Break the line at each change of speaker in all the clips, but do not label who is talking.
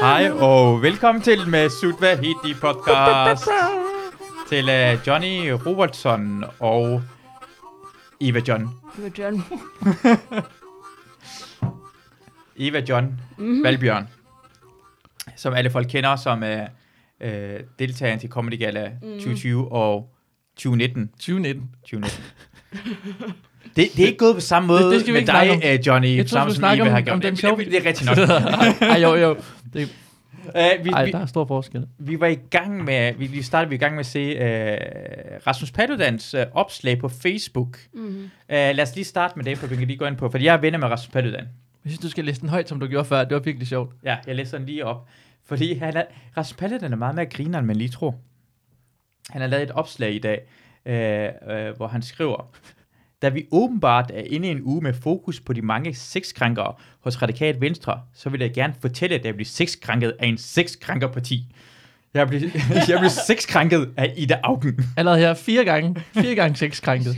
Hej og velkommen til med Sutva Hiti podcast til uh, Johnny Robertson og Eva John.
Det var John.
Eva John
Mhm.
mm-hmm. Valbjørn, som alle folk kender som uh, uh, deltageren til Comedy Gala
Mhm.
2020 og 2019.
2019.
2019. Det, det er ikke gået på samme måde det, det skal vi med
ikke
dig,
snakke
øh, Johnny.
Jeg tror,
samme
vi
som
snakker
Ibe
om-
har gjort.
om den
Det-
show.
det- Det er rigtigt nok.
Ej, jo, jo. Det,
Æh, vi,
ej,
vi,
der er stor forskel.
vi var i gang med, vi, vi startede vi var i gang med at se øh, Rasmus Paludans øh, opslag på Facebook.
Mm-hmm.
Øh, lad os lige starte med det, for vi kan lige gå ind på, fordi jeg er venner med Rasmus Paludan.
Jeg synes, du skal læse den højt, som du gjorde før. Det var virkelig sjovt.
Ja, jeg læser den lige op. Fordi han er, Rasmus Paludan er meget mere grineren, man lige tror. Han har lavet et opslag i dag, øh, øh, hvor han skriver, da vi åbenbart er inde i en uge med fokus på de mange sexkrænkere hos Radikalt Venstre, så vil jeg gerne fortælle, at jeg blev sexkrænket af en sexkrænkerparti. Jeg blev, jeg blev sexkrænket af Ida Augen.
Allerede her fire gange. Fire gange seks krænket.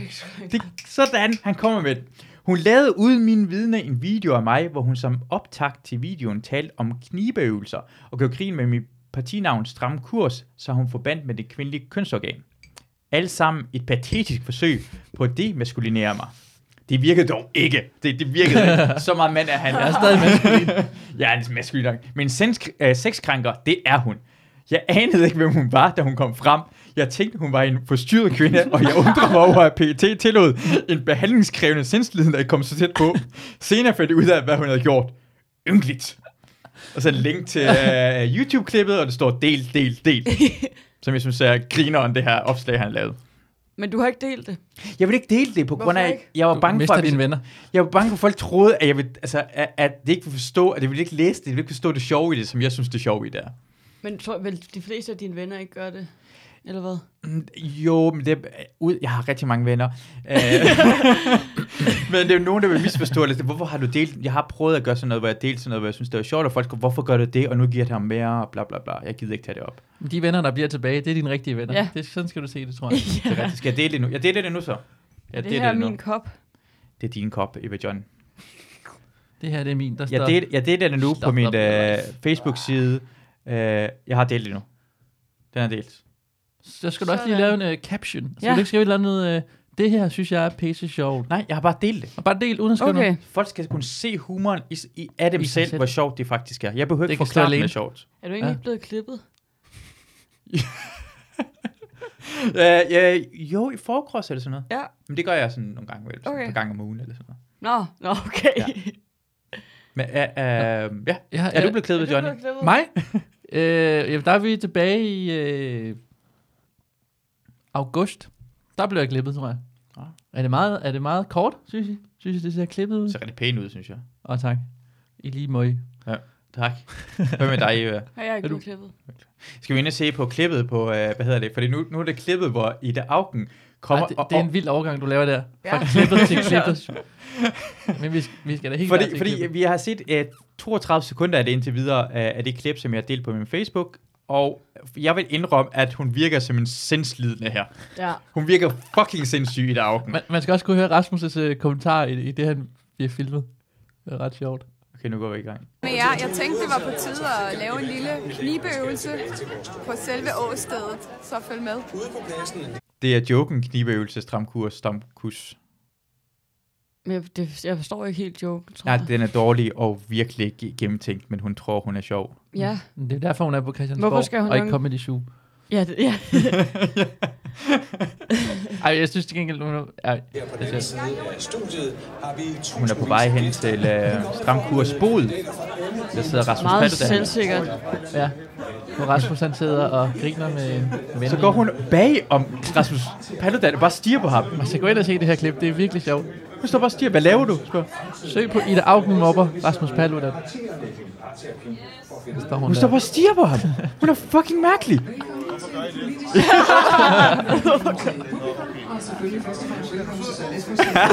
Det, sådan, han kommer med den. Hun lavede uden min vidne en video af mig, hvor hun som optakt til videoen talte om knibeøvelser og gjorde grin med mit partinavn Stram Kurs, så hun forbandt med det kvindelige kønsorgan. Alt sammen et patetisk forsøg på at demaskulinere mig. Det virkede dog ikke. Det, det virkede ikke. Så meget mand er han. Jeg er stadig maskulin. Jeg er en maskulin nok. Men sensk- øh, sexkrænker, det er hun. Jeg anede ikke, hvem hun var, da hun kom frem. Jeg tænkte, hun var en forstyrret kvinde, og jeg undrede mig over, at PET tillod en behandlingskrævende sindslidende at komme så tæt på. Senere fandt jeg ud af, hvad hun havde gjort. Ynkeligt. Og så en link til øh, YouTube-klippet, og det står del, del, del. Som jeg synes er grineren, det her opslag, han lavede.
Men du har ikke delt det.
Jeg vil ikke dele det, på grund af, at
Hvorfor ikke?
jeg var
Du
bange for,
mister
at vi-
dine venner.
jeg var bange for, at folk troede, at, jeg ville, altså, at, at det ikke ville forstå, at jeg ville ikke læse det, jeg ville ikke forstå det sjove i det, som jeg synes, det sjove i det er.
Men tror vel de fleste af dine venner ikke gør det? Eller hvad?
Mm, Jo, men det, øh, ud, jeg har rigtig mange venner. Øh, men det er jo nogen, der vil misforstå det. Altså, Hvorfor har du delt? Jeg har prøvet at gøre sådan noget, hvor jeg delte sådan noget, hvor jeg synes, det var sjovt, og folk går, hvorfor gør du det, og nu giver det ham mere, og bla bla bla. Jeg gider ikke tage det op.
De venner, der bliver tilbage, det er dine rigtige venner.
Ja.
Det, sådan skal du se det, tror jeg.
Det er rigtigt. Skal jeg dele det nu? Jeg deler det nu så. Jeg
det
deler
her er
det nu.
min kop.
Det er din kop, Eva John.
Det her det er min, der står...
Jeg, del, jeg deler det nu
Stop
på min
op, Eva.
øh, Facebook-side. Øh, jeg har delt det nu. Den er delt.
Så skal du også lige lave
Sådan.
en uh, caption. Så
Ja.
ja. du ikke skrive et eller andet... Uh, det her synes jeg er pisse sjovt.
Nej, jeg har bare delt det.
Og bare del uden at skrive
Okay.
noget.
Folk skal kunne se humoren i, i af dem
I sig
selv,
selv.
hvor sjovt det faktisk er. Jeg behøver
Det
ikke
kan stå
forklare, at det er
alene.
sjovt.
Er du egentlig
Ja.
ikke blevet klippet?
Uh, uh, jo, i forkross eller sådan noget.
Ja.
Men det gør jeg sådan nogle gange, vel? Sådan Et
Okay.
par gange om ugen eller sådan noget.
Nå, nå okay.
Ja. Men uh, uh, ja.
Jeg,
Er du blevet
Er
klædet,
du
Johnny?
blevet klippet?
Mig? øh, jamen, der er vi tilbage i øh, august. Der blev jeg klippet, tror jeg.
Ah.
Er det meget, er det meget kort, synes I? Synes I, det ser klippet ud?
Det ser rigtig pænt ud, synes jeg.
Åh, oh, tak. I lige møg.
Tak. Hvad med dig, Eva?
Har jeg ikke
Er du-
blevet klippet?
Skal vi ind og se på klippet på, uh, hvad hedder det? Fordi nu, nu er det klippet, hvor Ida Augen kommer
Ej, det,
og...
det er en vild overgang, du laver der.
Ja.
Fra klippet til klippet. Men vi, sk- vi skal da helt klart
fordi,
til
fordi
klippet.
vi har set uh, 32 sekunder af det indtil videre, uh, af det klip, som jeg har delt på min Facebook, og jeg vil indrømme, at hun virker som en sindslidende her.
Ja.
Hun virker fucking sindssyg i dag.
man, man skal også kunne høre Rasmus' øh, kommentar i, i det, han bliver filmet. Det er ret sjovt.
Okay, nu går vi i gang.
Men ja, jeg tænkte, det var på tide at lave en lille knibeøvelse på selve åstedet, så følg med.
Det er joken, knibeøvelse, stram kurs, stram kus.
Men jeg, det, jeg forstår ikke helt joken, tror
Nej,
jeg.
den er dårlig og virkelig ikke gennemtænkt, men hun tror, hun er sjov.
Ja.
Men Det er derfor, hun er på Christiansborg,
Hvorfor skal hun
og ikke
nok-
Comedy Zoo.
Ja, det, ja.
Ej, jeg synes til gengæld, hun er... Ej,
Her på den anden side af studiet har vi
Hun er på vej hen til øh, stram kurs bod. Der sidder Rasmus
Meget
Paludan.
selvsikkert.
Ja, hvor Rasmus han sidder og griner med venner.
Så går hun bag om Rasmus Paludan og bare stiger på ham.
Man skal gå ind og se det her klip, det er virkelig sjovt.
Hun står bare og stiger. Hvad laver du? spørger hun.
Søg på Ida Augen mobber Rasmus Paludan. Der står hun
Hun står
der.
bare og stiger på ham. Hun er fucking mærkelig.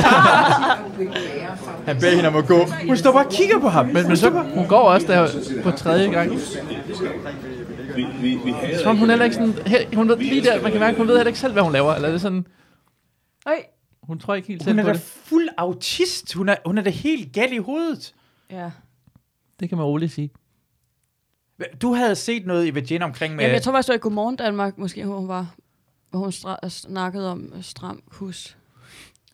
Han beder hende om at gå. Hun står bare og kigger på ham. Men,
Men så, hun går også der på tredje gang. Som om hun heller ikke sådan, he, hun ved lige der, man kan mærke, hun ved heller ikke selv, hvad hun laver. Eller er det sådan,
Øj.
Hun tror ikke helt selv
Hun er
på
da
det.
fuld autist. Hun er, hun er da helt gal i hovedet.
Ja.
Det kan man roligt sige.
Hva- Du havde set noget i Virginia omkring med...
Jamen, jeg tror faktisk, det var i Godmorgen Danmark, måske, hvor hun var hvor hun stra- snakkede om øh, stram kus.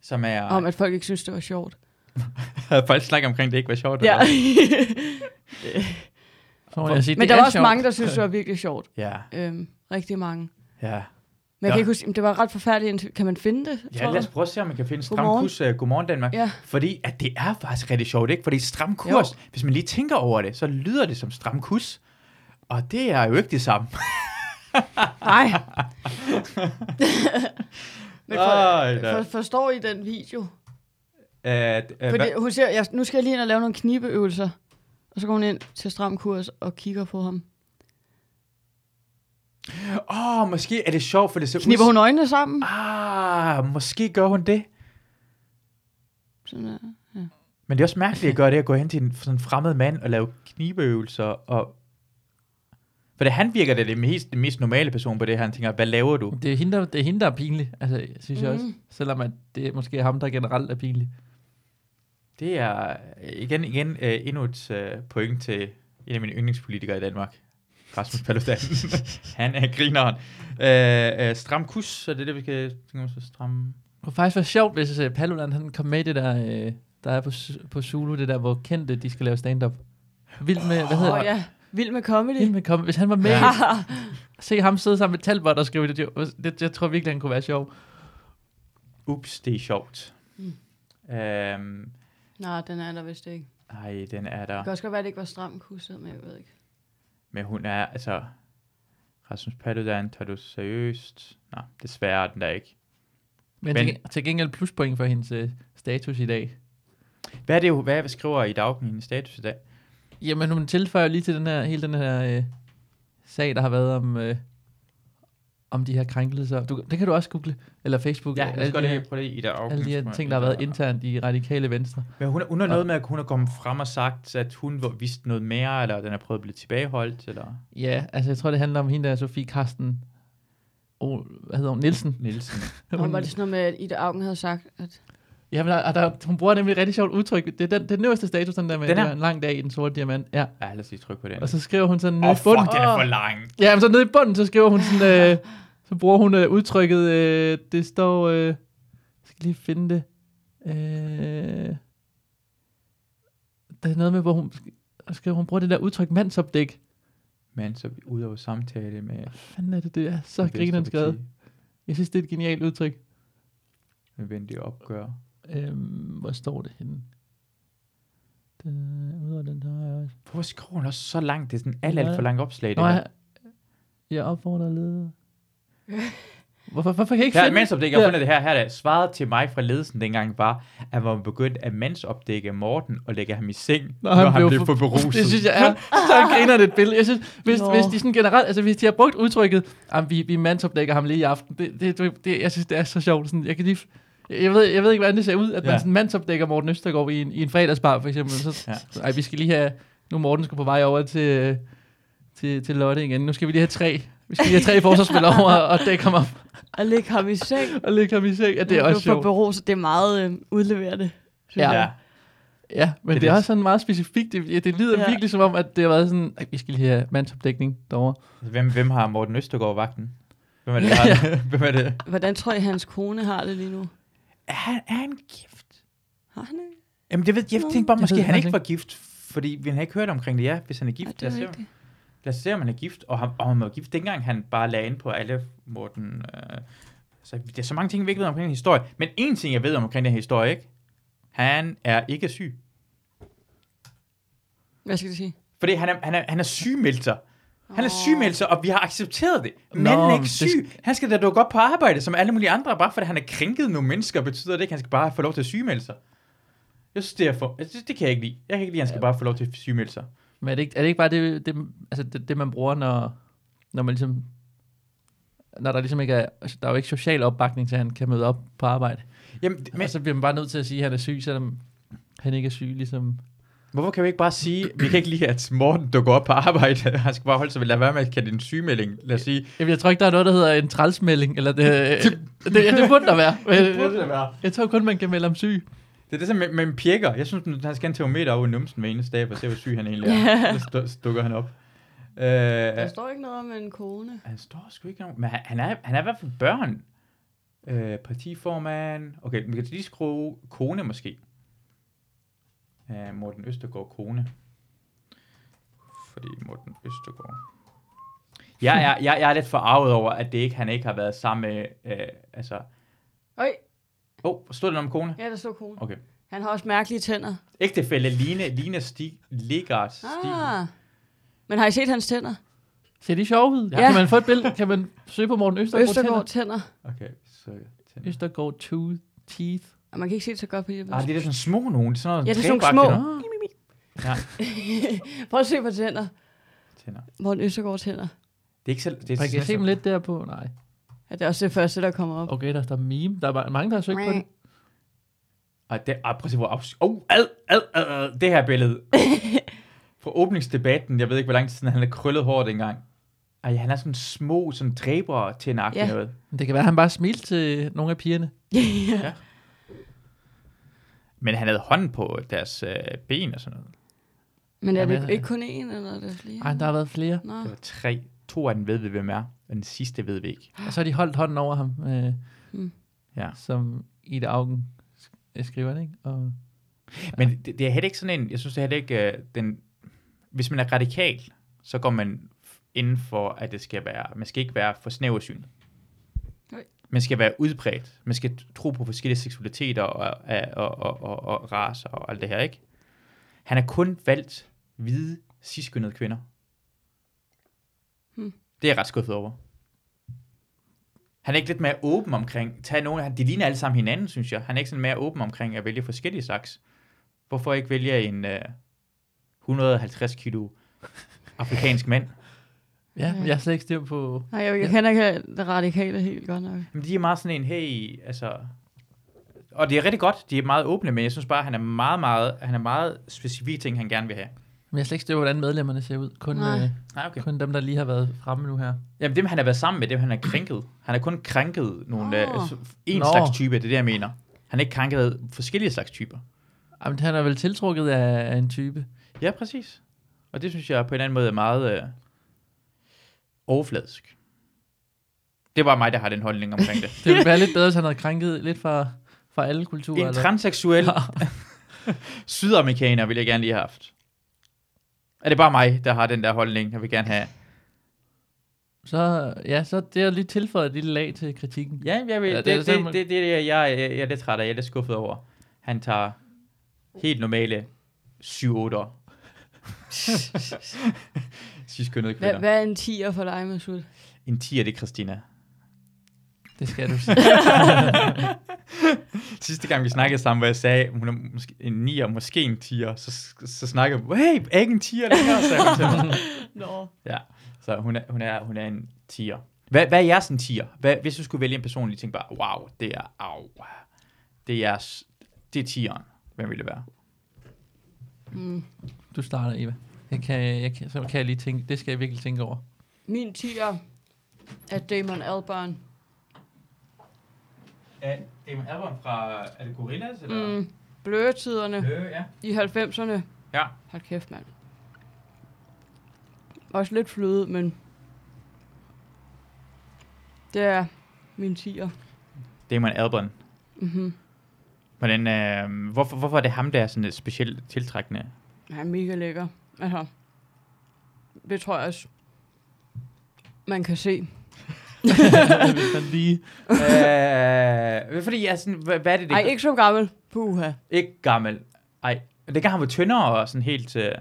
Som er...
Om, at folk ikke synes, det var sjovt.
Havde folk snakket omkring, det ikke var sjovt.
Ja.
eller hvad?
Så må jeg sige,
Men
det
der
er
var også
sjovt.
mange, der synes, det var virkelig sjovt.
ja.
Øhm, rigtig mange.
Ja.
Men jeg
Ja.
kan ikke huske, det var ret forfærdeligt. interv- Kan man finde det? tror
Ja, lad
du?
os prøve at se, om man kan finde Stram
Godmorgen.
Kurs. Uh, godmorgen, Danmark.
Ja.
Fordi at det er faktisk rigtig sjovt, ikke? Fordi Stram Kurs, jo. hvis man lige tænker over det, så lyder det som Stram Kurs. Og det er jo ikke det samme.
Nej. Men for,
Ej, da.
for, forstår I den video?
At, uh,
Fordi hun siger, jeg, nu skal jeg lige ind og lave nogle knibeøvelser. Og så går hun ind til stram kurs og kigger på ham.
Åh, oh, måske er det sjovt, for det ser
Knipper
ud...
hun øjnene sammen?
Ah, måske gør hun det.
Sådan der.
Men det er også mærkeligt at gøre det, at gå hen til en sådan fremmed mand og lave knibeøvelser. Og... For det, han virker da det mest, det mest normale person på det her. Han tænker, hvad laver du?
Det er hende, der, det er hende, der er pinlig, altså, synes mm. jeg også.
Mhm.
Selvom at det er måske ham, der generelt er pinlig.
Det er øh, igen, igen øh, endnu et øh, point til en af mine yndlingspolitikere i Danmark. Rasmus Paludan. han er grineren. Øh, øh, stram kus, så det er det, vi skal tænke om, så stram...
Det kunne faktisk være sjovt, hvis uh, Paludan han kom med i det der, øh, der er på, Su- på Zulu, det der, hvor kendte de skal lave stand-up. Vild med, hvad
Åh
hedder
oh,
det?
ja, vild med comedy.
Vild med kom, hvis han var med,
Ja.
ja. se ham sidde sammen med Talbot og skrive det, det, det, jeg tror virkelig, han kunne være sjov.
Ups, det er sjovt. Mm. Øhm,
Nej, den er der vist ikke.
ej, den er der.
Det kan også godt være, at det ikke var stram kurs, men jeg ved ikke.
Men hun er, altså... Rasmus Paludan, tager du seriøst? Nej, desværre er den der ikke.
Men,
Men-
Men. Til, til gengæld pluspoint for hendes øh, status i dag.
Hvad er det, hvad hvad skriver I daggen i hendes status i dag?
Jamen, hun tilføjer lige til den her, hele den her øh, sag, der har været om, øh, om de her krænkelser. Du, det kan du også google, eller Facebook.
Ja, jeg
alle
skal
de her,
lige prøve det i Ida Auken.
alle de her ting, der har været internt i radikale venstre.
Men hun, hun er noget med, at hun er kommet frem og sagt, at hun var- vidste noget mere, eller den er prøvet at blive tilbageholdt, eller
Ja, altså jeg tror, det handler om hende der, Sofie Karsten, oh, hvad hedder hun, Nielsen.
Nielsen.
Nå, var det sådan noget med, at Ida Augen havde sagt, at
Ja, men der, der, hun bruger nemlig et rigtig sjovt udtryk. Det er den, den øverste status, den der med,
Den
den
her?
det var en lang dag i den sorte diamant. Ja,
Ja, lad os lige trykke på den.
og så skriver hun sådan nede
Åh,
i bunden.
fuck, den er for lang.
Ja, men så nede i bunden, så skriver hun sådan, øh, så bruger hun øh, udtrykket, øh, det står, øh, jeg skal lige finde det, øh, der er noget med, hvor hun, sk- skriver, hun bruger det der udtryk mandsopdæk.
Men så er vi ud over samtale med...
Hvad fanden er det, det er så
med
grineren skrevet.
Venstrepartiet.
Jeg synes, det er et genialt udtryk.
Nødvendige opgør.
Øhm, hvor står det henne? Den, udover den der har jeg også.
Hvorfor skriver hun også så langt? Det er sådan alt, alt for
Ja.
langt opslag, det
Nå,
her.
jeg, jeg opfordrer leder. Hvorfor, hvorfor kan jeg ikke
Her,
finde
mandsopdæk, jeg har fundet det her, her er det. Svaret til mig fra ledelsen dengang var, at man begyndte at mandsopdække Morten og lægge ham i seng, når, han, blev, for beruset.
Det synes jeg er så griner det billede. Jeg synes, hvis,
Nå.
hvis de sådan generelt, altså hvis de har brugt udtrykket, at vi, vi mandsopdækker ham lige i aften, det, det, det, det, jeg synes, det er så sjovt. Sådan, jeg, kan lige, jeg, ved, jeg ved ikke, hvordan det ser ud, at ja.
Ja.
man sådan mandsopdækker Morten Østergaard i en, i en fredagsbar, for eksempel. Så,
Ja.
ja. ej, vi skal lige have, nu er Morten skal på vej over til, øh, til, til Lotte igen. Nu skal vi lige have tre. Vi skal lige have tre forsvarsspillere over og dække ham op
at lægge ham i seng,
og lægge ham i seng. Ja, det er
når
også
du får
sjovt.
berose, det er meget øh, udleverende.
Ja.
ja.
Ja, men
Det
det,
er
det er
lidt-
også sådan meget specifikt. Det, ja, det lyder
Ja.
ja. virkelig som om, at det har været sådan, at vi skal lige have mandsopdækning derovre.
Altså, Hvem, hvem har Morten Østergaard vagten? Hvem er det? der har den? hvem er det?
Hvordan tror I, hans kone har det lige nu?
Er han, er han gift?
Har han ikke?
Jamen, det ved, jeg
Nå.
tænkte bare,
Jeg
måske
ved
han
faktisk
ikke var gift, fordi vi har ikke hørt omkring det, ja, hvis han er
Ej,
gift.
det er
lad, os se, om-
rigtigt.
lad os se, om han er gift, og, ham, og han var gift, dengang han bare lagde ind på alle Morten... Øh, så der er så mange ting, vi ikke ved omkring den historie. Men en ting, jeg ved omkring den her historie, ikke? Han er ikke syg.
Hvad skal jeg sige?
Fordi han er, han er, han er sygemeldt sig. Han er
Åh.
sygemeldt sig, og vi har accepteret det.
Nå,
Manden er
men
ikke
det
syg. Han skal da dukke op på arbejde, som alle mulige andre. Bare fordi han har krænket nogle mennesker, betyder det ikke, at han skal bare få lov til at sygemelde sig. Jeg synes, det, er for, jeg synes, det kan jeg ikke lide. Jeg kan ikke lide, at han skal bare få lov til at sygemelde sig.
Men er det ikke, er det ikke bare det, det, altså det, det man bruger, når, når man ligesom... Når der ligesom ikke er, altså, der er jo ikke social opbakning til, at han kan møde op på arbejde.
Jamen, altså, det-
Men,
men,
og så bliver man bare nødt til at sige, at han er syg, selvom han ikke er syg, ligesom...
Hvorfor kan vi ikke bare sige, vi kan ikke lide, at Morten dukker op på arbejde, han skal bare holde sig ved, lad være med at kalde det en sygemelding. Lad os sige,
Jamen, jeg tror ikke, der er noget, der hedder en trælsmelding. Eller det, det, ja, det burde der være.
det burde det være.
Jeg tror kun, man kan melde om syg.
Det er det som med, med en pjekker. Jeg synes, han skal have en termometer over i numsen hver eneste dag, for at se, hvor syg han egentlig er. Så stu- så dukker han op. Øh,
Der står ikke noget om en kone.
han står sgu ikke nogen. Men han, han, er, han er i hvert fald børn. Øh, partiformand. Okay, vi kan lige skrue kone måske. Øh, Morten Østergaard kone. Fordi Morten Østergaard... Jeg er, jeg, jeg er lidt forarvet over, at det ikke, han ikke har været sammen med... Øh, altså...
Øj,
Åh, oh, stod der noget om kone?
ja, der står kone.
Okay.
Han har også mærkelige tænder.
Ægtefælde Line, Line Stig, Ligard Stig. Ah.
Ah. Men har I set hans tænder?
Ser de sjove ud?
Ja.
Ja. Kan man få et billede? Kan man søge på Morten Østergaard?
Østergaard
tænder?
tænder.
Okay, så... tænder.
Østergaard tooth, teeth.
Og man kan ikke se det så godt på de her.
Ah, det er da sådan små nogen. Sådan noget
Ja, det er sådan nogle
trebagte
små.
noget. Ja,
Prøv at se på tænder.
tænder.
Morten Østergaard tænder.
Det er ikke så... Det er
Man kan
næsten-
se dem lidt der på. Nej.
Ja, det er også det første, der kommer op.
Okay, der står meme. Der er bare- mange, der har søgt på den.
Ej, det, ej, prøv at se, hvor afs... Oh, ad, ad, ad, ad, det her billede. Fra åbningsdebatten, jeg ved ikke, hvor lang tid siden han havde krøllet hår dengang. Ej, han er sådan små, sådan dræber til en
Ja.
ja. noget.
Men Det kan være, at han bare smilte til nogle af pigerne.
ja.
Men han havde hånden på deres øh, ben og sådan noget.
Men er
Jamen,
det
jeg-
ikke kun én, eller er det flere?
Ej, der har været flere.
Nå.
Det var tre. To af dem ved vi, hvem er, og den sidste ved vi ikke.
Og så har de holdt hånden over ham, øh,
Mm.
mm.
Ja.
ja. som Ida Augen sk- øh, skriver, ikke? Og,
Men det, det er heller ikke sådan en, jeg synes det er heller ikke, øh, den, hvis man er radikal, så går man f- inden for, at det skal være, man skal ikke være for snæversynet.
Nej.
Man skal være udbredt. Man skal tro på forskellige seksualiteter og, og, og, og, og raser og alt det her, ikke? Han har kun valgt hvide, ciskønnede kvinder.
Hmm.
Det er jeg ret skuffet over. Han er ikke lidt mere åben omkring, tag nogle, han- de ligner alle sammen hinanden, synes jeg. Han er ikke sådan mere åben omkring at vælge forskellige slags. Hvorfor ikke vælge en øh, 150 kilo afrikansk mand?
ja, men jeg har slet ikke styr på...
Nej, jeg, jeg kender ikke det radikale helt godt nok.
Men de er meget sådan en, hey, altså... Og det er rigtig godt, de er meget åbne, men jeg synes bare, at han er meget, meget, han er meget specifikke ting, han gerne vil have.
Men jeg har slet ikke styr på, hvordan medlemmerne ser ud. Kun,
Nej.
øh,
Nej, okay.
kun dem, der lige har været fremme nu her.
Jamen dem, han har været sammen med, dem han har krænket. Han har kun krænket nogle,
Nå.
oh. øh, en
Nå.
slags type, det er det, jeg mener. Han har ikke krænket forskellige slags typer.
Jamen, han er vel tiltrukket af, af en type.
Ja, præcis. Og det synes jeg på en anden måde er meget øh, overfladisk. Det er bare mig, der har den holdning omkring det.
Det ville være lidt bedre, hvis han havde krænket lidt fra, fra alle kulturer.
En transseksuel sydamerikaner ville jeg gerne lige have haft. Er det bare mig, der har den der holdning, jeg vil gerne have?
Så, ja, så det er lige tilføjet et lille lag til kritikken.
Ja, jeg vil,
Ja,
ja,
det
det,
er
det, det, det,
simpelthen-
det, det, jeg, jeg, jeg er lidt træt af, jeg er lidt skuffet over. Han tager helt normale 7 8 år. Sidst kønnede
Hvad,
kvinder.
hvad er en tiger for dig, Masud?
En 10 er det, Christina.
Det skal du sige.
Sidste gang, vi snakkede sammen, hvor jeg sagde, hun er måske en 9'er, måske en 10'er, så, så snakkede hun, hey, er ikke en 10'er længere, sagde hun til mig.
Nå.
Ja, så hun er, hun er, hun er en tiger. Hvad, hvad er jeres en tiger? Hvad, hvis du skulle vælge en person, lige tænkte bare, wow, det er, au, det er jeres, det er tigeren. Hvem ville det være?
Mm.
Du starter, Eva. Jeg kan, jeg kan, så kan jeg lige tænke, det skal jeg virkelig tænke over.
Min tiger er Damon Albarn.
Ja, det er Alvon fra, er det Gorillas,
Mm. Bløretiderne
Øh, ja.
i 90'erne.
Ja.
Hold kæft, mand. Også lidt fløde, men... Det er min tiger.
Damon Albarn.
Mm-hmm.
Hvordan, øh, hvorfor, hvorfor er det ham, der er sådan et specielt tiltrækkende?
Han er mega lækker. Altså, det tror jeg også, man kan se.
Hvis man lige...
øh, fordi jeg er sådan, hvad, hvad er det, det
Ej, ikke så gammel. Puha.
Ikke gammel. Ej, men dengang han var tyndere og sådan helt... Øh,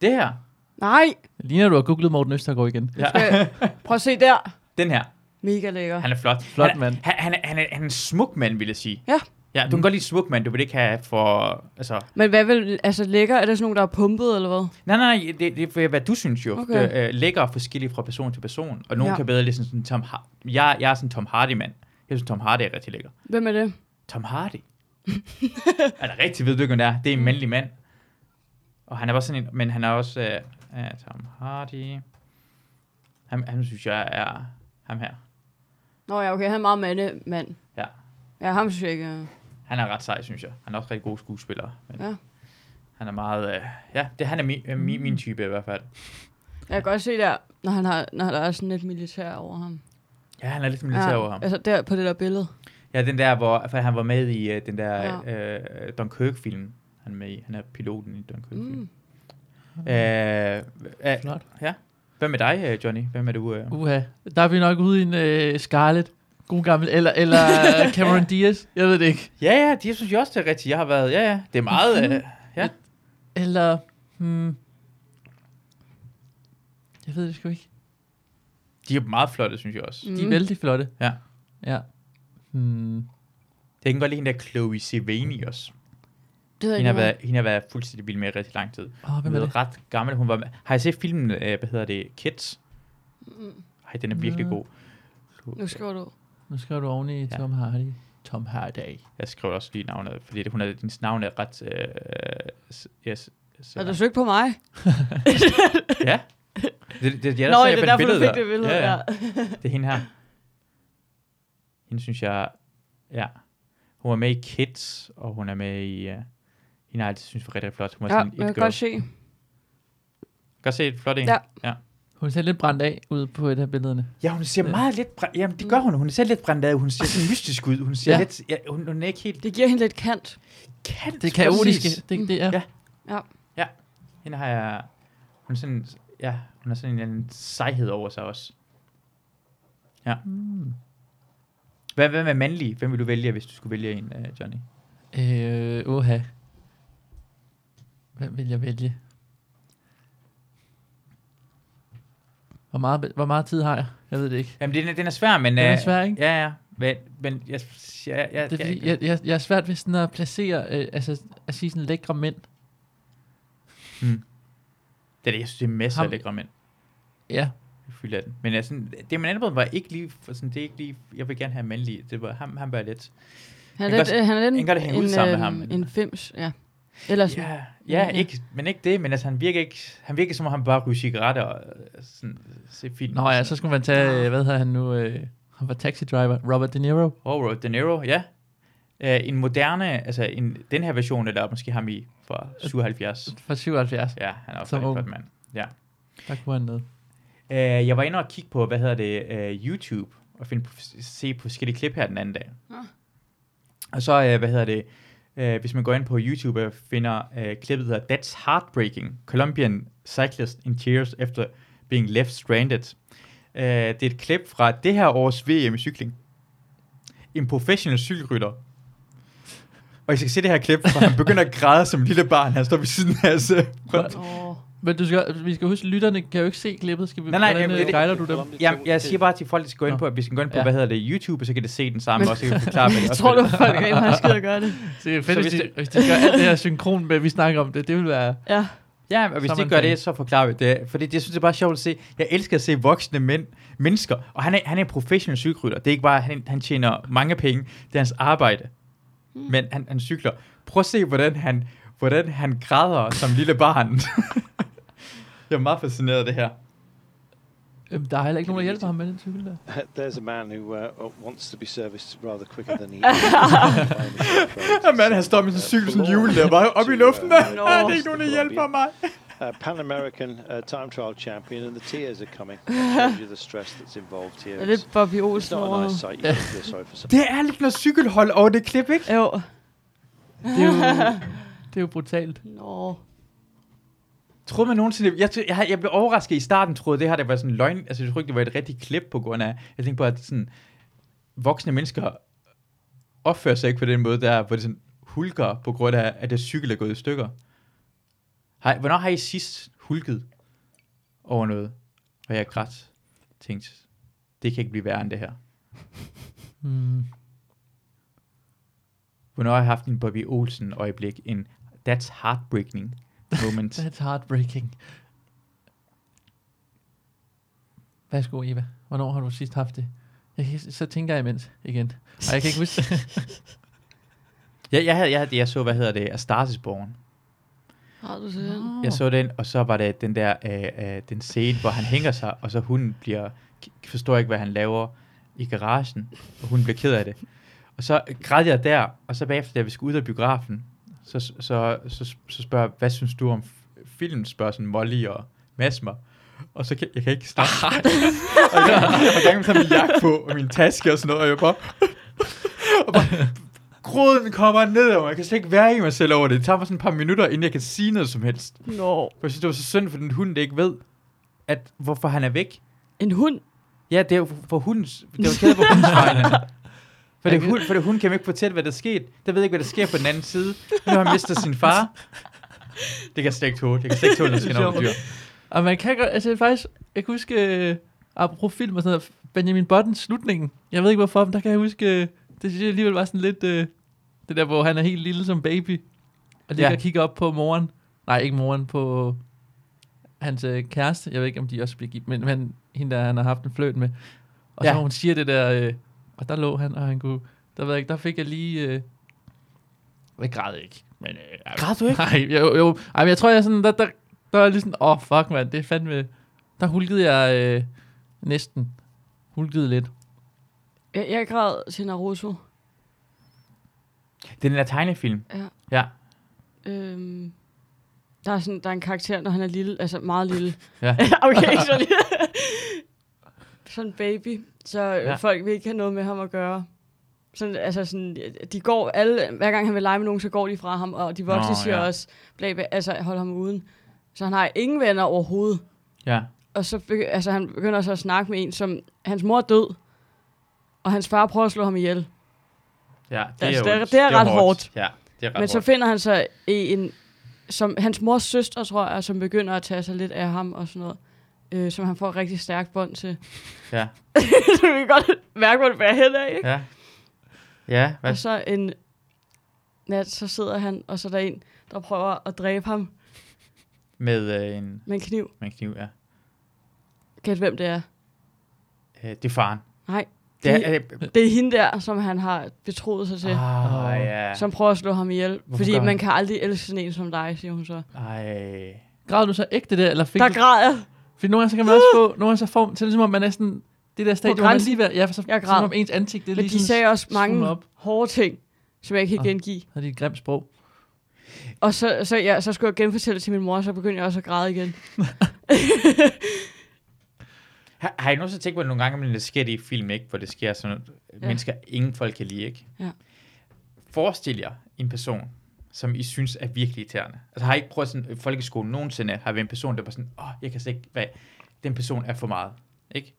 det her.
Nej,
Ligner du har googlet Morten Østergaard igen?
Ja.
prøv at se der.
Den her.
Mega lækker.
Han er flot.
Flot
han, er-
mand. Mm.
Han, han, er- han, er, han er en smuk mand, vil jeg sige.
Ja.
Ja, du kan godt lide smuk mand, du vil ikke have for... Altså,
Men hvad vil, altså lækker, er det sådan nogen, der er pumpet eller hvad?
nej, nej, nej, det, det er hvad du synes jo.
Okay.
Det, øh, lækker forskelligt fra person til person. Og nogen
Ja.
kan bedre lide sådan, sådan Tom Har- jeg, jeg er sådan en Tom Hardy-mand. Jeg synes, Tom Hardy er rigtig lækker.
Hvem er det?
Tom Hardy? er der rigtig ved du ikke, hvem det er? Det er en mandlig mand. Og han er bare sådan en, men han er også øh, øh, Tom Hardy. Han, han synes jeg er ham her.
Nå ja, okay, han er meget mande, mand.
Ja.
Ja, ham synes jeg ikke. øh. er-
Han er ret sej, synes jeg. Han er også rigtig god skuespiller. Men
Ja.
Han er meget... Øh, ja, det, han er min, øh, min, min type i hvert fald.
Jeg kan godt se der, når, han har, når der er sådan lidt militær over ham.
Ja, han er lidt militær ja. over ham.
Altså der på det der billede.
Ja, den der, hvor for han var med i øh, den der
Ja.
ja. øh, Dunkirk-film. Han er med i. Han er piloten i Dunkirk-film.
Mm.
Mm. Øh, øh,
Flot.
Ja. Hvad med dig, øh, Johnny? Hvad med du? Øh?
Uha, der er vi nok ude i en øh, Scarlett. God gammel. Eller, eller øh, Cameron Diaz. Jeg ved det ikke.
Ja, ja, de synes jo også, det er rigtigt. Jeg har været... Ja, ja. Det er meget...
Mhm.
Øh, ja.
Eller... Hmm, jeg ved det sgu ikke.
De er meget flotte, synes jeg også.
De er vældig flotte.
Ja.
Ja. Hmm.
Jeg kan godt lide hende der Chloe Sevigny også.
Det ved jeg
Hende har,
ikke,
været, hende har været fuldstændig vild med i rigtig lang tid.
Åh, hvem
Hun
er det?
er ret gammel. Hun var med. Har I set filmen, øh, hvad hedder det, Kids? Ej, den er virkelig
Nå.
god. Øh,
hvor- Mm. Nu skriver du.
Nu skriver du oven i
Ja.
Tom Hardy. Tom Hardy.
Jeg skriver også lige navnet, fordi det, hun er, hendes navn er ret... Øh, s- yes, s-
Er du søgt på mig?
Ja. Det, det, det, jeg
Nå,
sagde,
ja,
jeg
det
fandt
er derfor, du
billedet
fik
der.
det billede. Ja, ja.
Det er hende her. Hende synes jeg... Ja. Hun var med i Kids, og hun er med i... Uh, hende har jeg altid synes var rigtig flot. Hun var
ja
ja, sådan
jeg
et
kan
girl.
godt se.
Godt se et flot en.
Ja.
ja.
Hun ser lidt brændt af ude på et af billederne.
Ja, hun ser
Ja.
meget lidt brændt. Jamen, det gør hun. Hun ser lidt brændt af. Hun ser sådan mystisk ud. Hun ser
Ja.
ja. lidt... Ja, hun, hun er ikke helt...
Det giver hende lidt kant.
Kan,
Det er Mm. kaotiske. Det, det er.
Ja.
Ja.
Hende har jeg... Hun er sådan... Ja, hun har sådan en eller anden sejhed over sig også. Ja. Mm.
Hmm.
Hvad, hvad med mandlige? Hvem vil du vælge, hvis du skulle vælge en, øh, Johnny?
Øh, oha. Hvem vil jeg vælge? Hvor meget, hvor meget tid har jeg? Jeg ved det ikke.
Jamen, den er, den er svær, men...
Den er
øh,
svær, ikke?
Ja, ja. Men, men jeg, jeg, jeg,
Det er, fordi,
jeg,
jeg, jeg, jeg er svært ved sådan at placere, øh, altså at sige sådan lækre mænd.
det er det, jeg synes, det er masser
Ham-
af lækre mænd.
Ja,
Jeg fylder den. Men jeg, sådan, det man anbefalede var ikke lige, for sådan, det er ikke lige, jeg vil gerne have mandlige. Det var, ham, ham var lidt.
Han er
Jeg kan
lidt,
godt-
øh, han er lidt
jeg kan godt hænge ud
en,
sammen med
øhm,
ham, men-
en fems, ja. Eller sådan.
Ja, ja,
Ja.
ikke, men ikke det, men altså, han virker ikke, han virker som om, han bare ryger cigaretter og øh, sådan, se film.
Nå ja, så skulle man tage, øh, hvad hedder han nu, øh, han var taxi driver, Robert De Niro.
Horror De Niro, ja. Uh, en moderne, altså en, den her version, eller måske ham i fra 77.
Fra 77,
Ja, han er også
Som
en
ung.
flot mand. Ja.
der kunne han ned.
Uh, jeg var inde og kigge på, hvad hedder det, uh, YouTube, og finde, se på forskellige klip her den anden dag.
Ah.
Og så, uh, hvad hedder det, uh, hvis man går ind på YouTube og finder uh, klippet, der hedder That's Heartbreaking, Colombian Cyclist in Tears After Being Left Stranded. Uh, det er et klip fra det her års VM i cykling. En professionel cykelrytter. Og I skal se det her klip, hvor han begynder at græde som et lille barn. Han står ved siden af os.
Åh.
Men du skal, vi skal huske, lytterne kan jo ikke se klippet. Skal vi,
Nej, nej,
hvordan
jamen,
øh,
det- det-
guider du dem?
Jamen, jeg siger bare til folk, at de skal gå ind
Nå.
på, at hvis de skal gå ind på,
Ja.
ja. hvad hedder det, YouTube, og så kan de se den sammen,
Men-
og så kan vi forklare, hvad de
Jeg
også
tror du,
vil.
folk rent faktisk gider gøre det.
Det er
Så
fedt, hvis
hvis
de, hvis de gør alt det her synkron med, vi snakker om det. Det vil være...
Ja.
Ja, og hvis
Så er
de
man
gør
fan.
det, så forklarer vi det. Fordi det, jeg synes, det er bare sjovt at se. Jeg elsker at se voksne mænd, mennesker. Og han er, han er en professionel cykelrytter. Det er ikke bare, at han, han tjener mange penge. Det er hans arbejde. Men han, han cykler. Prøv at se, hvordan han, hvordan han græder som lille barn. jeg er meget fascineret af det her.
Øhm, der er heller ikke nogen, der hjælper ham med den cykel der.
There's a man who uh, wants to be serviced rather quicker than he is.
Manden, han står med sin cykel sådan hjul der, bare oppe i luften. Der.
Nå.
der er ikke nogen, der hjælper mig.
Uh, Pan American uh, time trial champion, and the tears are coming. That shows you the stress that's involved here.
Der er lidt Bobby
It's
Olsen
not
over
a
ham.
nice sight. You don't feel sorry for someone.
Det er lidt noget cykelhold over det klip, ikke?
Jo.
Det er jo, det er jo brutalt.
Nå.
Troede man nogensinde... Jeg, tro- jeg, jeg blev overrasket i starten, troede det her, det var sådan en løgn. Altså, jeg troede ikke, det var et rigtigt klip på grund af... Jeg tænkte på, at sådan, voksne mennesker opfører sig ikke på den måde der, hvor det sådan hulker på grund af, at det cykel er gået i stykker. Har, hvornår har I sidst hulket over noget, hvor jeg grædt tænkte, det kan ikke blive værre end det her?
Hmm.
Hvornår har jeg haft en Bobby Olsen øjeblik, en that's heartbreaking moment?
That's heartbreaking. Værsgo, Eva. Hvornår har du sidst haft det? Jeg, kan- så tænker jeg imens igen. Og jeg kan ikke huske...
Jeg, jeg, havde, jeg, havde, jeg så, hvad hedder det, A Stars is Born.
Har du set den?
Jeg så den, og så var det den der, øh, øh, den scene, hvor han hænger sig, og så hun bliver, forstår ikke, hvad han laver i garagen, og hun bliver ked af det. Og så græd jeg der, og så bagefter, da vi skulle ud af biografen, så, så, så, så spørger jeg, hvad synes du om f- filmen, spørger sådan Molly og Mads mig. Og så kan jeg kan ikke starte. og jeg har gang med sådan min jakke på, og min taske og sådan noget, og jeg bare... og bare gråden kommer ned over mig. Jeg kan slet ikke være i mig selv over det. Det tager mig sådan et par minutter, inden jeg kan sige noget som helst.
Nå.
For jeg synes, det var så synd for den hund, der ikke ved, at hvorfor han er væk.
En hund?
Ja, det er jo for- for hundens... Det er jo kæde på hundens vegne. For det,
Jeg
hund, for det hund kan jo ikke fortælle, hvad der skete. Der ved ikke, hvad der sker på den anden side. Nu har han mistet sin far. Det kan jeg slet ikke tåle. Jeg kan slet ikke tåle, når jeg skal dyr.
Og man kan godt, altså faktisk, jeg kan huske, øh, apropos film og sådan noget, Benjamin Buttons slutningen, jeg ved ikke hvorfor, men der kan jeg huske, øh, det synes jeg alligevel var sådan lidt, øh, det der, hvor han er helt lille som baby, og ligger
Ja.
ja. og kigger op på moren, nej ikke moren, på hans øh, kæreste, jeg ved ikke om de også bliver gift, men, men hende der, han har haft en fløjt med, og ja.
Ja.
så hun siger det der, øh, og der lå han, og han kunne, der ved jeg ikke, der fik jeg lige, øh, jeg græd ikke, men øh,
Græd du ikke?
Nej, jo, jo. Ej, men jeg tror, jeg er sådan, der, der, der er lige sådan, åh, oh, fuck, mand, det er fandme... Der hulkede jeg øh, næsten. Hulkede lidt.
Jeg, jeg græd til Naruto.
Det er den der tegnefilm.
Ja.
Ja.
Øhm, der, er sådan, der er en karakter, når han er lille, altså meget lille.
Ja.
okay, ikke så lille. sådan en baby, så
Ja.
ja. folk vil ikke have noget med ham at gøre. Sådan, altså sådan, de går alle, hver gang han vil lege med nogen, så går de fra ham, og de voksne
Nå,
Nå, siger
ja.
ja. også, bla, bla, altså hold ham uden. Så han har ingen venner overhovedet.
Ja.
Og så begy- altså, han begynder så at snakke med en, som hans mor er død, og hans far prøver at slå ham ihjel.
Ja, det
Altså,
jo-
det er- det er ret hårdt.
Ja, det er ret
Men
hårdt.
så finder han så en, som hans mors søster, tror jeg, som begynder at tage sig lidt af ham og sådan noget. Øh, som han får et rigtig stærkt bånd til.
Ja.
så vi kan godt mærke, hvor det bærer hen af, ikke?
Ja. Ja,
Ja.
hvad?
Og så en nat, så sidder han, og så er der en, der prøver at dræbe ham
Med øh, en,
med en kniv.
med en kniv, ja.
Gæt, hvem det er.
Øh, det er faren.
Nej,
Det
det,
er... Øh,
det er hende der, som han har betroet sig til. Ah,
ah, ja.
Som prøver at slå ham ihjel.
Hvorfor
fordi
gør han-
man kan aldrig elske sådan en som dig, siger hun så.
Ej.
Græd du så ægte der, eller fik
Der
du...
græd jeg.
Fordi nogle gange, så kan man også få... Nogle gange, så får man... Så er det som om, man er sådan... Det der stadie, hvor man
grænsen.
lige ved... Ja, for så,
Jeg græd.
som om ens ansigt, det er
Men
lige
de sagde også mange
svulmet op.
hårde ting, som jeg ikke
Ah.
kan gengive.
Har de et grimt sprog?
Og så, så, ja, så skulle jeg genfortælle det til min mor, så begyndte jeg også at græde igen.
Har, har I nogensinde tænkt på, at nogle gange, men det sker det i film, ikke? Hvor det sker sådan, at ja.
Ja.
mennesker, ingen folk kan lide, ikke?
Ja.
Forestil jer en person, som I synes er virkelig irriterende. Altså har I ikke prøvet sådan, i folkeskolen nogensinde, har vi en person, der bare sådan, åh, oh, jeg kan slet ikke, hvad, den person er for meget, ikke?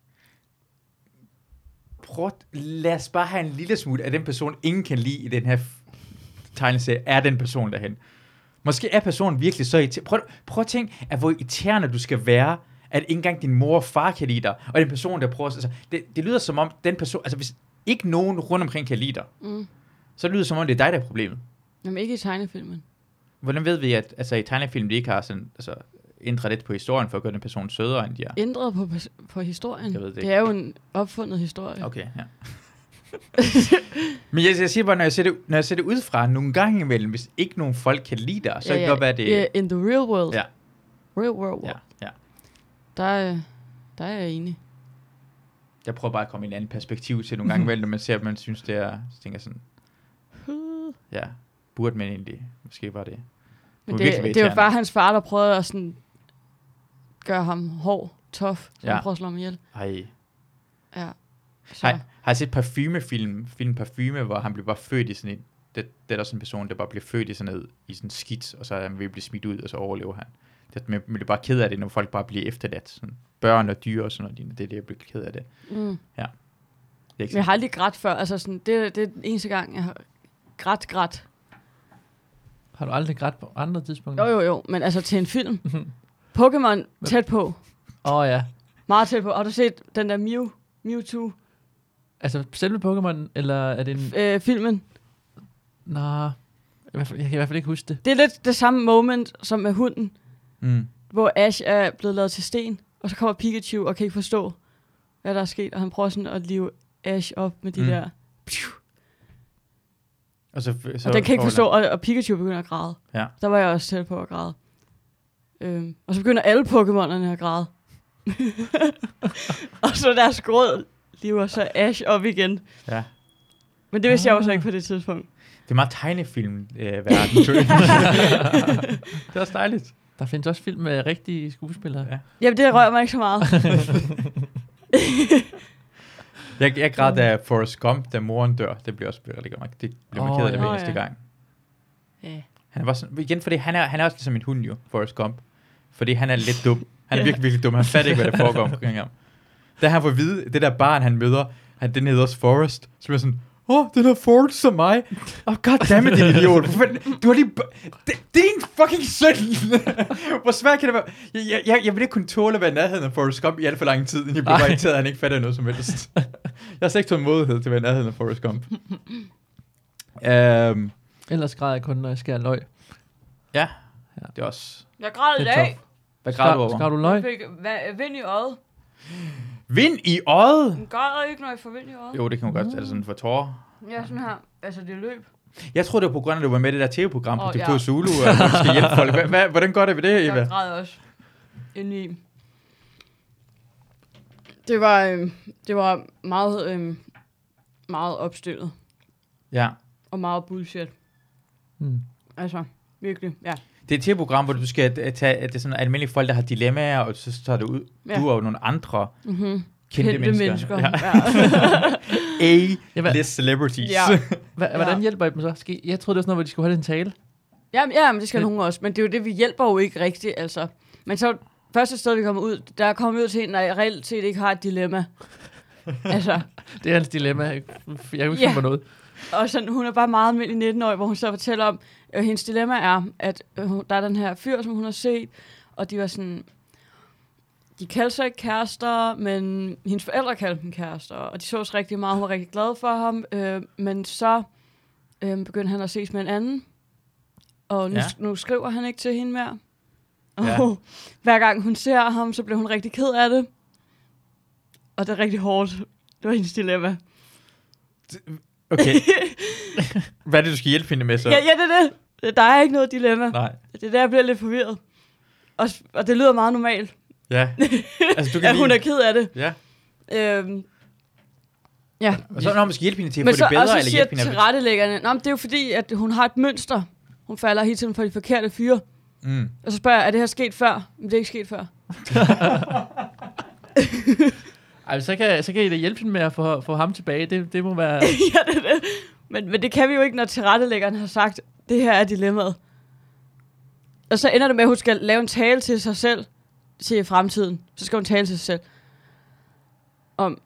Prøv, at- lad os bare have en lille smule af den person, ingen kan lide i den her f- tegneserie, er den person derhen. Måske er personen virkelig så irriterende. Prøv, prøv at tænke, at hvor irriterende du skal være, at ikke engang din mor og far kan lide dig, og den person, der prøver... Altså, det, det lyder som om, den person... Altså, hvis ikke nogen rundt omkring kan lide dig,
Mm.
så lyder det som om, det er dig, der er problemet.
Jamen ikke i tegnefilmen.
Hvordan ved vi, at altså, i tegnefilm, de ikke har sådan, altså, ændret lidt på historien, for at gøre den person sødere, end de er?
Ændret på, pers- på historien.
Jeg ved det
det
ikke.
er jo en opfundet historie.
Okay, ja. Men jeg, jeg siger bare, når jeg, ser det, når jeg ser det udefra, nogle gange imellem, hvis ikke nogen folk kan lide dig, så ja, kan det godt være, det...
Ja, in the real world.
Ja.
Real world.
ja,
Ja.
ja.
Der, er- der er jeg enig.
Jeg prøver bare at komme i en anden perspektiv til nogle gange imellem, når man ser, at man synes, det er... Så tænker jeg sådan, ja, burde man egentlig... Måske var det...
Men
virkelig
det, det er jo
irriterende.
bare hans far, der prøvede at sådan gøre ham hård, tof, så
Ja.
han prøver at slå ham ihjel.
Ej,
Ja. Så,
Har, har jeg set parfumefilm, film Parfume, hvor han blev bare født i sådan en, det, det er der sådan en person, der bare bliver født i sådan noget, i sådan en skits, og så er han ved at blive smidt ud, og så overlever han. Det, man, man bliver bare ked af det, når folk bare bliver efterladt. Sådan børn og dyr og sådan noget. lignende. Det er det, jeg bliver ked af det.
Mm.
det er ikke
Men jeg har aldrig grædt før. Altså sådan, det, det er den eneste gang, jeg har grædt, grædt.
Har du aldrig grædt på andre tidspunkter?
Jo, jo, jo. Men altså til en film. Pokémon tæt på.
Åh, oh, ja.
Meget tæt på. Har du set den der Mew, Mewtwo?
Altså, selve Pokémon, eller er det en...
Øh, filmen.
Nå... i hvert fald- Jeg kan i hvert fald ikke huske det.
Det er lidt det samme moment som med hunden,
Mm.
hvor Ash er blevet lavet til sten, og så kommer Pikachu og kan ikke forstå, hvad der er sket, og han prøver sådan at live Ash op med de
Mm.
mm. der...
Og, så, så
Og den kan ikke
overlever-
forstå, og, og Pikachu begynder at græde.
Ja.
Der var jeg også tæt på at græde. Øhm, og så begynder alle Pokémonerne at græde. og så deres gråd lever så Ash op igen.
Ja. Ah.
Men det vidste jeg jo så ikke på det tidspunkt.
Det er meget tegnefilm-verden, øh, Det er også dejligt.
Der findes også film med rigtige skuespillere.
Ja.
Ja.
Jamen, det rører mig ikke så meget.
Jeg, jeg græd da Forrest Gump, da moren dør. Det bliver også rigtig godt. Det bliver man
Åh,
ked af det
ja.
hver
Åh,
eneste
ja.
gang.
Ja.
Han er bare sådan, igen, fordi han er, han er også ligesom en hund jo, Forrest Gump. Fordi han er lidt dum. Han er
Ja.
virkelig, virkelig dum. Han fatter ikke, hvad der foregår omkring ham. Da han får at vide, det der barn, han møder, han, den hedder også Forrest, så bliver jeg sådan, åh, oh, den hedder Forrest som mig. Åh, oh, goddammit, din idiot. Hvorfor, du har lige... b- Det, det er en fucking søn. Hvor svært kan det være? Jeg, jeg, jeg, jeg vil ikke kunne tåle at være i nærheden af Forrest Gump i alt for lang tid, inden jeg bliver
Ej.
bare irriteret, at han ikke fatter noget som helst. jeg har slet ikke tålmodighed til at være i nærheden af Forrest Gump. um,
Ellers græder jeg kun, når jeg skærer løg.
ja, det er også...
Jeg græd
Det er tough.
Hvad græder du over?
Skar du løg?
fik vind i øjet.
Vind i øjet?
Den græder ikke, når jeg får vind i øjet.
Jo, det kan man godt. Altså sådan for tårer.
Jeg er sådan her. Altså, det løb.
Jeg tror det var på grund af, at du var med i det der tv-program på
Åh,
oh, TV2
ja.
Zulu, og hvor du skal hjælpe folk. Hva, hva, hvordan går det ved det, Eva?
græd også. Indeni. Det var, øhm, det var meget, øhm, meget opstillet
Ja.
og meget bullshit.
Hmm.
Altså, virkelig, ja.
Det er et tv-program, hvor du skal øh, tage, at det er sådan almindelige folk, der har dilemmaer, og så tager du ud.
Ja.
Ja. Du og nogle andre
Mm-hmm.
kendte, mennesker.
Ja.
Ja.
Ja, hvad-
A-list celebrities.
Ja.
Hva, hvordan
Ja.
hjælper I dem så? Skal, I- jeg troede, det var sådan noget, hvor de skulle holde en tale.
ja, ja, men det skal nogen også. Men det er jo det, vi hjælper jo ikke rigtigt, altså. Men så første sted, vi kommer ud, der kommer vi ud til en, der reelt set ikke har et dilemma. altså,
Det er hans dilemma. Jeg kan ikke
Ja.
yeah. noget.
Og sådan, hun er bare meget almindelig 19 år, hvor hun så fortæller om, at hendes dilemma er, at øh, hun- der er den her fyr, som hun har set, og de var sådan, de kaldte sig ikke kærester, men hendes forældre kaldte dem kærester, og de sås rigtig meget, hun var rigtig glad for ham, øh, men så øh, begyndte han at ses med en anden, og nu,
Ja.
ja. nu skriver han ikke til hende mere. Og
Ja.
ja. hver gang hun ser ham, så bliver hun rigtig ked af det. Og det er rigtig hårdt. Det var hendes dilemma.
Okay. Hvad er det, du skal hjælpe hende med så?
Ja, ja, det er det. Der er ikke noget dilemma.
Nej.
Det er der, jeg bliver lidt forvirret. Og, s- og det lyder meget normalt,
Ja. Altså, du kan
at
lige...
hun er ked af det.
Ja.
Øhm, ja,
Og så når man skal hjælpe hende til at få
men
det
så,
bedre,
og så
eller
siger
hjælpe hende... at-
tilrettelæggerne, Nå, men det er jo fordi, at hun har et mønster. Hun falder hele tiden for de forkerte fyre.
Mm.
Og så spørger jeg, er det her sket før? Men det er ikke sket før.
Ej, så kan, så kan I da hjælpe hende med at få, få ham tilbage. Det, det må være...
ja, det er det. Men, men det kan vi jo ikke, når tilrettelæggeren har sagt, det her er dilemmaet. Og så ender det med, at hun skal lave en tale til sig selv, til fremtiden. Så skal hun tale til sig selv om,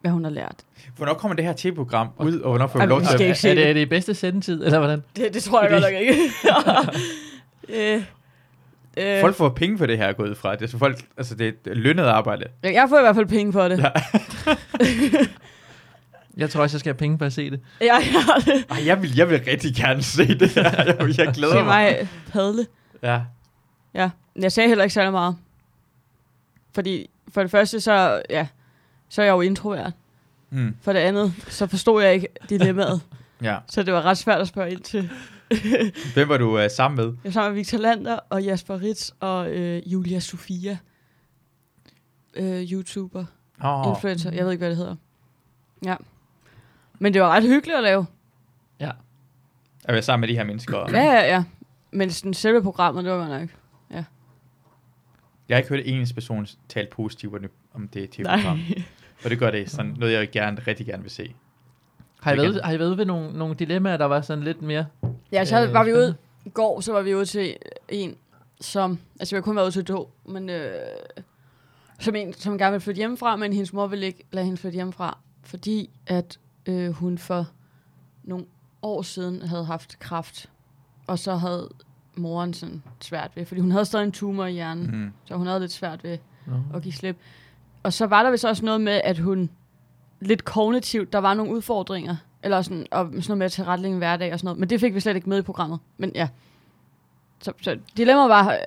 hvad hun har lært.
Hvornår kommer det her tv-program ud, og hvornår får vi
Jamen,
lov
vi
til at...
skal ikke se
er, det,
det.
er det i bedste sendetid, eller hvordan?
Det, det tror jeg godt nok ikke. øh, øh,
Folk får penge for det her, gået fra. Det er, så folk, altså, det er et lønnet arbejde.
Jeg får i hvert fald penge for det. Ja,
Jeg tror også, jeg skal have penge for at se det.
jeg har det.
Ej, jeg vil, jeg vil rigtig gerne se det her. Jeg, jeg
Se
glæder mig.
mig padle.
Ja.
Ja, men jeg sagde heller ikke særlig meget. Fordi for det første, så, ja, så er jeg jo introvert.
Mm,
For det andet, så forstod jeg ikke dilemmaet.
ja.
Så det var ret svært at spørge ind til.
Hvem var du uh, sammen med?
Jeg er sammen med Victor Lander og Jasper Ritz og øh, Julia Sofia. Øh, YouTuber,
Oh,
influencer, jeg ved ikke, hvad det hedder. Ja. Men det var ret hyggeligt at lave.
at være sammen med de her mennesker.
Ja, ja, ja. Men sådan, selve programmet, det var godt nok.
Jeg har ikke hørt en eneste person tale positivt om det- om det
Nej.
tv-program. Og det gør det sådan noget, jeg gerne, rigtig gerne vil se.
Har I
Det kan-
været, har I været ved nogle, nogle dilemmaer, der var sådan lidt mere...
Ja, så
Øh,
var vi ude
spændende.
i går, så var vi ude til en, som... Altså, vi har kun været ude til to, men... Øh, som en, som gerne vil flytte hjemmefra, men hendes mor vil ikke lade hende flytte hjemmefra, fordi at øh, hun for nogle år siden havde haft kræft, og så havde moren sådan svært ved, fordi hun havde stadig en tumor i hjernen,
Mhm.
mm.
Mm.
så hun havde lidt svært ved
Nå.
at give slip. Og så var der vist også noget med, at hun lidt kognitivt, der var nogle udfordringer, eller sådan, og sådan noget med at tilrettelægge en hverdag og sådan noget, men det fik vi slet ikke med i programmet. Men ja, så, så dilemmaet var,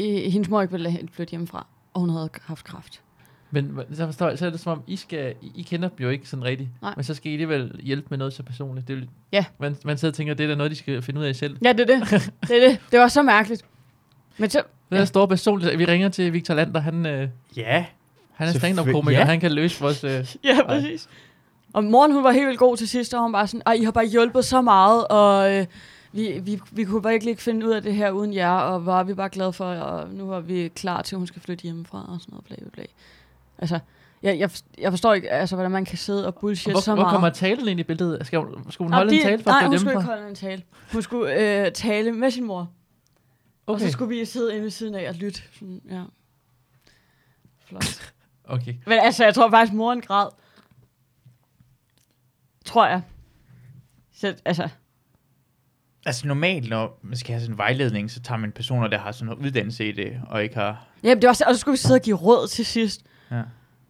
øh, hendes mor ikke ville lade hende flytte hjemmefra, og hun havde haft kraft.
Men h- så forstår jeg, så er det som om, I, skal, I, I kender dem jo ikke sådan rigtigt.
Nej.
Men så skal I alligevel hjælpe med noget så personligt. Det er, jo-
Ja.
man, man sidder og tænker, det er da noget, de skal finde ud af selv.
Ja, det er det. Det er det. Det var så mærkeligt. Men så,
Den der store personlighed. Vi ringer til Victor Lander. Han, øh,
Ja,
han er
Selvfø-
stand-up-komiker.
ja.
Ja. Han kan løse vores... Øh,
ja, præcis. Og morgen, hun var helt vildt god til sidst, og hun var sådan, Ej, I har bare hjulpet så meget, og øh, vi, vi, vi kunne bare ikke lige finde ud af det her uden jer, og var vi bare glade for, og nu var vi klar til, at hun skal flytte hjemmefra, og sådan noget, bla, bla, bla. Altså, jeg, jeg, forst- jeg forstår ikke, altså, hvordan man kan sidde og bullshit
hvor,
så
hvor
meget.
kommer talen ind i billedet? Skal hun, skulle hun
Nå,
holde
de-
en tale for
Nej,
at
hun
flytte
skulle ikke
hjemmefra?
holde en tale. Hun skulle øh, tale med sin mor, okay. og
Okay.
så skulle vi sidde inde ved siden af og lytte. Sådan, ja. Flot.
okay.
Men altså, jeg tror faktisk, moren græd. Tror jeg. Så, altså,
altså normalt, når man skal have sådan en vejledning, så tager man personer, der har sådan noget uddannelse i det, og ikke har...
jamen, det var, også- og så skulle vi sidde og give råd til sidst.
Ja.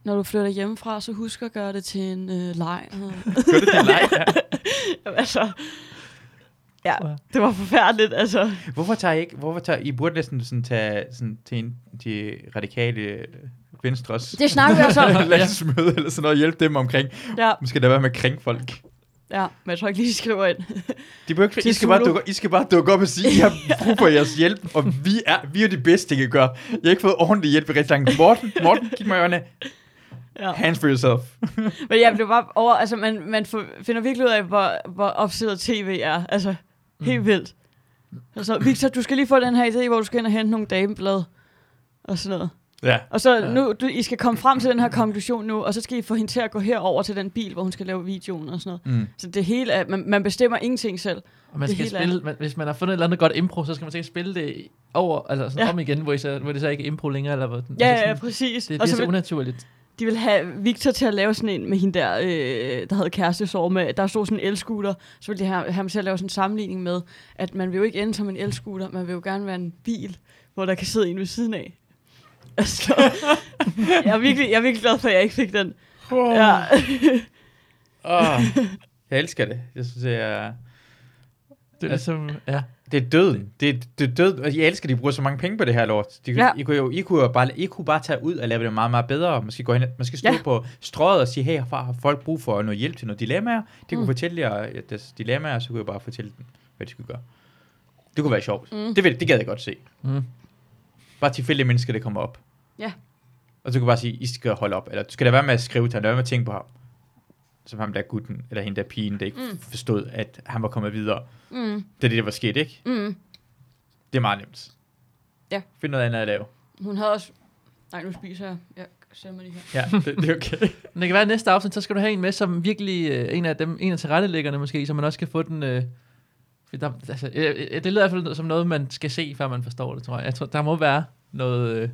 Når du flytter hjemmefra, så husk at gøre det til en øh, leg.
Gør det til leg? Ja.
Jamen, altså, ja, det var forfærdeligt, altså.
Hvorfor tager I ikke... Hvorfor tager, I burde næsten sådan tage sådan, til en, de radikale øh, venstres
Det snakker vi også om.
landsmøde, eller sådan noget, og hjælpe dem omkring.
Ja,
Nu skal der være med at krænke folk.
ja, men jeg tror ikke lige, de skriver ind.
De behøver ikke,
Til
I, skal bare
Zulu.
dukke, I skal bare dukke op og sige, jeg har brug for jeres hjælp, og vi er, vi er det bedste, I kan gøre. Jeg har ikke fået ordentlig hjælp i rigtig lang tid. Morten, Morten, kig mig i øjnene.
Ja.
Hands for yourself.
Men jeg blev bare over, altså man, man får- finder virkelig ud af, hvor, hvor opsiddet tv er. Altså,
Mm.
helt vildt. Altså, Victor, du skal lige få den her idé, hvor du skal ind og hente nogle dameblad. Og sådan noget.
Ja.
Og så nu, du, I skal komme frem til den her konklusion nu, og så skal I få hende til at gå herover til den bil, hvor hun skal lave videoen og sådan noget.
Mm.
Så det hele er, man, man bestemmer ingenting selv.
Og man
Det er
skal
helt
spille, man, hvis man har fundet et eller andet godt impro, så skal man sikkert spille det over, altså sådan
Ja.
ja. om igen, hvor, I så, hvor det så ikke er impro længere, eller hvad?
Ja,
altså
ja,
sådan,
præcis.
det, det er
og så
så
vil,
unaturligt.
de vil have Victor til at lave sådan en med hende der, øh, der havde kærestesår med, der stod sådan en elskuter, så ville de have, have ham til at lave sådan en sammenligning med, at man vil jo ikke ende som en elskuter, man vil jo gerne være en bil, hvor der kan sidde en ved siden af. Altså, jeg, er virkelig, jeg er virkelig glad for, at jeg ikke fik den. Ja.
Oh, jeg elsker det. Jeg synes, det er...
Det er
Altså-
ligesom, ja.
Det er døden. Det, er- det er døden. Og jeg elsker, at de bruger så mange penge på det her lort. De, ja.
Ja.
I, kunne jo, I, kunne jo bare, I kunne bare tage ud og lave det meget, meget bedre. Måske, gå hen, måske stå ja.
Ja.
på strøget og sige, hey, herfra har folk brug for noget hjælp til nogle dilemmaer. Det kunne
Mm.
fortælle jer ja, deres dilemmaer, og så kunne jeg bare fortælle dem, hvad de skulle gøre. Det kunne være sjovt. Mm. Det, vil, det gad jeg godt se.
Mm.
Bare tilfældige mennesker, der kommer op.
Ja.
Og så kunne jeg bare sige, I skal holde op. Eller du skal der være med at skrive til ham, lad være med at tænke på ham. Som ham der gutten, eller hende der pigen, der ikke mm. forstod, at han var kommet videre.
Mm,
Det er det, der var sket, ikke?
mm.
Det er meget nemt.
Ja.
Find noget andet at lave.
Hun havde også... Nej, nu spiser jeg. Jeg sender mig lige her.
Ja, det, det er okay.
Men det kan være, at næste afsnit, så skal du have en med, som virkelig øh, en af dem, en af tilrettelæggerne måske, så man også kan få den... Øh, for der, altså, øh, øh, det lyder i hvert fald som noget, man skal se, før man forstår det, tror jeg. Jeg tror, der må være noget... Øh,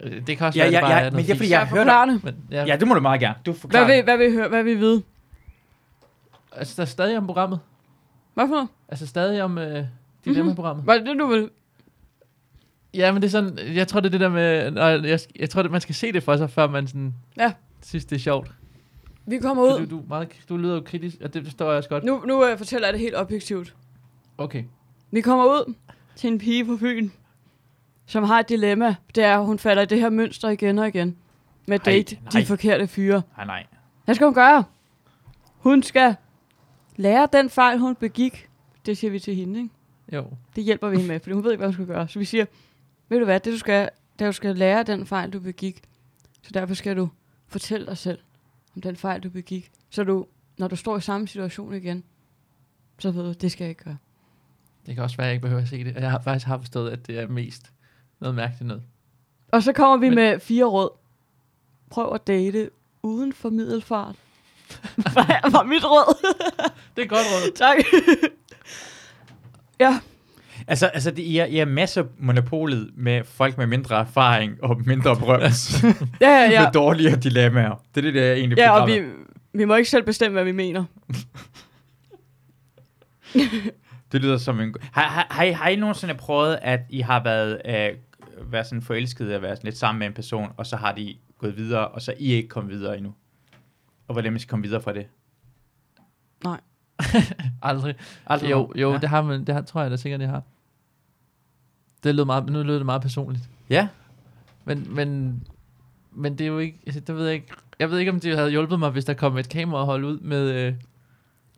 øh, det kan også
Ja,
være,
ja,
det bare
ja,
er
men
noget
det er fordi,
fis.
jeg hører dig.
Forklarende.
Men, ja,
Ja, det må du meget gerne. Du
Hvad
forklarer.
vil, hvad vil I høre? Hvad vil I vide?
Altså, der er stadig om programmet.
Hvad for noget?
Altså, stadig om øh,
Mhm.
dilemma-programmet.
Var det det, du ville?
Ja, men det er sådan, jeg tror, det er det der med, når jeg, jeg tror, det, man skal se det for sig, før man sådan,
Ja.
synes, det er sjovt.
Vi kommer
For Du,
ud.
du, er meget, du lyder jo kritisk, og det forstår jeg også godt.
Nu, nu øh, fortæller jeg det helt objektivt.
Okay.
Vi kommer ud til en pige på Fyn, som har et dilemma. Det er, at hun falder i det her mønster igen og igen. Med
Nej,
date
nej.
de forkerte fyre.
Nej, Ah, nej.
Hvad skal hun gøre? Hun skal lære den fejl, hun begik. Det siger vi til hende, ikke?
Jo.
Det hjælper vi hende med, for hun ved ikke, hvad hun skal gøre. Så vi siger, ved du hvad, det du skal, det du skal lære den fejl, du begik. Så derfor skal du fortælle dig selv om den fejl, du begik. Så du, når du står i samme situation igen, så ved du, det skal jeg ikke gøre.
Det kan også være, at jeg ikke behøver at se det. Og jeg har, faktisk har forstået, at det er mest noget mærkeligt noget.
Og så kommer vi
Men-
Men... med fire råd. Prøv at date uden for middelfart. Hvad var mit råd?
Det er et godt råd.
tak. ja,
Altså, altså det, I, er, I er masser af monopolet med folk med mindre erfaring og mindre brøms.
ja, ja.
ja.
ja.
Med dårligere dilemmaer. Det er det, der er egentlig
ja og
programmet.
vi, vi må ikke selv bestemme, hvad vi mener.
Det lyder som en... Har, har, har, I, har I nogensinde prøvet, at I har været, øh, været sådan forelsket at være sådan lidt sammen med en person, og så har de gået videre, og så er I ikke kommet videre endnu? Og hvordan man skal komme videre fra det?
Aldrig. Aldrig. Jo, jo ja. det har man, det har, tror jeg da sikkert, jeg har. Det lød meget, nu lød det meget personligt.
Ja.
Men, men, men det er jo ikke, altså, det ved jeg ikke. Jeg ved ikke, om det havde hjulpet mig, hvis der kom et kamerahold ud med, øh,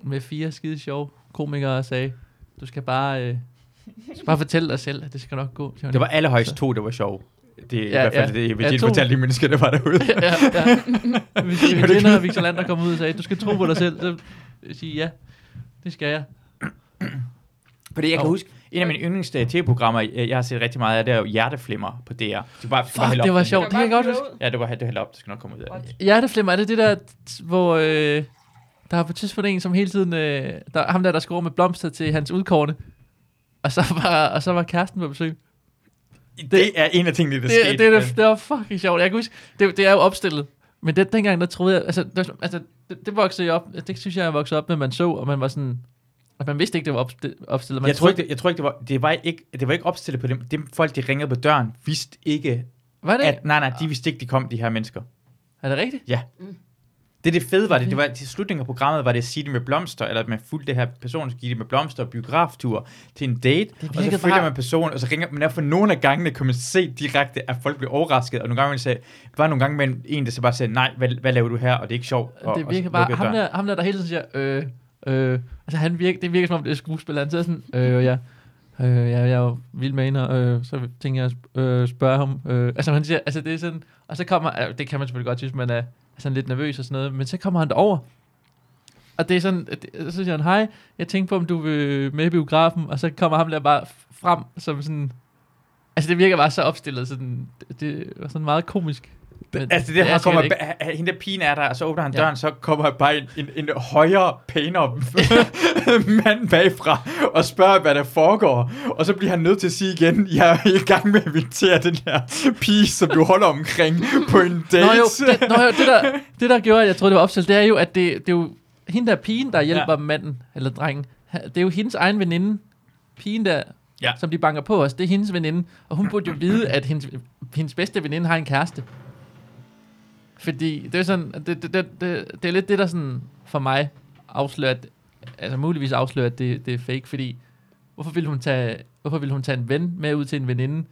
med fire skide sjove komikere og sagde, du skal bare øh, Du skal bare fortælle dig selv, at det skal nok gå. Johnny.
Det var allerhøjst to, der var sjov. Det er ja, i
Ja,
hvert fald
ja.
det,
Ja,
Virgil
to.
fortalte de mennesker, der var derude.
ja, ja. Hvis
det
Virginia
kan-
og Victor Lander kom ud og sagde, du skal tro på dig selv, så sige ja, det skal jeg.
Fordi jeg kan
Jo.
huske, en af mine yndlings øh, tv-programmer, jeg jeg har set rigtig meget af, det er jo Hjerteflimmer på DR. Det var bare,
Fuck, det var sjovt. Det kan jeg godt huske.
Ja, det var det var hældt op. Det skal nok komme ud af det.
Hjerteflimmer, er det det der, t- hvor øh, der er på et tidspunkt en, som hele tiden, øh, der, ham der, der scorer med blomster til hans udkårne, og så var, og så var kæresten på besøg.
Det er en af tingene, der
Det, det,
skete.
det,
men-
det, det var fucking sjovt. Jeg kan huske, det, det er jo opstillet. Men det, dengang, der troede jeg, altså, det, altså det, det voksede jeg op, det synes jeg, jeg voksede op med, man så, og man var sådan, at man vidste ikke, det var opstillet. opstillet. Man
jeg tror ikke, det, jeg tror ikke, det var, det var ikke, det var ikke opstillet på dem. Dem folk, de ringede på døren, vidste ikke,
var det,
at, nej, nej, de vidste ikke, de kom, de her mennesker.
er det rigtigt?
Det det fede var det,
Mm.
det var til slutningen af programmet, var det at sige det med blomster, eller at man fulgte det her person, så gik det med blomster og biograftur til en date, og så
virkede
følger
bare-
man personen, og så ringer man, for nogle af gangene kunne man se direkte, at folk blev overrasket, og nogle gange man sagde, der var nogle gange med en, der så bare sagde, nej, hvad, hvad laver du her, og det er ikke sjovt. Og,
det
og så
virker bare,
lukkede
ham
døren.
der, ham der, der hele tiden siger, øh, øh, altså han virker, det virker som om det er skuespiller, han sidder sådan, øh, ja, øh, ja, jeg er jo vild med hende, og øh, så tænker jeg, at sp- øh, spørge ham, øh, altså han siger, altså det er sådan, og så kommer, øh, det kan man selvfølgelig godt synes, man er sådan lidt nervøs og sådan noget, men så kommer han derover, og det er sådan, at det- så siger han, hej, jeg tænkte på, om du vil med i biografen, og så kommer ham der bare f- frem, som sådan, altså det virker bare så opstillet, sådan, det, det var sådan meget komisk. Men
Altså det, det her
er
kommer,
sikkert ikke.
ba- hende der pigen er der, og så åbner han
Ja.
døren, så kommer bare en, en, en højere, pænere mand bagfra, og spørger, hvad der foregår, og så bliver han nødt til at sige igen, jeg er i gang med at invitere den her pige, som du holder omkring, på en date.
Nå jo, det, nå jo, det der, det der gjorde, at jeg troede, det var opstillet, det er jo, at det, det er jo hende der pigen, der hjælper
Ja.
ja. manden, eller drengen. Ha- Det er jo hendes egen veninde, pigen der,
Ja.
ja. som de banker på os, det er hendes veninde. Og hun burde jo vide, at hendes, hendes bedste veninde har en kæreste. Fordi det er sådan, det, det, det, det, det er lidt det, der sådan for mig afslører, at- altså muligvis afslører, at det, det er fake, fordi hvorfor ville, hun tage, hvorfor ville hun tage en ven med ud til en veninde,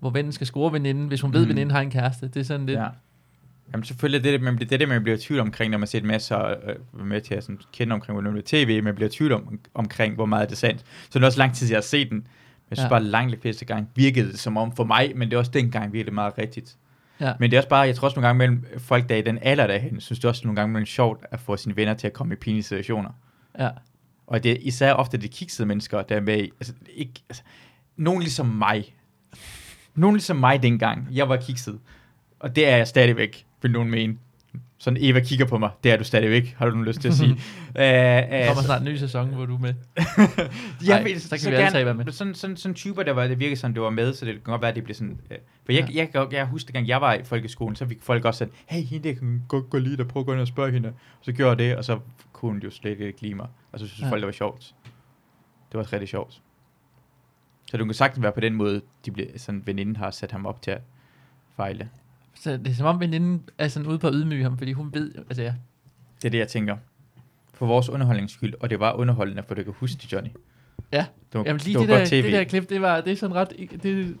hvor vennen skal score veninden, hvis hun ved,
Mm.
mm. veninden har en kæreste? Det er sådan lidt...
Ja. Jamen selvfølgelig, det er det, man, bliver- det, er det, man bliver i tvivl omkring, når man ser masser øh, være med til at sådan, kende omkring, hvordan det er tv, man bliver i tvivl om, omkring, hvor meget det er sandt. Så det er også lang tid, siden jeg har set den. Men jeg synes ja.
Ja.
bare, langt de fleste gang virkede det som om for mig, men det er også dengang virkelig meget rigtigt.
Ja.
Men det er også bare, jeg tror også nogle gange mellem folk, der er i den alder derhen, synes det også nogle gange mellem sjovt at få sine venner til at komme i pinlige situationer.
Ja.
Og det er især ofte de kiksede mennesker, der er med i- altså, ikke, altså, nogen ligesom mig. Nogen ligesom mig dengang. Jeg var kikset. Og det er jeg stadigvæk, vil nogen mene. Sådan Eva kigger på mig. Det er du stadigvæk, har du nu lyst til at sige. Øh,
Der
Æh, Altså-
kommer snart en ny sæson, hvor du er med.
jeg
Ej,
vil,
så kan vi alle tre være med.
Sådan, sådan, sådan typer, der var, det virkede som, det var med, så det kan godt være, at det blev sådan... Øh, for jeg, ja. jeg, jeg, jeg husker, dengang jeg var i folkeskolen, så fik folk også sådan, hey, hende der kan godt gå lige der, prøv at gå ind og spørge hende. Og så gjorde jeg det, og så kunne hun jo slet ikke lide mig. Og så synes ja.
Ja.
folk, det var sjovt. Det var også rigtig sjovt. Så du kan sagtens være på den måde, de blev, sådan veninden har sat ham op til at fejle.
Så det er som om veninden er sådan ude på at ydmyge ham, fordi hun ved, altså ja.
Det er det, jeg tænker. For vores underholdnings skyld, og det var underholdende, for du kan huske det, Johnny.
Ja.
det var,
Jamen
det
lige
var
det,
godt
der,
tv.
det der klip, det, var, det er sådan ret, det,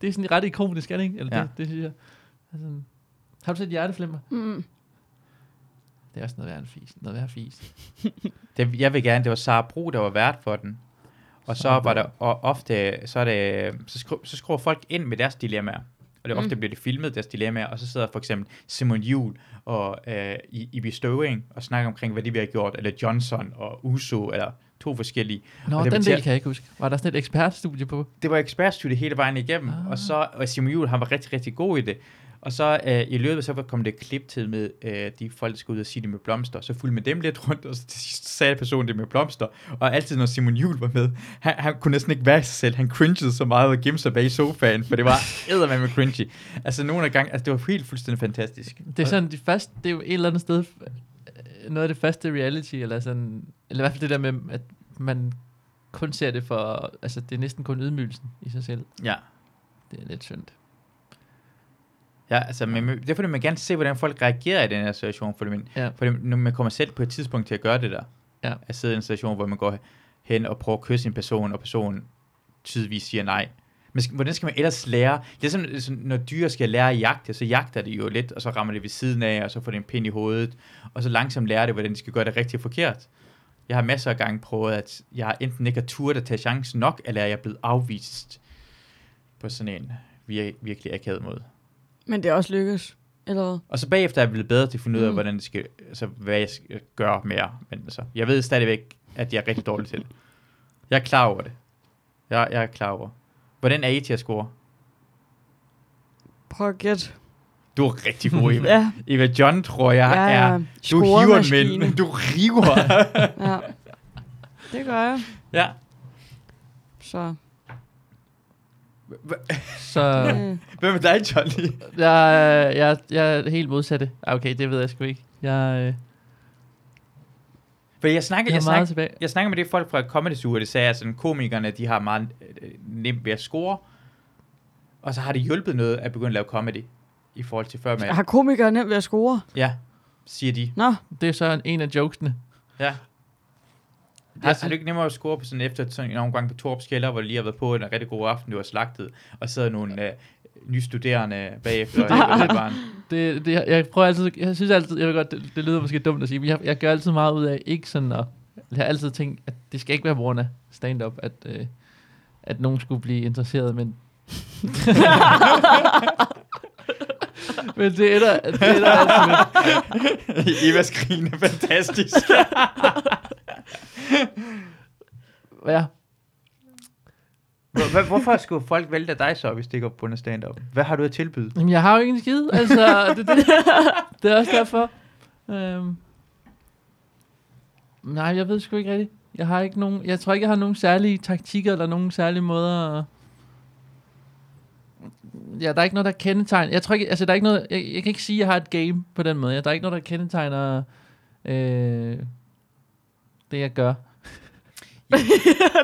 det er sådan ret ikonisk, er det ikke? Eller
Ja.
ja. det, det synes jeg. Altså, har du set hjerteflimmer?
Mm.
Det er også noget værre en fis. Noget værre fis.
Det, jeg vil gerne, det var Sara Bro, der var vært for den. Og så
Sara
var
Bro.
der og ofte, så, er det, så, skru, så skriver folk ind med deres dilemmaer. Og det, mm. ofte bliver det filmet, deres dilemmaer, og så sidder for eksempel Simon Juhl og øh, I- Ibi Støving og snakker omkring, hvad de vil have gjort, eller Johnson og Uso, eller to forskellige.
Nå,
og det,
den
bliver-
del kan jeg ikke huske. Var der sådan et ekspertstudie på?
det var ekspertstudie hele vejen igennem, ah. og så og Simon Juhl, han var rigtig, rigtig god i det. Og så øh, i løbet, så var- kom det klip til med øh, de folk, der skulle ud og sige det med blomster. Så fulgte man dem lidt rundt, og så til sidst sagde personen det med blomster. Og altid, når Simon Juhl var med, han, han kunne næsten ikke være sig selv. Han cringede så meget og gemte sig bag sofaen, for det var eddermand med cringy. Altså nogle af gange, altså det var helt fuldstændig fantastisk.
Det er sådan, de første, det er jo et eller andet sted, øh, noget af det første reality, eller sådan, eller i hvert fald det der med, at man kun ser det for, altså det er næsten kun ydmygelsen i sig selv.
Ja.
Det er lidt synd.
Ja, altså, men, men det er fordi, man gerne se, hvordan folk reagerer i den her situation, fordi man, ja.
Ja.
fordi nu- man kommer selv på et tidspunkt til at gøre det der.
Ja.
At sidde i en situation, hvor man går hen og prøver at kysse en person, og personen tydeligvis siger nej. Men skal, hvordan skal man ellers lære? Det er sådan, sådan, når dyr skal lære at jagte, så jagter de jo lidt, og så rammer det ved siden af, og så får det en pind i hovedet, og så langsomt lærer det, hvordan de skal gøre det rigtigt og forkert. Jeg har masser af gange prøvet, at jeg enten ikke har turt at tage chancen nok, eller jeg er blevet afvist på sådan en vir- virkelig akavet måde.
Men det er også lykkedes. Eller hvad?
Og så bagefter er jeg blevet bedre til at finde ud af,
Mm.
hvordan det skal, altså, hvad jeg skal gøre mere. Men altså, jeg ved stadigvæk, at jeg er rigtig dårlig til det. Jeg er klar over det. Jeg, jeg er klar over. Hvordan er I til at score?
Prøv at gætte.
Du er rigtig god, Eva.
Ja,
Eva John, tror jeg,
Ja,
ja,
ja.
er... Du hiver den,
Scoremaskine.
men du river.
ja. Det gør jeg.
ja.
Så
Så
Øh,
det,
Hvad med dig, Johnny?
jeg, jeg, jeg er helt modsatte. Ah, okay, det ved jeg sgu ikke. Jeg, øh,
For jeg snakker,
jeg er
jeg,
meget
snakker,
tilbage.
jeg snakker med det folk fra Comedy Zoo, og det sagde, at sådan, komikerne de har meget øh, nemt ved at score. Og så har det hjulpet noget at begynde at lave comedy i forhold til før. Med,
har komikere nemt ved at score?
ja, siger de.
Nå,
Det er så en af jokesene.
Ja.
Jeg
Har,
synes-
har du ikke nemmere at score på sådan efter sådan en omgang på Torps Kælder, hvor du lige har været på en rigtig god aften, du har slagtet, og sidder nogle øh, nye studerende bagefter, og hjælper lidt barn.
Det, det, jeg, jeg prøver altid, jeg synes altid, jeg ved godt, det, det lyder måske dumt at sige, men jeg, jeg gør altid meget ud af ikke sådan at, jeg har altid tænkt, at det skal ikke være på grund af stand-up, at, øh, at nogen skulle blive interesseret, men men det ender, det ender altid med,
Eva skriner fantastisk.
ja,
Hvor- hvor- Hvorfor skulle folk vælge dig så, hvis det ikke var på grund af stand-up? Hvad har du at tilbyde?
Jamen, jeg har jo ingen skid, altså, det, det, det er også derfor. Øhm. Nej, jeg ved sgu ikke rigtigt. Jeg har ikke nogen, jeg tror ikke, jeg har nogen særlige taktikker, eller nogen særlige måder at... Ja, der er ikke noget, der kendetegner... Jeg tror ikke, altså, der er ikke noget... Jeg, jeg kan ikke sige, at jeg har et game på den måde. Der er ikke noget, der kendetegner øh, det, jeg gør.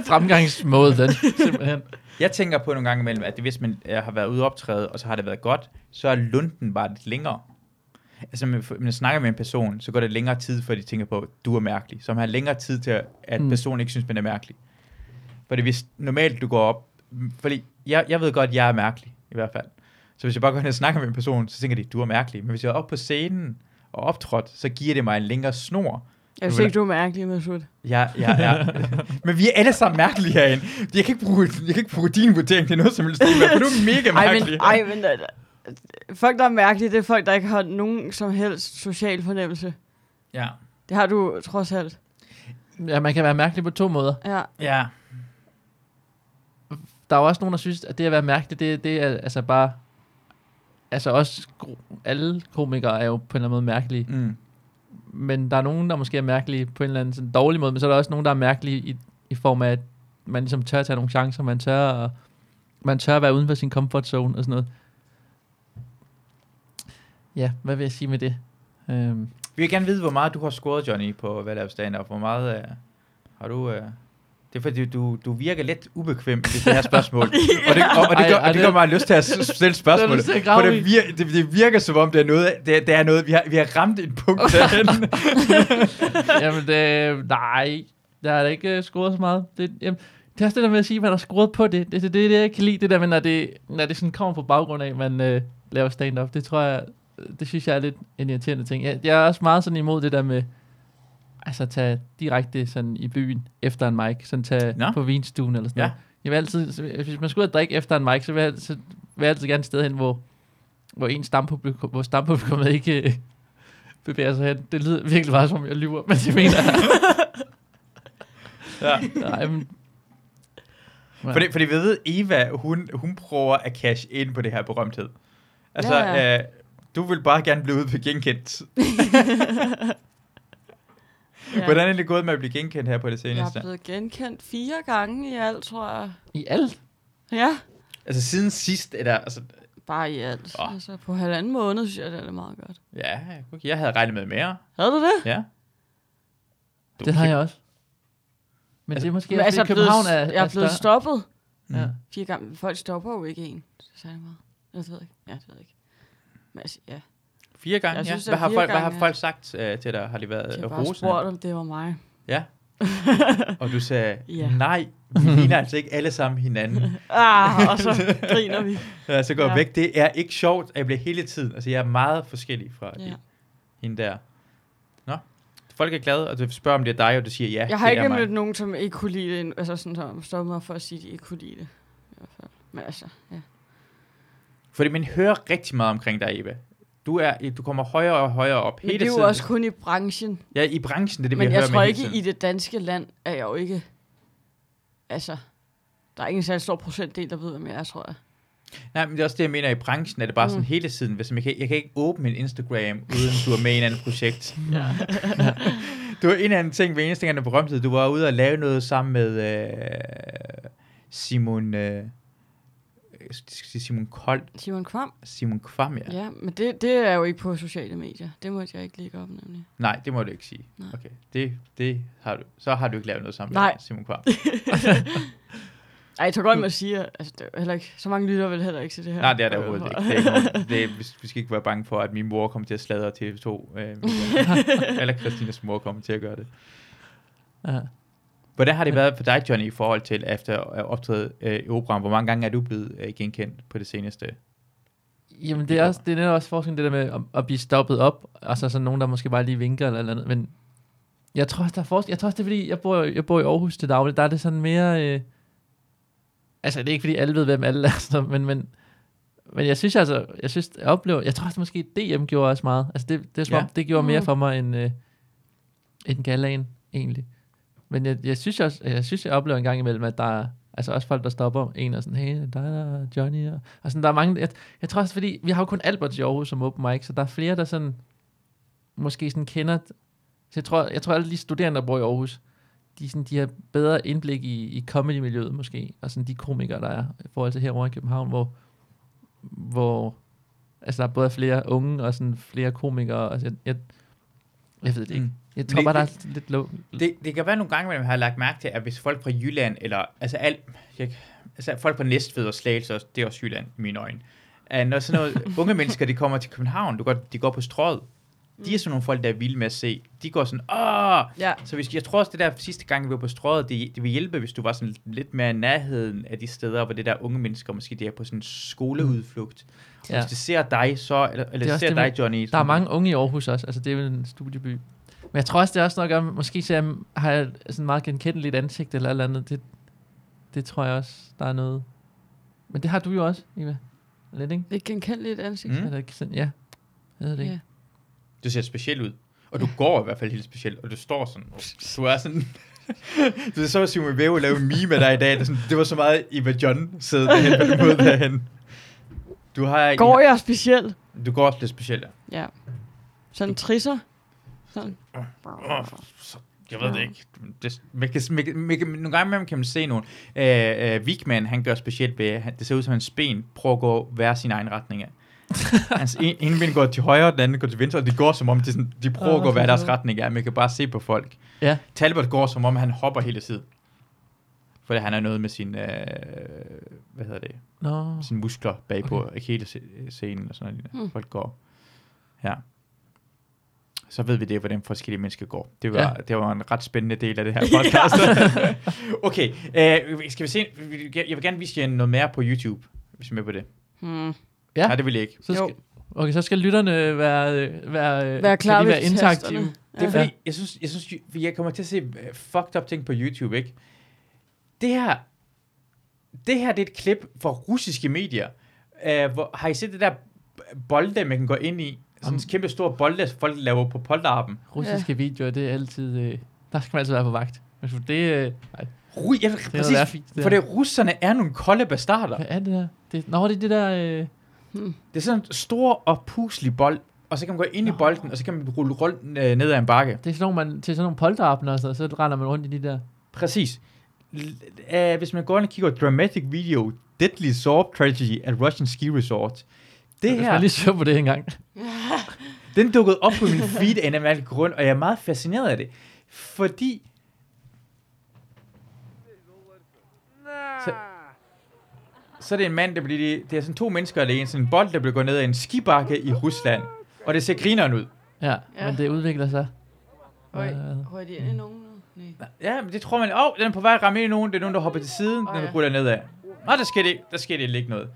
Fremgangsmåden, simpelthen.
Jeg tænker på nogle gange imellem, at det, hvis man øh, har været ude og optræde, og så har det været godt, så er lunden bare lidt længere. Altså, man, man snakker med en person, så går det længere tid, før de tænker på, at du er mærkelig. Så man har længere tid til, at- at
Mm.
personen ikke synes, man er mærkelig. Fordi hvis normalt du går op... Fordi jeg, jeg ved godt, at jeg er mærkelig, i hvert fald. Så hvis jeg bare går hen og snakker med en person, så tænker de, du er mærkelig. Men hvis jeg er oppe på scenen og optrådt, så giver det mig en længere snor.
jeg
Du
synes
vil-
ikke, du er mærkelig, Masud.
Ja, ja, ja. Men vi er alle sammen mærkelige herinde. Jeg kan ikke bruge, jeg kan ikke bruge din vurdering til noget som helst, Eva, for du er mega
Ej, men,
mærkelig.
ej, men øh, øh, folk, der er mærkelige, det er folk, der ikke har nogen som helst social fornemmelse.
Ja.
Det har du trods alt.
Ja, man kan være mærkelig på to måder.
Ja,
Ja.
der er jo også nogen, der synes, at det at være mærkelig, det, det er altså bare... Altså også, gro- alle komikere er jo på en eller anden måde mærkelige.
Mm.
Men der er nogen, der måske er mærkelige på en eller anden sådan dårlig måde, men så er der også nogen, der er mærkelige i, i form af, at man ligesom tør at tage nogle chancer, man tør at, man tør at være uden for sin comfort zone og sådan noget. Ja, hvad vil jeg sige med det? Øhm,
Vi vil gerne vide, hvor meget du har scoret, Johnny, på hvad der er stand-up. Hvor meget øh, har du... Øh, det er fordi, du, du virker lidt ubekvem i det her spørgsmål. og, det, og, og, det,
Ej,
gør,
ej,
og det
det-
gør mig lyst til at s-
Det
stille
er
spørgsmålet.
lyst til at
For
grave
det,
i.
vir, det, det virker som om, det er noget, det, det er noget vi, har, vi har ramt et punkt derhen.
jamen, det, nej, der er da ikke uh, scoret så meget. Det, jamen, det er også det der med at sige, hvad der er scoret på det. Det er det, det, er det, jeg kan lide, det der med, når det, når det sådan kommer på baggrund af, at man øh, laver stand-up. Det tror jeg, det synes jeg er lidt en irriterende ting. Jeg, jeg er også meget sådan imod det der med, altså tage direkte sådan i byen efter en mic, sådan tage
Nå.
Nå. på vinstuen eller sådan
Ja.
noget. Jeg vil altid, så hvis man skulle ud og drikke efter en mic, så vil jeg, så vil jeg altid gerne et sted hen, hvor, hvor en stampublikum, hvor stampublikummet ikke øh, bevæger sig hen. Det lyder virkelig meget, som om jeg lyver, men det mener jeg.
ja.
Nej, men, Ja.
Fordi, fordi vi ved, Eva, hun, hun prøver at cash ind på det her berømthed. Altså,
Ja,
ja,
ja.
ja. Øh, du vil bare gerne blive ude på genkendt.
ja.
Hvordan er det gået med at blive genkendt her på det
jeg er
seneste?
blevet genkendt fire gange i alt, tror jeg.
I alt?
Ja,
Altså, siden sidst er der... Altså,
bare i alt.
Åh.
Oh. Altså, på halvanden måned, synes jeg, det er meget godt.
ja, jeg kunne ikke- jeg havde regnet med mere.
Havde du det?
Ja. Du,
Det har jeg også. Men
Altså-
det er måske
Men
også, altså,
altså, jeg er
København
blevet,
er,
jeg er Mm. blevet
større.
stoppet
Ja.
fire gange. Men Folk stopper jo ikke en. Så er det meget. Jeg ved jeg ikke. Ja, det ved jeg ikke. Men altså, ja,
Fire gange,
Jeg
synes,
synes,
ja. Hvad
det er
har,
fire
folk, hvad har
gange, ja.
folk sagt øh, til dig? Har de været
de har
øh,
bare
rosende?
spurgt, om det var mig.
Ja. Og du sagde,
Ja.
nej, vi ligner altså ikke alle sammen hinanden.
Ah, og så griner vi.
Ja, så går jeg
Ja.
væk. Det er ikke sjovt. at Jeg bliver hele tiden... Altså, jeg er meget forskellig fra
Ja.
hende der. Nå. folk er glade, og det spørger, om det er dig, og du siger ja.
Jeg har
det er
ikke
mig.
mødt nogen, som ikke kunne lide det. endnu. Altså sådan, som stoppede mig for at sige, at de ikke kunne lide det. I hvert fald. Men altså, ja.
Fordi man hører rigtig meget omkring dig, Eva. Du, er, du kommer højere og højere op
Men
hele
det er
tiden.
jo også kun i branchen.
Ja, i branchen, det er det, vi
Men
hører
jeg tror
med
ikke,
hele
i
tiden.
det danske land er jeg jo ikke... Altså, der er ikke en særlig stor procentdel, der ved, hvem jeg er, tror jeg.
Nej, men det er også det, jeg mener, i branchen er det bare sådan
Mm.
hele tiden. Hvis jeg, kan, jeg kan ikke åbne min Instagram, uden du er med i en anden projekt.
Ja.
Du var en anden ting ved eneste gang, du berømtede. Du var ude og lave noget sammen med øh, Simon... Øh, jeg skulle sige Simon Kold.
Simon Kvam?
Simon Kvam, ja.
Ja, ja men det, det er jo ikke på sociale medier. Det måtte jeg ikke lægge op, nemlig.
Nej, det må du ikke sige.
Nej.
Okay, det, det har du. Så har du ikke lavet noget sammen
Nej.
med Simon Kvam.
Ej, jeg tror godt, man siger, altså, det er jo heller ikke, så mange lytter vel heller ikke til det her.
Hm.
Øh,
Nej, det er der overhovedet ikke. Det er ikke nogen- det er, vi- vi skal ikke være bange for, at min mor kommer til at sladre TV2. Øh, eller Christinas mor kommer til at gøre det.
Ja.
Hvordan har det været for dig, Johnny, i forhold til efter at optræde øh, i operan? Hvor mange gange er du blevet øh, genkendt på det seneste?
Jamen, det er, også, det er netop også forskellen, det der med at, at blive stoppet op, og så sådan nogen, der måske bare lige vinker eller eller andet, men jeg tror også, der er forskel. Jeg tror også, det er fordi, jeg bor, jeg bor i Aarhus til daglig, der er det sådan mere... Øh, altså, det er ikke fordi, alle ved, hvem alle er, sådan, noget, men, men, men jeg synes altså, jeg synes, jeg oplever, jeg tror også, måske DM gjorde også meget. Altså, det, det, er, som
Ja.
om, det gjorde mere
Mm.
for mig end, øh, end galaen, egentlig. Men jeg, jeg, synes også, jeg synes, jeg oplever en gang imellem, at der er altså også folk, der stopper en og sådan, hey, der er Johnny, og, og sådan, der er mange, jeg, jeg tror også, fordi vi har jo kun Albert i Aarhus som open mic, så der er flere, der sådan, måske sådan kender, så jeg tror, jeg tror alle de studerende, der bor i Aarhus, de, sådan, de har bedre indblik i, i comedy-miljøet måske, og sådan de komikere, der er, i forhold til herovre i København, hvor, hvor altså, der er både flere unge og sådan flere komikere. Og jeg, jeg, jeg ved det ikke.
Mm.
Jeg
Men
tror
det-
bare, der er lidt lov.
Det, det kan være nogle gange, man har lagt mærke til, at hvis folk fra Jylland, eller altså, al, jeg, altså folk fra Næstved og Slagelse, og- det er også Jylland i mine øjne, at når sådan noget, unge mennesker, de kommer til København, du går, de går på strøget, de er sådan nogle folk, der er vilde med at se. De går sådan, åh!
Ja,
Så hvis, jeg tror også, det der sidste gang, vi var på strøget, det, det ville hjælpe, hvis du var sådan lidt mere i nærheden af de steder, hvor det der unge mennesker, måske det er på sådan en skoleudflugt. Ja.
Mm. Ja.
Hvis de ser dig så, eller,
Det er
eller
også
ser
det
dig,
med-
Johnny.
Der er
sådan-
mange unge i Aarhus også, altså det er jo en studieby. Men jeg tror også, det er også noget at gøre, med- måske så jeg, har jeg sådan meget genkendeligt ansigt eller et eller andet. Det, det tror jeg også, der er noget. Men det har du jo også, Eva. Lidt, ikke?
lidt genkendeligt ansigt.
Mm.
Mm.
Eller ikke sådan, ja. Jeg ved det ikke.
Ja.
Du ser speciel ud. Og du går i hvert fald helt specielt, og du står sådan. og Du er sådan... du så Simon Væve lave en meme af dig i dag. Det, er sådan, det var så meget Eva John sidde derhen, på du måde derhen. Du har...
Går jeg specielt?
Du går også lidt specielt, ja.
Ja. Sådan trisser? Sådan.
Åh, så- Jeg ved det ikke. Det, man kan, man, kan- man, kan- nogle gange imellem kan man se nogen. Øh, øh, Vigman, han gør specielt ved, han, det ser ud som hans ben prøver at gå hver sin egen retning af. Hans en, ene ben går til højre, den anden går til venstre, og det går som om, de, sådan, de prøver
Åh,
at gå
det er
hver deres
sjovt.
retning af. Man kan bare se på folk.
Ja.
Talbot går som om, han hopper hele tiden. Fordi han har noget med sin, øh, hvad hedder det,
Nå.
sine muskler bagpå, Mm. okay. ikke hele se- scenen og sådan noget. Hmm.
Hmm.
Folk går. Ja. Så ved vi det, hvordan forskellige mennesker går. Det var, ja. det var en ret spændende del af det her podcast. okay, øh, skal vi se? Jeg vil gerne vise jer noget mere på YouTube, hvis I er med på det.
Hmm.
Ja.
Ja. Nej, det vil jeg ikke.
Så
Jo.
skal, okay, så skal lytterne være, øh, være, øh,
Vær
kan
klar
de
ved
være interaktive.
tasterne.
Det er
Ja.
fordi, jeg synes, jeg, synes, ju- jeg kommer til at se øh, fucked up ting på YouTube, ikke? Det her, det her det er et klip fra russiske medier. Uh, hvor, har I set det der b- bolde, man kan gå ind i? Sådan en kæmpe stor bolde, som folk laver på polterappen.
Russiske ja. videoer, det er altid... Øh, der skal man altid være på vagt. Hvis du- det, øh, ej,
Ru- jeg,
det er noget
præcis,
værfint, det
for
der.
det, russerne er nogle kolde bastarder.
Hvad er det der? Det, nå, det er det der... Øh,
Det er sådan en stor og puslig bold, og så kan man gå ind i bolden, og så kan man rulle rundt øh, ned ad en bakke.
det er sådan nogle, man, til sådan nogle polterabner, og så, så render man rundt i de der...
Præcis. L- øh, hvis man går ind og kigger på dramatic video, Deadly Sorb Tragedy at Russian Ski Resort. Det
Hvis man
her,
lige så på det engang.
den dukkede op på min feed af en eller anden grund, og jeg er meget fascineret af det. Fordi... Så, så er det en mand, der bliver... Det er sådan to mennesker alene. Sådan en bold, der bliver gået ned ad en skibakke i Rusland. Og det ser grineren ud.
Ja, ja,
Ja.
men det udvikler sig.
Øj,
Ja.
rører de ind i nogen nu? Nej.
Ja, men det tror man. Åh, oh, den er på vej at ramme ind i nogen. Det er nogen, der hopper til siden.
Åh,
Den
ja.
ruller nedad. Nå, der sker det. Der sker det ikke noget.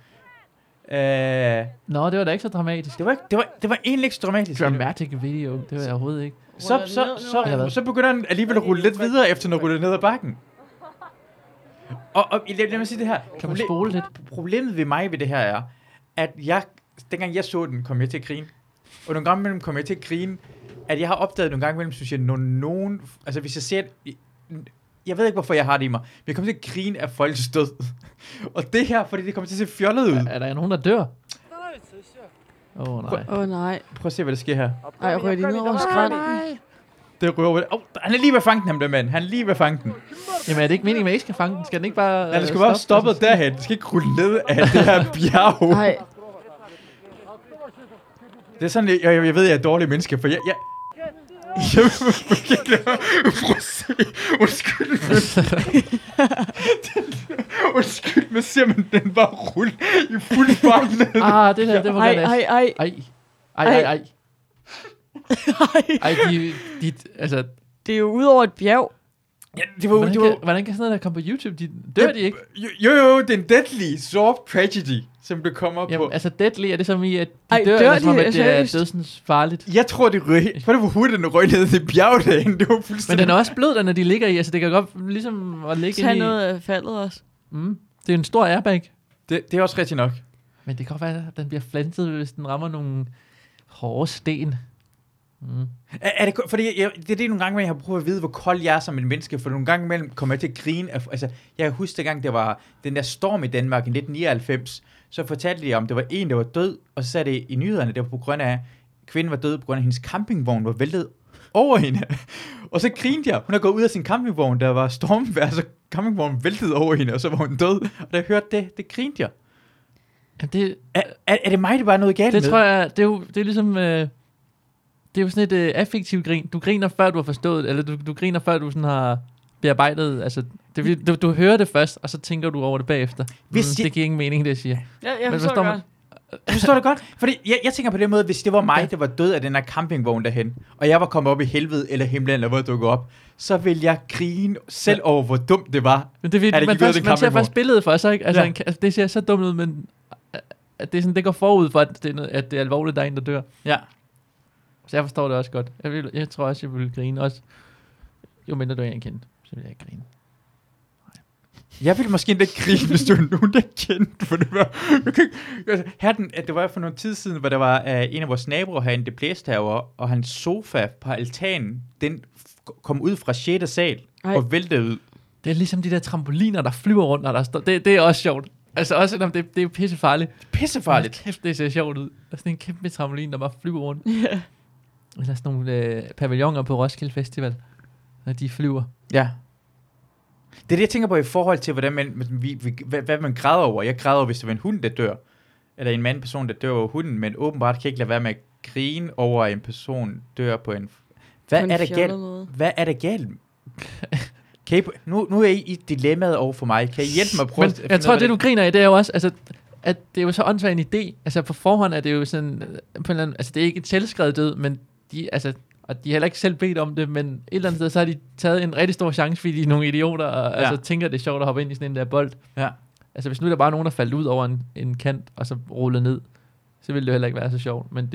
Øh,
Nå, det var da ikke så dramatisk.
det var, ikke- det var, det var egentlig ikke så dramatisk.
Dramatic video, det var jeg overhovedet ikke.
Så,
den ned
så,
nu,
eller
så,
hvad?
så begynder den alligevel at rulle lidt videre, efter den ruller ned ad bakken. Og, og lad, lad mig sige det her.
Kan man spole lidt?
problemet ved mig ved det her er, at jeg, dengang jeg så den, kom jeg til at grine. Og nogle gange imellem kom jeg til at grine, at jeg har opdaget nogle gange imellem, synes jeg, når nogen, altså hvis jeg ser, et- jeg ved ikke, hvorfor jeg har det i mig, men jeg kommer til at grine af folks død. Og det her, fordi det kommer til at se fjollet ud.
Er, er der nogen, der dør? Åh, oh, nej.
Åh oh, nej.
Prøv at se, hvad der sker her.
Ej, røg de nu over skrænten?
Det røver. Oh, han er lige ved at fange den, ham der mand. Han er lige ved at fange den.
Jamen, er det ikke meningen, at man ikke skal fange den? Skal den ikke bare...
Ja, det
øh,
skal bare
stoppe?
stoppe derhen. Det skal ikke rulle ned af det her bjerg.
Nej,
Det er sådan, jeg, jeg, jeg ved, jeg er et dårligt menneske, for jeg... jeg jeg vil ikke lade være- Prøv at se. Undskyld. Undskyld, men ser man den bare rulle i fuld fart ned.
Ah, det der, det var
ej,
godt.
ej, ej.
Ej. Ej, ej, ej. Ej, de, de, altså,
Det er jo ud over et bjerg.
Ja, det var,
hvordan,
det
kan,
var,
hvordan kan sådan noget der komme på YouTube? De, dør de ikke?
jo, jo, jo, det er en deadly soft tragedy, som det kommer på.
Jamen, altså deadly, er det som i, at de
Ej,
dør,
dør
eller som om,
de?
at det er
Seriøst?
dødsens farligt?
Jeg tror, det røg... Prøv at hvor hurtigt den røg ned i bjerget derinde. Det var
Men
fuldstændig...
den er også blød, den, når de ligger i. Altså, det kan godt ligesom at ligge
Tag
ind i...
noget af faldet også.
Mm, det er en stor airbag.
Det, det er også rigtigt nok.
Men det kan godt være, at den bliver flantet, hvis den rammer nogle hårde sten. Mm.
Er, er det, kun- fordi jeg, det er det nogle gange, jeg har brug for at vide, hvor kold jeg er som et menneske, for nogle gange imellem kommer jeg til at grine. Af, altså, jeg husker dengang, der var den der storm i Danmark i 1999, så fortalte de om, der var en, der var død, og så sagde det i nyhederne, det var på grund af, at kvinden var død på grund af, at hendes campingvogn var væltet over hende. Og så grinte jeg. Hun er gået ud af sin campingvogn, der var stormvejr, så campingvognen væltede over hende, og så var hun død. Og da jeg hørte det, det grinte jeg.
Jamen, det,
Er, er, er det mig, der bare er noget galt
det
med?
tror jeg, det er jo det er ligesom... Øh, det er jo sådan et øh, affektivt grin. Du griner, før du har forstået, eller du, du griner, før du sådan har bearbejdet, altså, det, er fordi, du, du hører det først, og så tænker du over det bagefter.
Hvis
mm,
jeg-
det giver ingen mening, det jeg siger.
Ja, jeg
Men
forstår
forstår man-
godt.
Du forstår det godt? Fordi jeg, jeg tænker på den måde, hvis det var mig, der var død af den her campingvogn derhen, og jeg var kommet op i helvede eller himlen, eller hvor jeg dukkede op, så ville jeg grine selv over, hvor dumt det var.
Men det er,
Ja, det
fordi, man,
gik ud af
først,
den
man ser
campingvogn.
først billedet for sig, ikke? Altså,
Ja.
ja. en, altså, det ser så dumt ud, men øh, at det, er sådan, det går forud for, at det, er noget, at det er alvorligt, der er en, der dør.
Ja.
Så jeg forstår det også godt. Jeg, vil, jeg tror også, jeg ville grine. Også, jo mindre du er en kendt, så vil jeg ikke grine.
Jeg ville måske endda grine, hvis det var nogen, der kendte, for det var... Jeg kan ikke- altså, Herten, at det var for nogle tid siden, hvor der var uh, en af vores naboer herinde, det blæste herovre, og hans sofa på altanen, den f- kom ud fra 6. sal
Ej.
og væltede ud.
Det er ligesom de der trampoliner, der flyver rundt, når der står. Det, det er også sjovt. Altså også selvom det, det er pissefarligt.
Pissefarligt.
Kæft, det ser sjovt ud. Og sådan en kæmpe trampolin, der bare flyver rundt.
Ja.
Eller sådan nogle øh, pavilloner på Roskilde Festival, når de flyver.
Ja. Det er det, jeg tænker på i forhold til, hvordan man, vi, vi, hvad, hvad man græder over. Jeg græder over, hvis det var en hund, der dør. Eller en mandperson, der dør over hunden. Men åbenbart kan jeg ikke lade være med at grine over, at en person dør på en... Hvad,
På en
er, der
fjollet
galt,
måde.
hvad er der galt? Kan I, nu, nu er I i dilemmaet over for mig. Kan I hjælpe mig at prøve at
Men
finde
jeg
ud af,
tror, det du
hvordan-
griner af, det er jo også, altså, at det er jo så åndssvagt en idé. Altså på forhånd er det jo sådan, øh, på en eller anden, altså det er ikke et selvskrevet død, men de, altså, og de har heller ikke selv bedt om det, men et eller andet sted, så har de taget en rigtig stor chance, fordi de er nogle idioter, og ja. altså, tænker, det er sjovt at hoppe ind i sådan en der bold.
Ja.
Altså hvis nu er der bare nogen, der faldt ud over en, en kant, og så rullede ned, så ville det jo heller ikke være så sjovt, men det,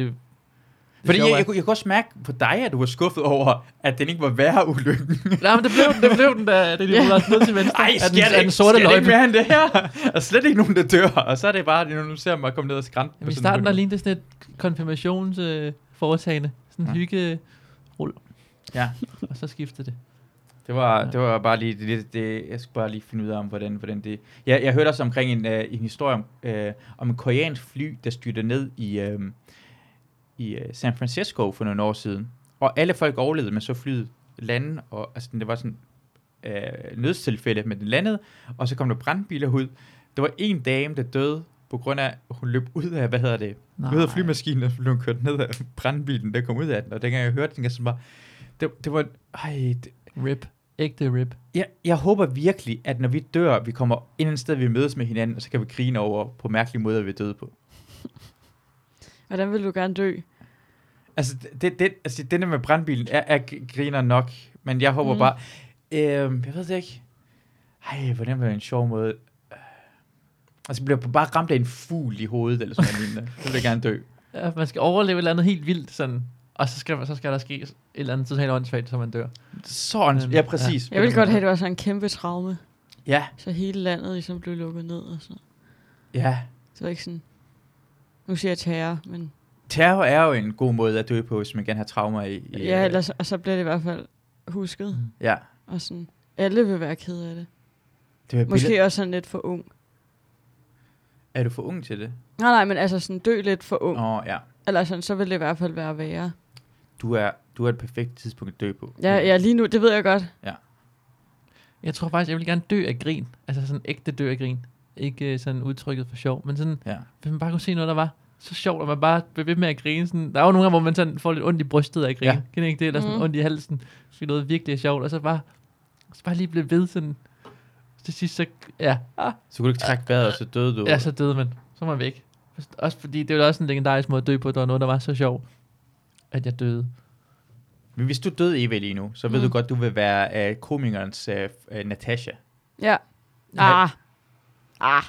det
Fordi jeg,
sjove er-
jeg, kunne- jeg kunne også mærke på dig, at du var skuffet over, at den ikke var værre ulykken.
Nej, men det blev den, det blev den, da det de rullede os ned til venstre.
Ej,
af
skal
den, af
jeg
den
ikke,
sorte
skal jeg ikke
løjpe.
mere end det her? Der er slet ikke nogen, der dør. Og så er det bare, at nu ser man mig komme ned og skrænte.
Jamen, I starten der lignede det sådan et konfirmationsforetagende. Øh, foretagende. sådan en
Ja.
hygge rul,
Ja,
og så skiftede det.
det var,
Ja.
det var bare lige, det, det, det, jeg skulle bare lige finde ud af, om hvordan, hvordan det... Jeg, jeg hørte også omkring en, øh, en historie om, øh, om en koreansk fly, der styrte ned i, øh, i øh, San Francisco for nogle år siden. Og alle folk overlevede, men så flyet lande, og altså, det var sådan øh, nødstilfælde, men den landede, og så kom der brandbiler ud. Der var en dame, der døde på grund af, at hun løb ud af, hvad hedder det, Nej. ud af flymaskinen, og blev hun kørt ned af brandbilen, der kom ud af den. Og dengang jeg hørte den, jeg sådan bare, det, det var, ej, det,
Rip. Ægte rip.
jeg, jeg håber virkelig, at når vi dør, vi kommer ind et sted, vi mødes med hinanden, og så kan vi grine over på mærkelige måder, vi er døde på.
Hvordan vil du gerne dø?
Altså, det, det, altså den der med brandbilen er, er g- griner nok, men jeg håber
Mm.
mm. bare... Øh, jeg ved det ikke. Ej, hvordan var det en sjov måde... Øh, Altså, bliver jeg bare ramt af en fugl i hovedet, eller sådan noget lignende. Så vil jeg gerne dø.
Ja, man skal overleve et eller andet helt vildt, sådan. Og så skal, man- så skal der ske et eller andet totalt åndssvagt, så man dør.
Sådan.
Øhm,
Ja, præcis.
Jeg ville godt have, at det var sådan en kæmpe traume,
Ja,
så hele landet ligesom blev lukket ned og sådan noget.
ja.
Så det var ikke sådan, nu siger jeg terror, men
Terror er jo en god måde at dø på, hvis man gerne har traumer i. i
yeah. ja, ellers, og så bliver det i hvert fald husket.
ja.
Og sådan, alle vil være ked af det.
Det var et billede-
Måske også sådan lidt for ung.
Er du for ung til det?
Nej, nej, men altså sådan dø lidt for ung.
Åh, oh, ja.
Eller sådan, så vil det i hvert fald være værre.
Du er, du er et perfekt tidspunkt at dø på.
Ja, ja, lige nu, det ved jeg godt.
Jeg tror faktisk, jeg vil gerne dø af grin. Altså sådan ægte dø af grin. Ikke øh, sådan udtrykket for sjov, men sådan,
Ja.
hvis man bare kunne se noget, der var så sjovt, og man bare blev ved med at grine. Sådan, der er jo nogle gange, hvor man sådan får lidt ondt i brystet af at grine.
Ja.
Ja. Kan I ikke det? Eller sådan
Mm.
mm. ondt i halsen. Fordi noget virkelig er sjovt. Og så bare, så bare lige blive ved sådan. Til sidst så, ja, ah,
Så kunne du ikke trække vejret, og så døde du.
ja, så døde man. Så var man væk. Også fordi det var også en legendarisk måde at dø på, at der var noget, der var så sjovt, at jeg døde.
Men hvis du døde Eva lige nu, så ved
Mm.
mm. du godt, du vil være uh, komikernes uh, uh, Natasha.
Ja.
Nej.
Ah. Ah.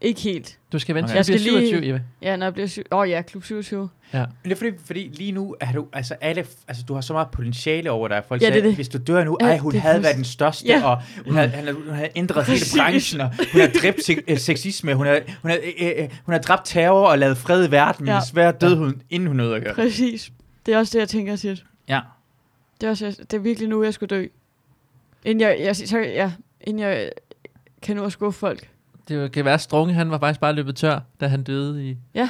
Ikke helt.
Du skal vente
Okay.
til
Jeg
jeg bliver
skal lige-
27, Eva.
Ja, når jeg bliver syv. Åh oh, ja, klub 27.
Men det er fordi, fordi lige nu er du, altså alle, altså du har så meget potentiale over dig. Folk
Ja,
ja,
det er
sagde,
det.
hvis du dør nu,
Ja,
ej, hun
det er
havde været
fuldst-
den største,
Ja.
ja. og hun havde, han, havde- hun havde ændret hele
Præcis.
branchen, og hun havde dræbt se- øh, sexisme, hun havde, hun, havde, øh, øh, hun havde dræbt terror og lavet fred i verden,
Ja.
men desværre døde hun, inden hun nåede at gøre det.
Præcis. Det er også det, jeg tænker tit.
Ja.
Det er, også, det er virkelig nu, jeg skulle dø. Inden jeg, jeg, så, ja, inden jeg kan nå at skuffe folk.
Det kan være, at Strunge, han var faktisk bare løbet tør, da han døde i...
Ja.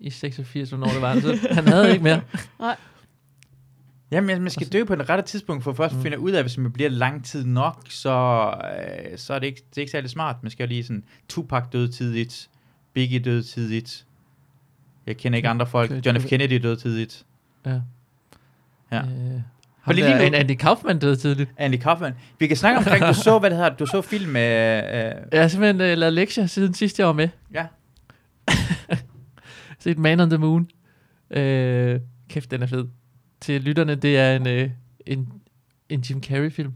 I 86, hvornår det var. Så han havde ikke mere.
Jamen, jeg- man skal dø på det rette tidspunkt, for først at
Mm.
finde ud af, hvis man bliver lang tid nok, så, øh, så er det ikke, det er ikke særlig smart. Man skal jo lige sådan, Tupac døde tidligt, Biggie døde tidligt, jeg kender ikke andre folk,
Okay,
John F.
det-
Kennedy døde tidligt.
Ja.
Ja.
Øh, ham
Fordi
der,
lige
en
nu-
Andy Kaufman døde tidligt.
Andy Kaufman. Vi kan snakke omkring, du så, hvad det hedder, du så film med... Øh, øh,
Jeg har simpelthen øh, lavet lektier siden sidste jeg var med.
Ja.
Set Man on the Moon. Øh, kæft, den er fed. Til lytterne, det er en, øh, en, en Jim Carrey-film,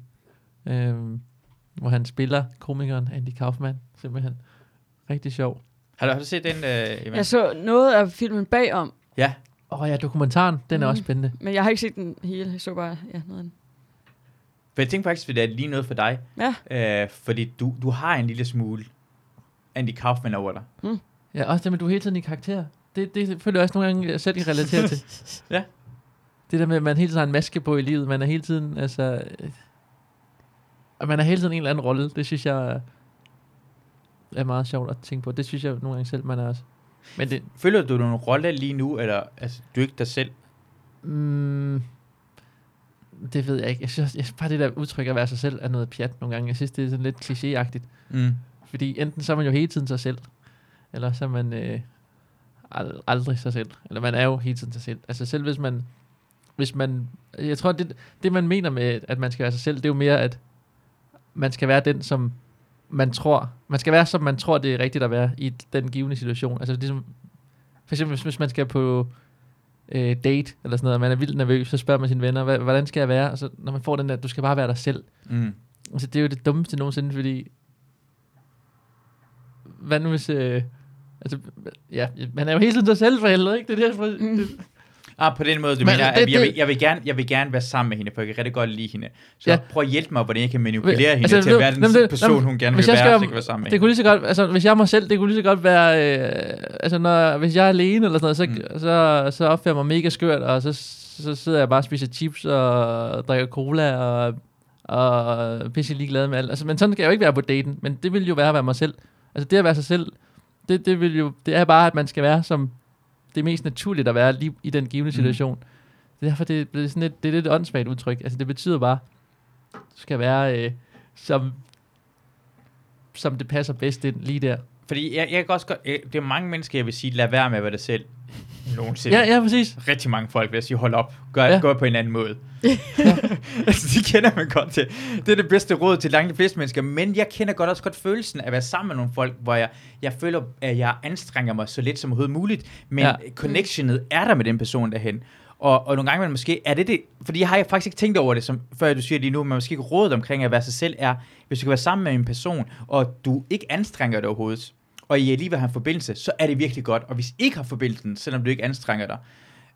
øh, hvor han spiller komikeren Andy Kaufman. Simpelthen rigtig sjov.
har, du, har du set den, øh, Ivan?
Jeg så noget af filmen bagom,
Ja.
Åh ja, dokumentaren, den er
Mm.
også spændende.
men jeg har ikke set den hele. Jeg så bare ja, noget af den.
For jeg tænkte faktisk, at det er lige noget for dig.
Ja.
Øh, fordi du, du har en lille smule Andy Kaufman over dig.
Ja, også det med, at du er hele tiden i karakter. Det, det føler jeg også nogle gange jeg selv kan relatere til.
Ja.
Det der med, at man hele tiden har en maske på i livet. Man er hele tiden, altså... øh, Og man har hele tiden en eller anden rolle. Det synes jeg øh, er meget sjovt at tænke på. Det synes jeg nogle gange selv, man er også. Men det...
Føler du, du en rolle lige nu, eller altså, du er ikke dig selv?
Mm, det ved jeg ikke. Jeg synes, også- jeg synes bare, det der udtryk at være sig selv er noget pjat nogle gange. Jeg synes, det er sådan lidt klichéagtigt.
Mm.
Fordi enten så er man jo hele tiden sig selv, eller så er man øh, ald- aldrig sig selv. Eller man er jo hele tiden sig selv. Altså selv hvis man... Hvis man jeg tror, det, det man mener med, at man skal være sig selv, det er jo mere, at man skal være den, som man tror... Man skal være, som man tror, det er rigtigt at være i den givende situation. Altså ligesom... For eksempel, hvis, hvis man skal på øh, date, eller sådan noget, og man er vildt nervøs, så spørger man sine venner, "Hva- hvordan skal jeg være? Og så, når man får den der, du skal bare være dig selv,
Mm.
Altså, det er jo det dummeste nogensinde, fordi... Hvad nu hvis... Øh, altså, ja, man er jo hele tiden sig selv for helvede, ikke? Det er derfor...
Mm.
Det,
Ah, på den måde, du
Men
Men mener, det,
det-
at jeg, vil,
det-
jeg, vil gerne, jeg vil gerne være sammen med hende, for jeg kan rigtig godt lide hende. Så
Ja.
ja. prøv at hjælpe mig, hvordan jeg kan manipulere hende
altså,
altså, til at
ved-
være den
jamen, det-
person,
jamen,
hun gerne vil
hvis
være,
jeg skal-
så jeg kan være sammen med
det kunne lige så godt... Altså, hvis jeg er mig selv, det kunne lige så godt være... Øh, altså, når, hvis jeg er alene eller sådan noget, så, mm. så, så opfører jeg mig mega skørt, og så, så sidder jeg bare og spiser chips og drikker cola og og er pisse ligeglad med alt. Altså, men sådan kan jeg jo ikke være på daten, men det vil jo være at være mig selv. Altså det at være sig selv, det, det, vil jo, det er bare, at man skal være som det er mest naturligt at være lige i den givende situation. Mm. Det er derfor, det, er blevet sådan lidt, det er lidt et åndssvagt udtryk. Altså det betyder bare, du skal være øh, som, som det passer bedst ind lige der.
Fordi jeg, jeg kan også godt, jeg, det er mange mennesker, jeg vil sige, lad være med at være dig selv. Nogensinde.
Ja, ja, præcis.
rigtig mange folk vil jeg sige, hold op, gør,
Ja.
ja. gør på en anden måde. altså, de kender man godt til. Det er det bedste råd til langt de fleste mennesker, men jeg kender godt også godt følelsen af at være sammen med nogle folk, hvor jeg, jeg føler, at jeg anstrenger mig så lidt som overhovedet muligt, men
Ja.
ja. connectionet er der med den person derhen. Og, og nogle gange man måske, er det det, fordi jeg har faktisk ikke tænkt over det, som, før du siger lige nu, men måske ikke rådet omkring at være sig selv er, hvis du kan være sammen med en person, og du ikke anstrenger dig overhovedet, og I alligevel har en forbindelse, så er det virkelig godt. Og hvis I ikke har forbindelsen, selvom du ikke anstrenger dig,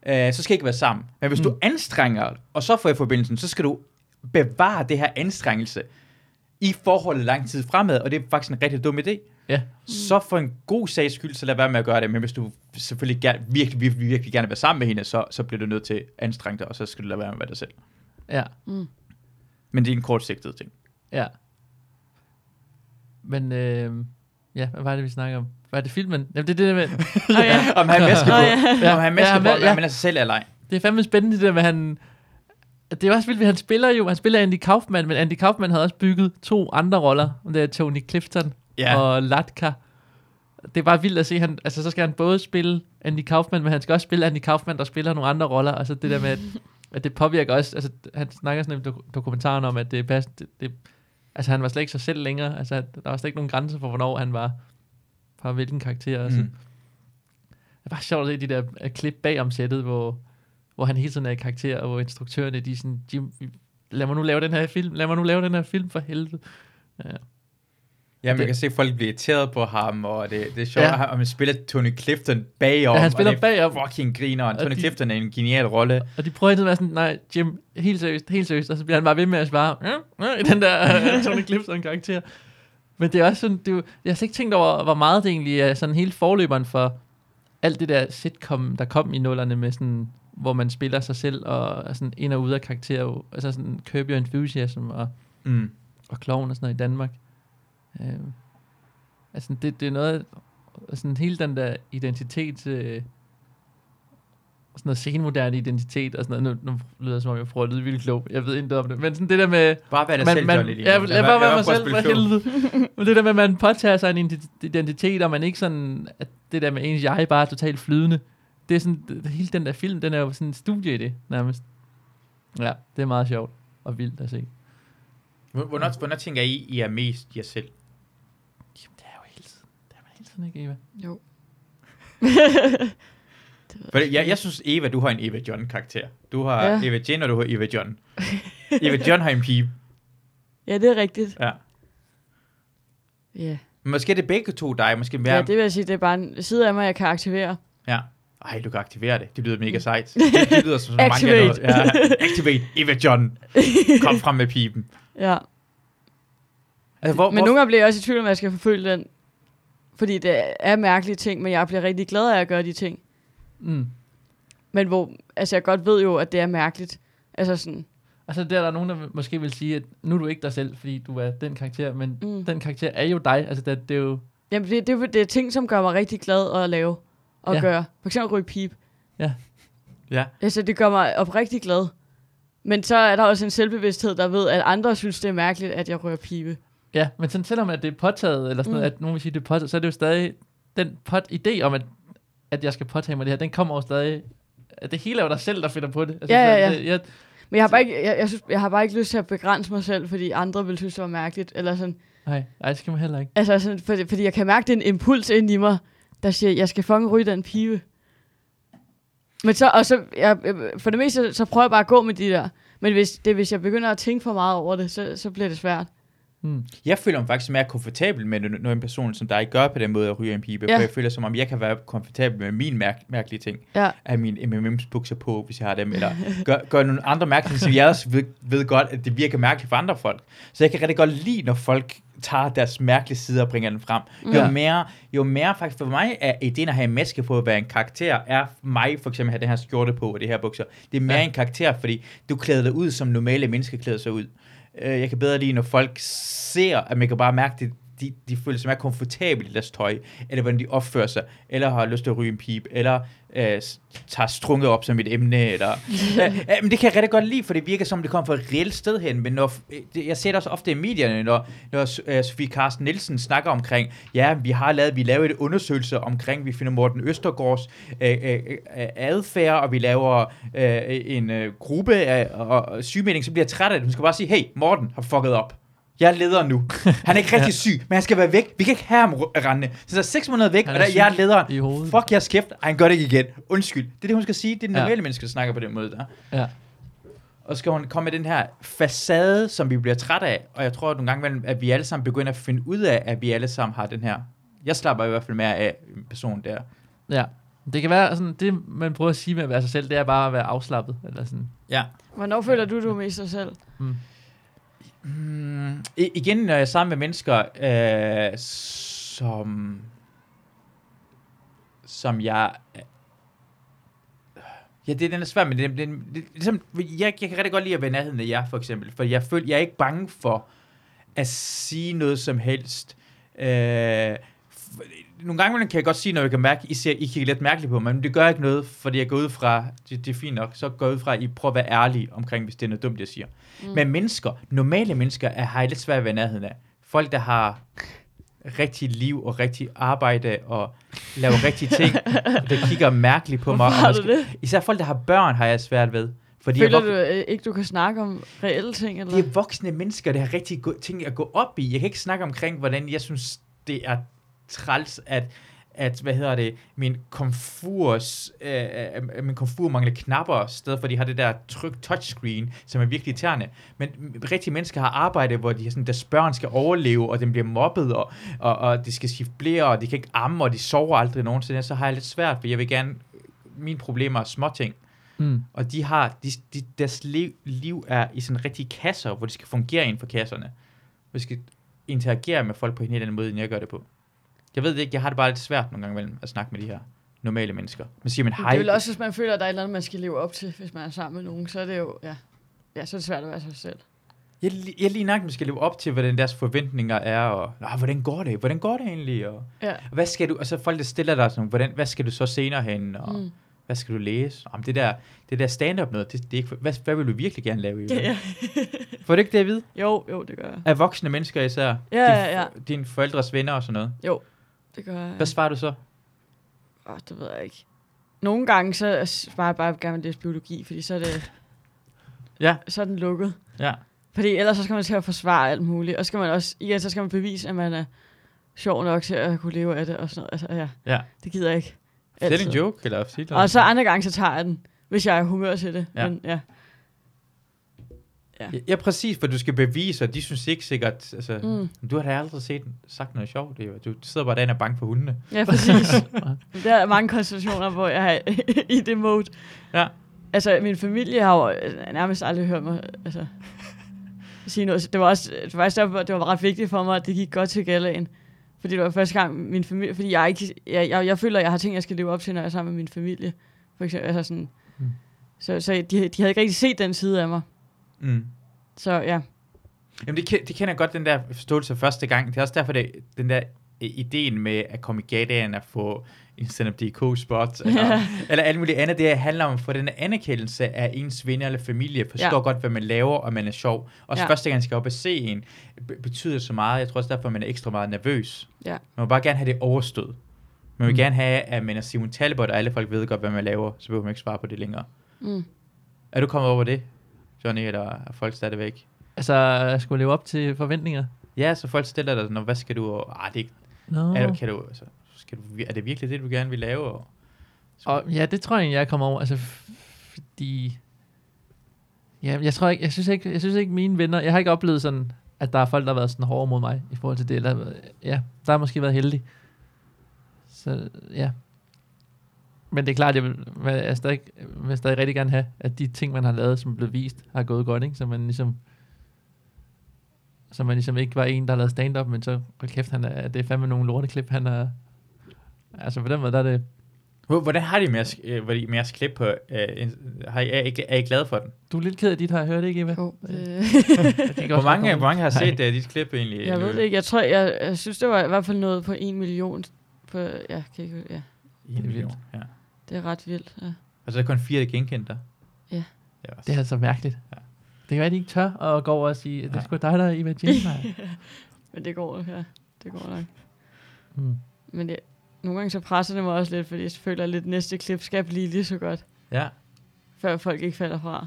øh, så skal I ikke være sammen. Men hvis mm. du anstrenger, og så får jeg forbindelsen, så skal du bevare det her anstrengelse i forholdet lang tid fremad, og det er faktisk en rigtig dum idé.
Ja.
Så for en god sags skyld, så lad være med at gøre det, men hvis du selvfølgelig gerne, virkelig, virkelig, virkelig gerne vil være sammen med hende, så, så bliver du nødt til at anstrenge dig, og så skal du lade være med at være dig selv.
Ja.
Men det er en kortsigtet ting.
Ja. Men, øh, ja, hvad var det, vi snakker om? Var det filmen? Jamen, det er det der med,
Nå, ja.
Om han masker
Nå,
på,
ja.
om han masker
Ja,
på,
men-
om han
ja.
mener sig selv eller ej.
det er fandme spændende, det der med, han... Det er også vildt, at han spiller jo, han spiller Andy Kaufman, men Andy Kaufman havde også bygget to andre roller, det er Tony Clifton
Ja.
og Latka. Det er bare vildt at se, han, altså så skal han både spille Andy Kaufman, men han skal også spille Andy Kaufman, der spiller nogle andre roller, og så det der med, at, at det påvirker også, altså han snakker sådan i dok- dokumentaren om, at det er pas, det, det, altså han var slet ikke sig selv længere, altså der var slet ikke nogen grænse for, hvornår han var, fra hvilken karakter, altså.
Mm.
Det er bare sjovt at se de der øh, klip bag om sættet, hvor, hvor han hele tiden er i karakter, og hvor instruktørerne, de er sådan, Jim, lad mig nu lave den her film, lad mig nu lave den her film for helvede.
Ja, man
Det-
kan se, at folk bliver irriteret på ham, og det, det er sjovt,
Ja.
ja. og man spiller Tony Clifton bagom.
Ja, han spiller
og det er
bagom.
fucking griner. Tony
de-
Clifton er en genial rolle.
Og de prøver hele tiden at være sådan, nej, Jim, helt seriøst, helt seriøst, og så bliver han bare ved med at svare, "Ja, ja," i den der øh, Tony Clifton karakter. Men det er også sådan, det er, jo- jeg har slet ikke tænkt over, hvor meget det egentlig er sådan hele forløberen for alt det der sitcom, der kom i nullerne med sådan, hvor man spiller sig selv og er sådan ind og ud af karakterer, altså sådan Curb Your Enthusiasm og
Mm.
og kloven og sådan noget i Danmark. Øh, altså, det, det er noget, altså, sådan hele den der identitet, øh, sådan noget senmoderne identitet og sådan noget. Nu, nu lyder det, som om jeg prøver at lyde vildt klog. Jeg ved intet om det. Men sådan det der med...
Bare vær dig
man,
selv,
man,
Johnny. lige nu.
ja, lad
være-
bare være mig
med at
selv for
spille klog.
helvede. Men det der med, at man påtager sig en identi- identitet, og man ikke sådan... At det der med ens jeg bare er totalt flydende. Det er sådan... Det, det- hele den der film, den er jo sådan en studie i det, nærmest. Ja, det er meget sjovt og vildt at se.
Hvor- Hvornår, hvornår tænker I, I er mest jer selv?
Jamen, det er jo hele tiden. Det er man hele tiden ikke, Eva.
Jo.
For det- jeg, jeg synes, Eva, du har en Eva John-karakter. Du har
Ja.
ja. Eva Jane, og du har Eva John. Eva John har en pige.
Ja, det er rigtigt.
Ja.
Ja.
Måske er det begge to dig. Måske
Ja,
mere...
ja det vil jeg sige, det er bare en side af mig, jeg kan aktivere.
ja. Ej, du kan aktivere det. Det lyder mega sejt. Det, det lyder som så mange af noget.
Activate.
Ja. Activate Eva John. Kom frem med pipen.
Ja.
Altså, hvor,
Men nogle gange bliver jeg også i tvivl om, at jeg skal forfølge den. Fordi det er mærkelige ting, men jeg bliver rigtig glad af at gøre de ting.
Mm.
Men hvor, altså jeg godt ved jo, at det er mærkeligt. Altså sådan,
Altså der er der nogen, der vil- måske vil sige, at nu er du ikke dig selv, fordi du er den karakter, men
Mm.
mm. den karakter er jo dig. Altså det, det er jo...
jamen det, det, er- det er ting, som gør mig rigtig glad at lave og
Ja.
ja. gøre. For eksempel ryge pip.
Ja.
Altså det gør mig oprigtig glad. Men så er der også en selvbevidsthed, der ved, at andre synes, det er mærkeligt, at jeg rører pibe.
Ja, men sådan, selvom at det er påtaget, eller sådan mm. noget, at nogen vil sige, det er påtaget, så er det jo stadig den pot idé om, at, at jeg skal påtage mig det her, den kommer jo stadig... At det hele er jo dig selv, der finder på det. Altså,
Ja, ja,
så- Det, jeg,
Men jeg har, bare ikke, jeg, jeg, synes, jeg har bare ikke lyst til at begrænse mig selv, fordi andre vil synes, det var mærkeligt. Eller sådan.
nej, nej, det skal man heller ikke.
Altså, sådan, fordi, fordi jeg kan mærke, det er en impuls ind i mig, der siger, jeg skal fucking ryge den pibe. Men så, og så, jeg, jeg- for det meste, så prøver jeg bare at gå med de der. Men hvis, det, hvis jeg begynder at tænke for meget over det, så, så bliver det svært.
Jeg føler mig faktisk mere komfortabel med, når når en person som dig gør på den måde at ryge en pibe,
Ja.
ja. for jeg føler som om, jeg kan være komfortabel med mine mærk- mærkelige ting,
Ja.
at mine M&M's bukser på, hvis jeg har dem, eller gør, gør nogle andre mærkelige ting, som jeg også ved, ved godt, at det virker mærkeligt for andre folk. Så jeg kan rigtig godt lide, når folk tager deres mærkelige sider og bringer den frem. Jo,
Ja.
mere, jo mere faktisk for mig er ideen at have en maske på at være en karakter, er mig for eksempel at have den her skjorte på og det her bukser. Det er mere
Ja.
ja. en karakter, fordi du klæder dig ud, som normale mennesker klæder sig ud. Øh, Jeg kan bedre lide, når folk ser, at man kan bare mærke det, de, de føler sig mere komfortable i deres tøj, eller hvordan de opfører sig, eller har lyst til at ryge en pip, eller øh, s- tager strunget op som et emne, eller... ja, ja, men det kan jeg rigtig godt lide, for det virker som, det kommer fra et reelt sted hen, men når, øh, det, jeg ser det også ofte i medierne, når, når S- øh, Sofie Carsten Nielsen snakker omkring, ja, vi har lavet, vi laver et undersøgelse omkring, vi finder Morten Østergaards øh, øh, øh, adfærd, og vi laver øh, en øh, gruppe af og, og sygemelding, så bliver jeg træt af det. Hun skal bare sige, hey, Morten har fucket op. Jeg er leder nu. Han er ikke rigtig syg, men han skal være væk. Vi kan ikke have ham r- rendende. Så der er seks måneder væk,
Han
og
er
der,
syg
jeg er lederen.
i hovedet.
Fuck jeres kæft. Ej, han gør det ikke igen. Undskyld. Det er det, hun skal sige. Det er den
Ja.
normale menneske, der snakker på den måde der.
Ja.
Og så skal hun komme med den her facade, som vi bliver træt af. Og jeg tror at nogle gange, imellem, at vi alle sammen begynder at finde ud af, at vi alle sammen har den her. Jeg slapper i hvert fald mere af en person der.
Ja. Det kan være sådan, det man prøver at sige med at være sig selv, det er bare at være afslappet. Eller sådan.
Ja.
Hvornår føler du, du er mest dig selv?
Mm, i- igen, når jeg er sammen med mennesker, øh, som, som jeg... Ja, det den er svært, men det, det, det, det, ligesom, jeg, jeg kan rigtig godt lide at være i nærheden af jer, for eksempel. For jeg, føl, jeg er ikke bange for at sige noget som helst. Øh, f- nogle gange imellem kan jeg godt sige, når jeg kan mærke, I, ser, I kigger lidt mærkeligt på mig, men det gør ikke noget, fordi jeg går ud fra, det, det er fint nok, så går jeg ud fra, at I prøver at være ærlige omkring, hvis det er noget dumt, jeg siger. Mm. Men mennesker, normale mennesker, er, har jeg lidt svært ved at være i nærheden af. Folk, der har rigtig liv og rigtig arbejde og laver rigtige ting, der kigger mærkeligt på mig.
Hvorfor
og
har du
måske-
det?
Især folk, der har børn, har jeg svært ved. Fordi jeg
Føler
vok-
du øh, ikke, du kan snakke om reelle ting? Eller?
det er voksne mennesker, der har rigtig gode ting at gå op i. Jeg kan ikke snakke omkring, hvordan jeg synes, det er træls, at, at hvad hedder det, min komfurs, øh, øh, min komfur mangler knapper, i stedet for, at de har det der tryk touchscreen, som er virkelig irriterende. Men m- rigtige mennesker har arbejde, hvor de har sådan, deres børn skal overleve, og den bliver mobbet, og, og, og de skal skifte blære, og de kan ikke amme, og de sover aldrig nogensinde. Så har jeg lidt svært, for jeg vil gerne, mine problemer er småting.
Mm.
Og de har, de, de, deres liv, liv er i sådan rigtige kasser, hvor de skal fungere inden for kasserne. Hvor de skal interagere med folk på en helt anden måde, end jeg gør det på. Jeg ved det ikke, jeg har det bare lidt svært nogle gange imellem at snakke med de her normale mennesker. Man siger man
Men
hej.
Det er vel også, hvis man føler, at der er et eller andet, man skal leve op til, hvis man er sammen med nogen, så er det jo, ja, ja så er det svært at være sig selv.
Jeg, li- jeg lige nok, man skal leve op til, hvordan deres forventninger er, og Nå, hvordan går det? Hvordan går det egentlig? Og,
Ja.
og hvad skal du? Og så folk, der stiller dig sådan, nogle, hvordan, hvad skal du så senere hen? Og mm.
Mm.
hvad skal du læse? Om det der, det der stand-up noget, det, det er ikke, for- hvad, hvad vil du virkelig gerne lave?
Ja, ja.
Får du ikke det at vide?
Jo, jo, det gør jeg.
Af voksne mennesker især? Ja,
ja, ja.
Dine forældres venner og sådan noget.
Det gør jeg.
Hvad svarer du så?
Oh, det ved jeg ikke. Nogle gange, så svarer jeg bare, at jeg gerne vil læse biologi, fordi så er, det,
Ja.
så er den lukket.
Ja.
Fordi ellers så skal man til at forsvare alt muligt, og så skal man også, igen, så skal man bevise, at man er sjov nok til at kunne leve af det og sådan noget. Altså, ja,
Ja.
det gider jeg ikke.
Fortæl en
Altid.
joke, eller sig noget.
Og så andre gange, så tager jeg den, hvis jeg er i humør til det.
Ja.
Ja. Men, ja.
Ja, præcis, for du skal bevise, og de synes ikke sikkert, altså,
Mm.
mm. du har da aldrig set, sagt noget sjovt, det er jo- du sidder bare derinde og er bange for hundene.
Ja, præcis. der er mange konstellationer, hvor jeg er i det mode.
Ja.
Altså, min familie har jo øh, nærmest aldrig hørt mig altså, sige noget. Det var også det var faktisk derfor, det var ret vigtigt for mig, at det gik godt til galaen. Fordi det var første gang, min familie... Fordi jeg, er ikke, jeg, jeg, jeg føler, at jeg har ting, jeg skal leve op til, når jeg er sammen med min familie. For eksempel, altså sådan...
Mm.
Så, så de, de havde ikke rigtig set den side af mig.
Mm.
Så ja,
Jamen, det, ke- det kender jeg godt, den der forståelse første gang. Det er også derfor, det, den der øh, ideen med at komme i gadaen og få en stand DK spot eller, eller alt muligt andet, det handler om at få den der anerkendelse af ens venner eller familie, forstår ja.
Ja.
godt, hvad man laver, og man er sjov. Også ja.
Ja.
første gang, man skal op og se en, be- betyder så meget. Jeg tror også derfor, man er ekstra meget nervøs.
Ja.
Man vil bare gerne have det overstået. Man vil
Mm.
mm. gerne have, at man er Simon Talbot, og alle folk ved godt, hvad man laver, så behøver man ikke svare på det længere.
mm.
Er du kommet over det, Johnny, eller er folk stadigvæk?
Altså, jeg skulle leve op til forventninger.
Ja, så folk stiller dig, Nå, hvad skal du, og, ah, det,
No.
er, kan du, altså, skal du, er det virkelig det, du gerne vil lave? Og,
Og, ja, det tror jeg egentlig, jeg kommer over. Altså, f- fordi... Ja, jeg tror ikke, jeg synes ikke, jeg synes ikke mine venner, jeg har ikke oplevet sådan, at der er folk, der har været sådan hårde mod mig i forhold til det. Eller, har været- ja, der har måske været heldig. Så ja. Men det er klart, jeg vil, jeg er stadig, jeg vil stadig rigtig gerne have, at de ting, man har lavet, som er blevet vist, har gået godt, ikke? Så man ligesom, så man ligesom ikke var en, der har lavet stand-up, men så, hold kæft, han er, det er fandme nogle lorteklip, han er, altså på den måde, der er det,
Hvor- hvordan har de med jeres, øh, hvordan- med jeres klip på? Øh, en- har I, er, I, er I glade for den?
Du er lidt ked af dit, har jeg hørt, ikke Eva?
Jo, øh.
Det gik
Hvor
også
mange,
ret
hvor mange har
dårligt.
set uh, dit klip egentlig?
Jeg ved det ikke. Jeg tror, jeg, jeg synes, det var i hvert fald noget på en million. På, ja, kan ikke, ja,
I en
Det er
million,
vildt.
ja.
det er ret vildt. Ja.
Og så er der kun fire, der genkendte dig?
Ja.
Det er
Nej, Det er
også,
altså mærkeligt.
Ja.
Det kan være, at de ikke tør at gå over og sige, det er
Nej.
sgu dig, der er Eva Jensen.
Men det går, ja. Det går nok.
mm.
Men det, nogle gange så presser det mig også lidt, fordi jeg føler lidt, næste klip skal blive lige så godt,
ja.
før folk ikke falder fra.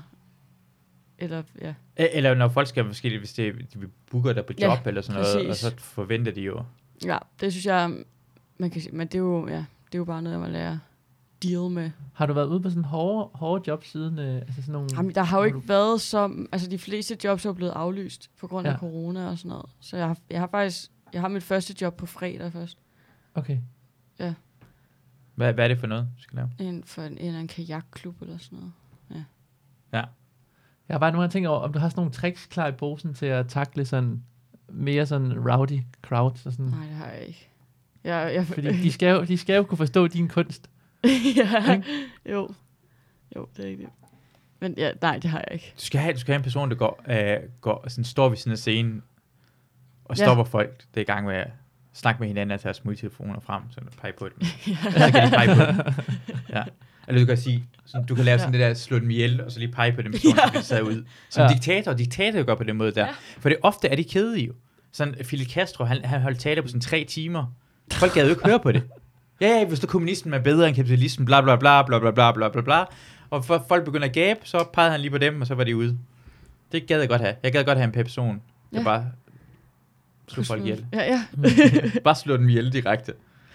Eller, ja.
E- Eller når folk skal måske, hvis det, de booker dig på
Ja,
job ja, eller sådan noget, og
præcis.
så forventer de jo.
Ja, det synes jeg, man kan sige. Men det er jo, ja, det er jo bare noget, jeg må lære at deal med.
Har du været ude på sådan hårde, hårde job siden? Øh, altså sådan
Mm.
nogle,
Jamen, der har jo
hvor
ikke været så... Altså, de fleste jobs er jo blevet aflyst på grund af
Ja.
corona og sådan noget. Så jeg har, jeg har faktisk... Jeg har mit første job på fredag først.
Du, okay.
Ja.
Hvad, hvad er det for noget, du skal lave?
Inden for en, en eller anden kajakklub eller sådan noget.
Jeg har bare nogle gange tænkt over, om du har sådan nogle tricks klar i posen til at takle sådan mere sådan rowdy crowds og
Mm.
sådan.
Nej, det har jeg ikke. Jeg, jeg,
Fordi de skal, jo, de skal jo kunne forstå din kunst.
ja, jo. Jo, det er rigtigt. Men ja, nej, det har jeg ikke.
Du skal have, du skal have en person, der går, øh, går sådan, står ved siden af scenen og
Ja.
stopper folk, der er i gang med at snakke med hinanden og tage smidtelefoner frem, så pege på dem. så kan de pege på dem. Ja. Eller du kan sige, sådan, du kan lave sådan det der, slå dem ihjel, og så lige pege på dem, så de sad ud. Som
Ja.
ja. diktator, diktator gør på den måde der. Ja. For det ofte er de kedelige jo. Sådan, Fidel Castro, han, han holdt taler på sådan tre timer. Folk gad jo ikke høre på det. Ja, ja, hvis du kommunisten er bedre end kapitalisten, bla bla bla bla bla bla bla bla bla. Og for folk begynder at gabe, så pegede han lige på dem, og så var de ude. Det gad jeg godt have. Jeg gad godt have en person, der
Ja.
ja. bare slog folk ihjel. Mm.
Ja, ja.
Bare slå dem ihjel direkte.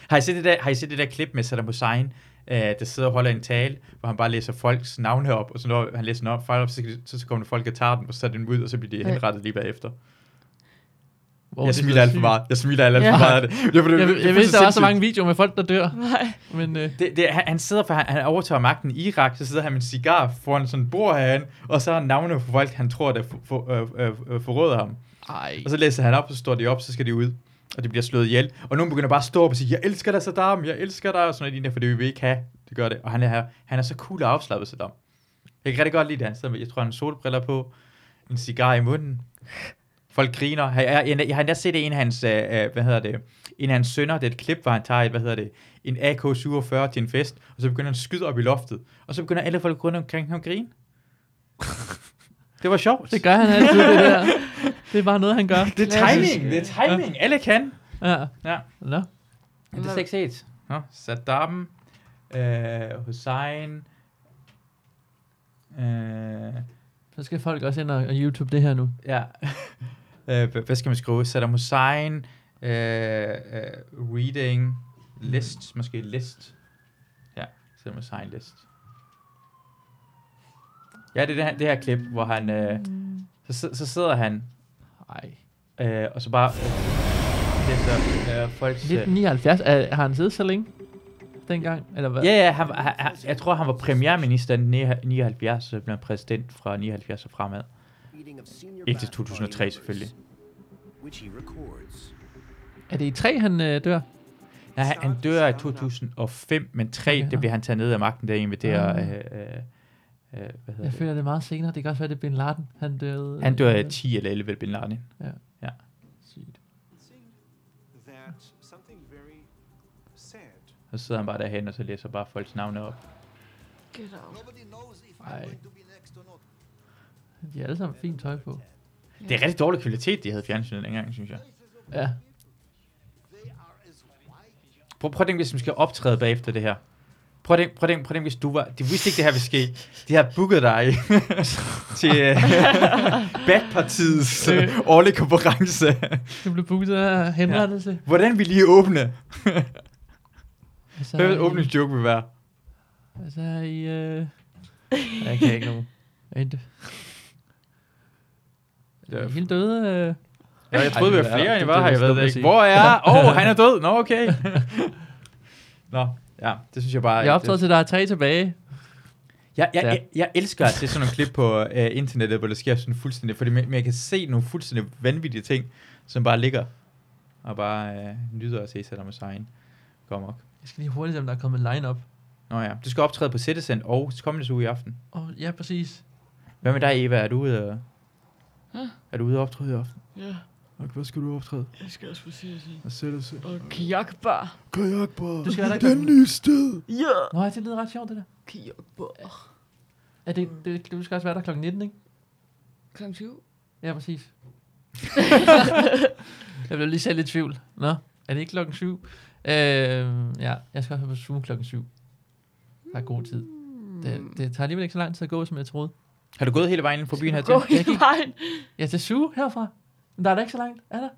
Har I set det der, har I set det der klip med Saddam Hussein, øh, der sidder og holder en tale, hvor han bare læser folks navne op, og så når han læser den op, folk op så, skal de- så, så kommer der folk og tager den, og så sætter den ud, og så bliver de
Ja.
henrettet lige bagefter.
Wow,
jeg
det er
smiler
så
alt for
sygt.
meget. Jeg smiler alt, alt
Ja.
for meget af det. Jeg, jeg,
Jeg, jeg, jeg vidste, der var så mange videoer med folk, der dør.
Nej.
Men øh,
Det, det, han, han sidder for, han, han overtager magten i Irak, så sidder han med en cigar foran sådan en bord herinde, og så har han navne på folk, han tror, der for, for, øh, øh, øh, forråder ham.
ej.
Og så læser han op, så står de op, så skal de ud, og de bliver slået ihjel. Og nogen begynder bare at stå op og sige, jeg elsker dig, Saddam, jeg elsker dig, og sådan noget, lignende, for det vil vi ikke have. Det gør det. Og han er, han er så cool og afslappet, Saddam. Jeg kan rigtig godt lide det, han sidder med, jeg tror, han har solbriller på, en cigar i munden. Folk griner. Jeg, jeg, jeg har endda set en af hans, øh, øh, hvad hedder det, en af hans sønner, det er et klip, hvor han tager et, hvad hedder det, en AK-47 til en fest, og så begynder han at skyde op i loftet, og så begynder alle folk rundt omkring ham at grine. det var sjovt.
Det gør han altid, det der. Det er bare noget, han gør.
Det er timing, det er timing. Alle kan.
Ja.
Ja.
Nå.
Men det er slet ikke set. Nå, Saddam, øh, Hussein, øh,
Så skal folk også ind og, og YouTube det her nu.
ja, øh, hva- hvad skal man skrive? Saddam Hussein, øh, øh, reading, list, måske list. Ja, Saddam Hussein list. Ja, det er det her, det her klip, hvor han, øh, så, sid- så sidder han,
Ej.
øh, og så bare, øh, læser øh, folks... øh,
1979, er, har han siddet så længe? Dengang? Eller hvad?
Ja, ja, han, var- han, han, jeg tror, han var premierminister i 79, så blev han præsident fra 79 og fremad. Indtil 2003 selvfølgelig.
Er det i tre, han øh, dør?
Nej, han, han dør i 2005, men 3,
Okay, nå.
det bliver han taget ned af magten, der invaderer...
Ah.
Øh, øh, øh, hvad hedder
Jeg
det?
føler det er meget senere. Det kan også være, det er Bin Laden. Han døde.
Han dør i
øh,
10 eller 11 ved Bin Laden.
sygt.
Så sidder han bare derhen og så læser bare folks navne op.
Get out.
Ej. De har alle sammen fint tøj på.
Det er rigtig dårlig kvalitet, de havde fjernsynet dengang, synes jeg.
Ja.
Prøv, prøv at tænke, hvis man skal optræde bagefter det her. Prøv at tænke, prøv at tænke, prøv at tænke hvis du var... De vidste ikke, det her ville ske. De har booket dig til øh, uh, Batpartiets øh, årlige konference.
Det blev booket af henrettelse. Ja.
Hvordan vil I åbne?
Altså,
Hvad vil åbningsjoke vil være?
Altså, I... Øh... Jeg kan ikke nogen. Ikke.
Ja.
Det er helt døde. Øh...
Ja, jeg troede, vi var flere, end I var her. Jeg ved det ikke.
Hvor?
Hvor er... Åh, oh, han er død. Nå, okay. Nå, ja, det synes jeg bare...
Jeg er optaget til, at der er tre tilbage.
Jeg, jeg,
Ja.
jeg, jeg elsker at se sådan nogle klip på øh, internettet, hvor der sker sådan fuldstændig, fordi man, man kan se nogle fuldstændig vanvittige ting, som bare ligger og bare øh, nyder at se Saddam Hussein komme op.
Jeg skal lige hurtigt, om der er kommet en line-up.
Nå ja, du skal optræde på Citizen og kommende uge i aften.
Oh, ja, præcis.
Hvad med dig, Eva? Er du ude og... Er du ude og optræde i aften?
Ja,
Og hvad skal du optræde?
jeg skal også sige det.
Og Citizen.
E. Og kajakbar.
Du skal være der
Nyt sted!
Ja,
Nå, det lyder ret sjovt, det der.
kajakbar.
Er det, det, du skal også være der klokken 19, ikke?
Klokken 20.
Ja, præcis. jeg blev lige selv i tvivl. Nå, er det ikke klokken 7? Øh, ja, jeg skal også være på Zoom klokken 7. Der er god tid. Det, det tager alligevel ikke så lang tid at gå, som jeg troede.
Har du gået hele vejen ind på byen her til?
Gå hele vejen.
Ja, til Zoo herfra. Men der er da ikke så langt, er der?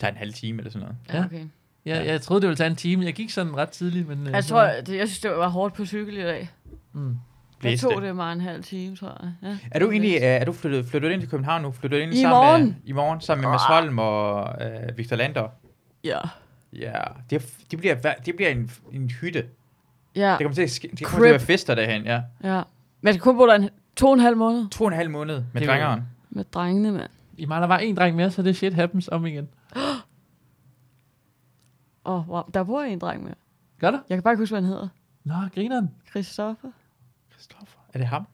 Tager en halv time eller sådan noget.
Ja.
Ja, okay.
Jeg, jeg troede, det ville tage en time. Jeg gik sådan ret tidligt, men... øh,
Jeg
så-
tror, det, jeg synes, det var hårdt på cykel i dag.
Mm.
Jeg
Blæste.
tog det meget en halv time, tror jeg. Ja.
Er du egentlig øh, er du flyttet, flyttet ind til København nu? Flyttet ind
I
sammen Med,
morgen.
I morgen sammen med Mads Holm og øh, Victor Lander?
Ja.
Ja, det, det, bliver, hver- det bliver en, en hytte.
Ja,
Det kommer til at, ske- det kommer til
Crip.
at være fester derhen, ja.
ja. Man skal kun bo der en, to og en halv måned
To og en halv måned med
Det er
drengeren.
med drengene, mand.
I mangler bare en dreng mere, så det shit happens om igen.
Åh, oh, wow. der bor en dreng med.
Gør der?
Jeg kan bare ikke huske, hvad han hedder.
Nå, grineren.
Christoffer?
Christoffer. Er det ham?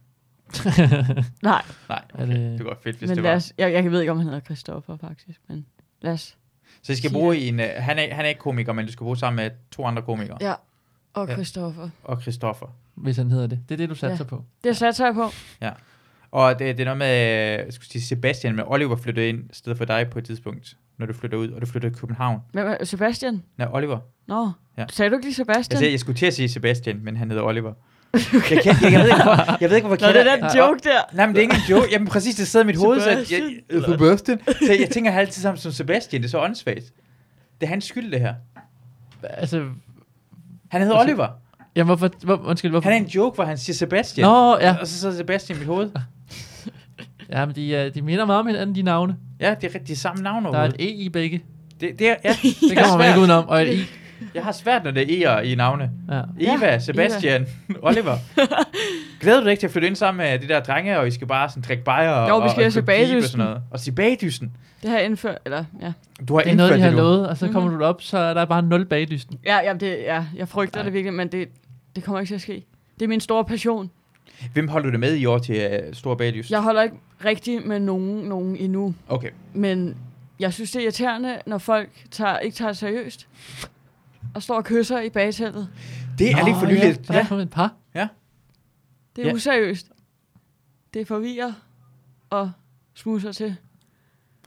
Nej,
Nej,
Er
okay.
det-
det var fedt, hvis
Øh, men
det
lad
var.
os, jeg, jeg ved ikke, om han hedder Christoffer, faktisk. Men lad os.
Så I skal bruge i en... Uh, han, er, han er ikke komiker, men du skal bruge sammen med to andre komikere.
Ja. Og
Ja.
Christoffer.
Og Christoffer.
Hvis han hedder det. Det er det, du satser på.
Det satser jeg på.
Og det, det er noget med, øh, jeg skulle sige Sebastian, men Oliver flyttede ind i stedet for dig på et tidspunkt, når du flytter ud, og du flytter til København.
Hvem er Sebastian?
Nej, Oliver.
Nå,
Ja.
ja. sagde du ikke lige
Jeg,
Sebastian?
sagde, jeg skulle til at sige Sebastian, men han hedder Oliver. Jeg, kan, jeg, jeg, ved ikke, hvor, jeg ved ikke, hvorfor
Nå, det er
kender-
den joke der.
Nej, men det er ikke en joke. Jamen præcis, det sidder i mit hoved, så jeg,
Sebastian.
jeg, øh, Sebastian. Så jeg tænker altid sammen som Sebastian, det er så åndssvagt. Det er hans skyld, det her.
Altså,
Han hedder
Altså,
Oliver.
ja, hvorfor, hvor, undskyld, hvorfor?
Han er en joke, hvor han siger Sebastian.
Nå, ja.
Og så sidder Sebastian i mit hoved.
Ja, men de, øh, de minder meget om hinanden, de navne.
Ja, det er rigtigt, de er samme navn
Der er
overhovedet.
et E i begge.
Det, det er, ja,
Det kommer man ikke udenom. Og et I.
jeg har svært, når det er E'er i navne.
Ja.
Eva,
Ja,
Sebastian, Oliver. Glæder du dig ikke til at flytte ind sammen med de der drenge, og I skal bare sådan drikke bajer og,
Jo, vi skal
og, og
have
købe pibe og
tilbagedysten.
sådan noget? Og se bagdysten.
Det har jeg indført, eller ja.
Du har
Det er noget, de
indført
har
det, du.
lovet, og så
Mhm.
kommer du op, så er der bare nul bagdysten.
Ja, jamen det, ja jeg frygter
Nej.
det virkelig, men det, det kommer ikke til at ske. Det er min store passion.
Hvem holder du med i år til uh, Stor Bagdyst?
Jeg holder ikke rigtig med nogen, nogen endnu,
Okay.
men jeg synes, det er irriterende, når folk tager, ikke tager det seriøst og står og kysser i bagtællet.
Det er lige for nyligt.
Ja, der er kommet et par.
Det er
Ja.
ja. useriøst. Det forvirrer og smusser til.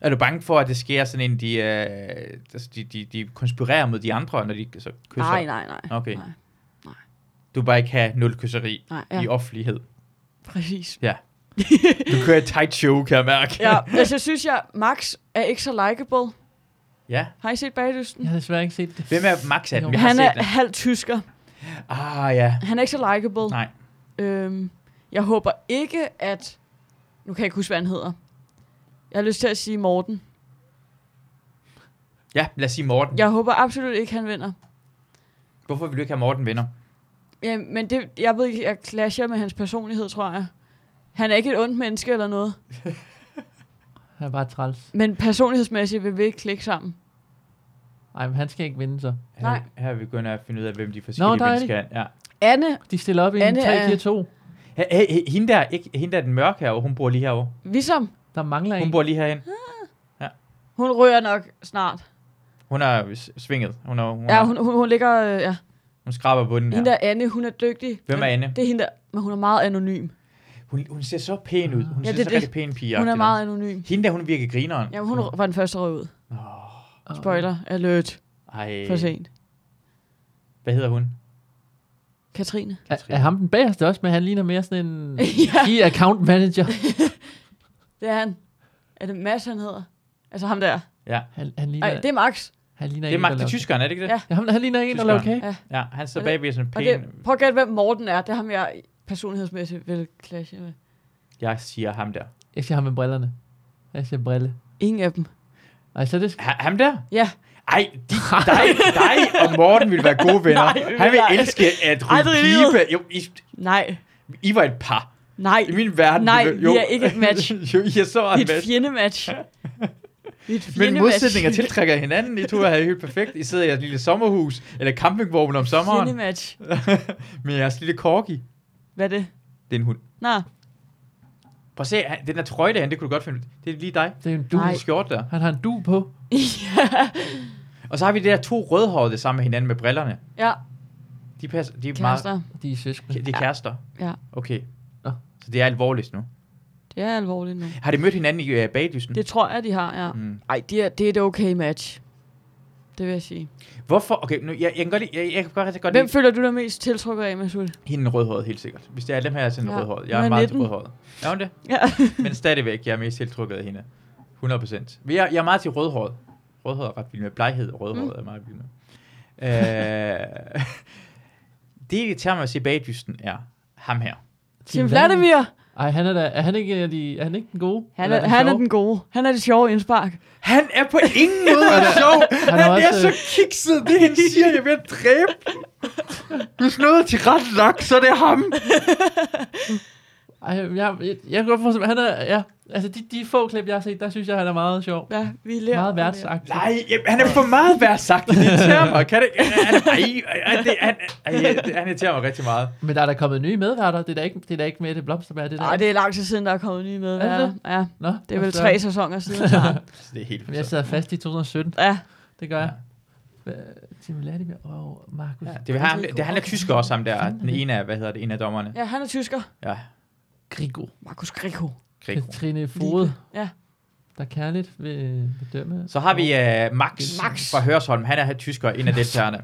Er du bange for, at det sker sådan en, de, uh, altså, de, de, de konspirerer mod de andre, når de så kysser?
Nej, nej, nej.
Okay.
Nej,
Du vil bare ikke have nul kysseri
nej
ja. i
ja.
offentlighed.
præcis.
Du kører et tight show, kan jeg mærke.
Ja, altså synes jeg, Max er ikke så likable.
ja.
Har I set baglysten?
Jeg har desværre ikke set det.
Hvem er Max af dem?
Jo.
Jeg har
Han
set
er
den.
halv tysker.
Ah, ja.
Han er ikke så likable.
Nej.
Øhm, jeg håber ikke, at... Nu kan jeg ikke huske, hvad han hedder. Jeg har lyst til at sige Morten.
Ja, lad os sige Morten.
Jeg håber absolut ikke, han vinder.
Hvorfor vil du ikke have Morten venner?
Ja, men det, jeg ved ikke, jeg clasher med hans personlighed, tror jeg. Han er ikke et ondt menneske eller noget.
Han er bare træls.
Men personlighedsmæssigt vil vi ikke klikke sammen.
Ej, men han skal ikke vinde så.
Her,
Nej.
her begynder jeg at finde ud af, hvem de forskellige
der er
mennesker er. Ja.
Anne,
De stiller op i en
Anne er-
3-4-2.
H- h- h- hende, der, ikke, hende der er den mørke herovre, hun bor lige herovre.
visom,
Der mangler en.
Hun bor lige herhen.
hun rører nok snart.
Hun er jo s- svinget. Hun, er, hun,
Ja,
er,
hun, hun, hun ligger... Øh, ja.
hun skraber bunden
Hende
her.
der Anne, hun er dygtig.
Hvem er Anne?
Det er hende der, men hun er meget anonym.
Hun, hun ser så pæn ud. Hun
Ja,
ja, ser
det er
så
det.
rigtig pæn pige.
Hun er meget anonym.
Hende der, hun virker grineren.
Jamen, hun var den første rød ud.
Og-
Spoiler alert.
Ej,
For sent.
hvad hedder hun?
Katrine.
Er, er ham den bagerste også, men han ligner mere sådan en
ja,
key account manager.
det er han. Er det Mads, han hedder? Altså ham der.
Han, han ligner,
Nej, det er Max.
han ligner
Det er
en, der
Magda
laver-
Tyskeren, er det ikke det?
Ja.
Ja, ham- han ligner en, der laver
Tyskeren.
kage.
Ja.
ja han står
Og
bag ved sådan en
Og det,
pæn...
prøv at gætte, hvem Morten er. Det er ham, jeg personlighedsmæssigt vil clashe med.
Jeg siger ham der.
Jeg siger ham med brillerne. Jeg siger brille.
Ingen af dem.
Ej, så er det sk-
Ha- ham der?
Ja.
Ej, de, dig, dig og Morten vil være gode venner.
Nej, vi
han vil
vil ej.
elske at ryge
Aldrig i livet.
pibe. Jo, I,
Nej,
I var et par.
nej.
I min verden.
Nej,
vil- jo.
vi er ikke et match.
jo, I er så meget
Det er et
match.
fjendematch. Det er et
Men
fjendematch.
modsætninger tiltrækker hinanden. I to er helt perfekt. I sidder i jeres lille sommerhus, eller campingvogn om sommeren,
Fjendematch.
med jeres lille corgi.
Hvad er det?
Det er en hund.
Nå,
Prøv at se, han- den der trøje derhen, det kunne du godt finde. Det er lige dig.
det er en
Du
du.
har
Nej.
en skjort der.
Han har en du på.
Og så har vi det der to rødhårede sammen med hinanden med brillerne.
ja,
De, passer, de er
kærester.
De er søskende.
meget... De er kærester.
Ja.
Okay.
Nå.
Så det er alvorligt nu.
Det er alvorligt nu.
Har de mødt hinanden i uh, baglysten?
Det tror jeg, de har, ja.
Mm.
Ej, det er, det er et okay match. Det vil jeg sige.
Hvorfor? Okay, nu, jeg, jeg kan godt lide, jeg, jeg kan godt, rigtig godt
Hvem
lide
føler du dig mest tiltrukket af, Masul?
hende rødhåret, helt sikkert. Hvis det er dem her, så er ja.
Ja,
rødhåret.
hun
Jeg er
er
meget til
19.
rødhåret. Er hun det?
Ja.
Men stadigvæk, jeg er mest tiltrukket af hende. 100 procent. Jeg, jeg er meget til rødhåret. Rødhåret er ret vild med. Bleghed og rødhåret mm. er meget vild med. Øh, det, irriterer mig at se bagdysten, er ham her.
Tim Vladimir!
Ej, han er, da, er han ikke en af de, er han ikke den gode?
Han
Eller
er, han er
sjove?
den gode. Han er det sjove indspark.
Han er på ingen måde sjov. Han,
er
han er
også,
så
øh,
kikset. Det han siger, jeg er ved at dræbe. Du snød til ret nok, så det er ham.
Ej, jeg, jeg, jeg kan godt forstå, han er, ja, altså de, de få klip, jeg har set, der synes jeg, han er meget sjov.
Ja, vi lærer.
Meget værtsagtig.
Nej, jamen, han er for meget værd sagt i de termer. Kan det, han, er- ej, ej, det, han, ej, det- han irriterer mig rigtig meget.
Men der er der kommet nye medværter. Det er da ikke, det er da ikke Mette Blomsterberg. Det er da
Ej,
ikke-
det er lang tid siden, der er kommet nye med.
Er det
Ja,
Nå,
det er vel
altså,
tre sæsoner siden. snart.
Så det er helt
Jamen, Jeg
vildt.
sidder fast i 2017.
Ja,
Det gør jeg. Hva- Tim Vladimir og Markus.
Ja, det, er, han, det, er- han er tysker også, ham der. Den ene af, hvad hedder det, en af dommerne.
ja han er tysker.
Ja,
Grigo.
Markus Grigo.
Gregor.
Trine Fode,
Ja,
der kærligt vil bedømme.
Så har vi uh, Max,
Max.
Max fra Hørsholm. Han er her tysker, en af deltagerne.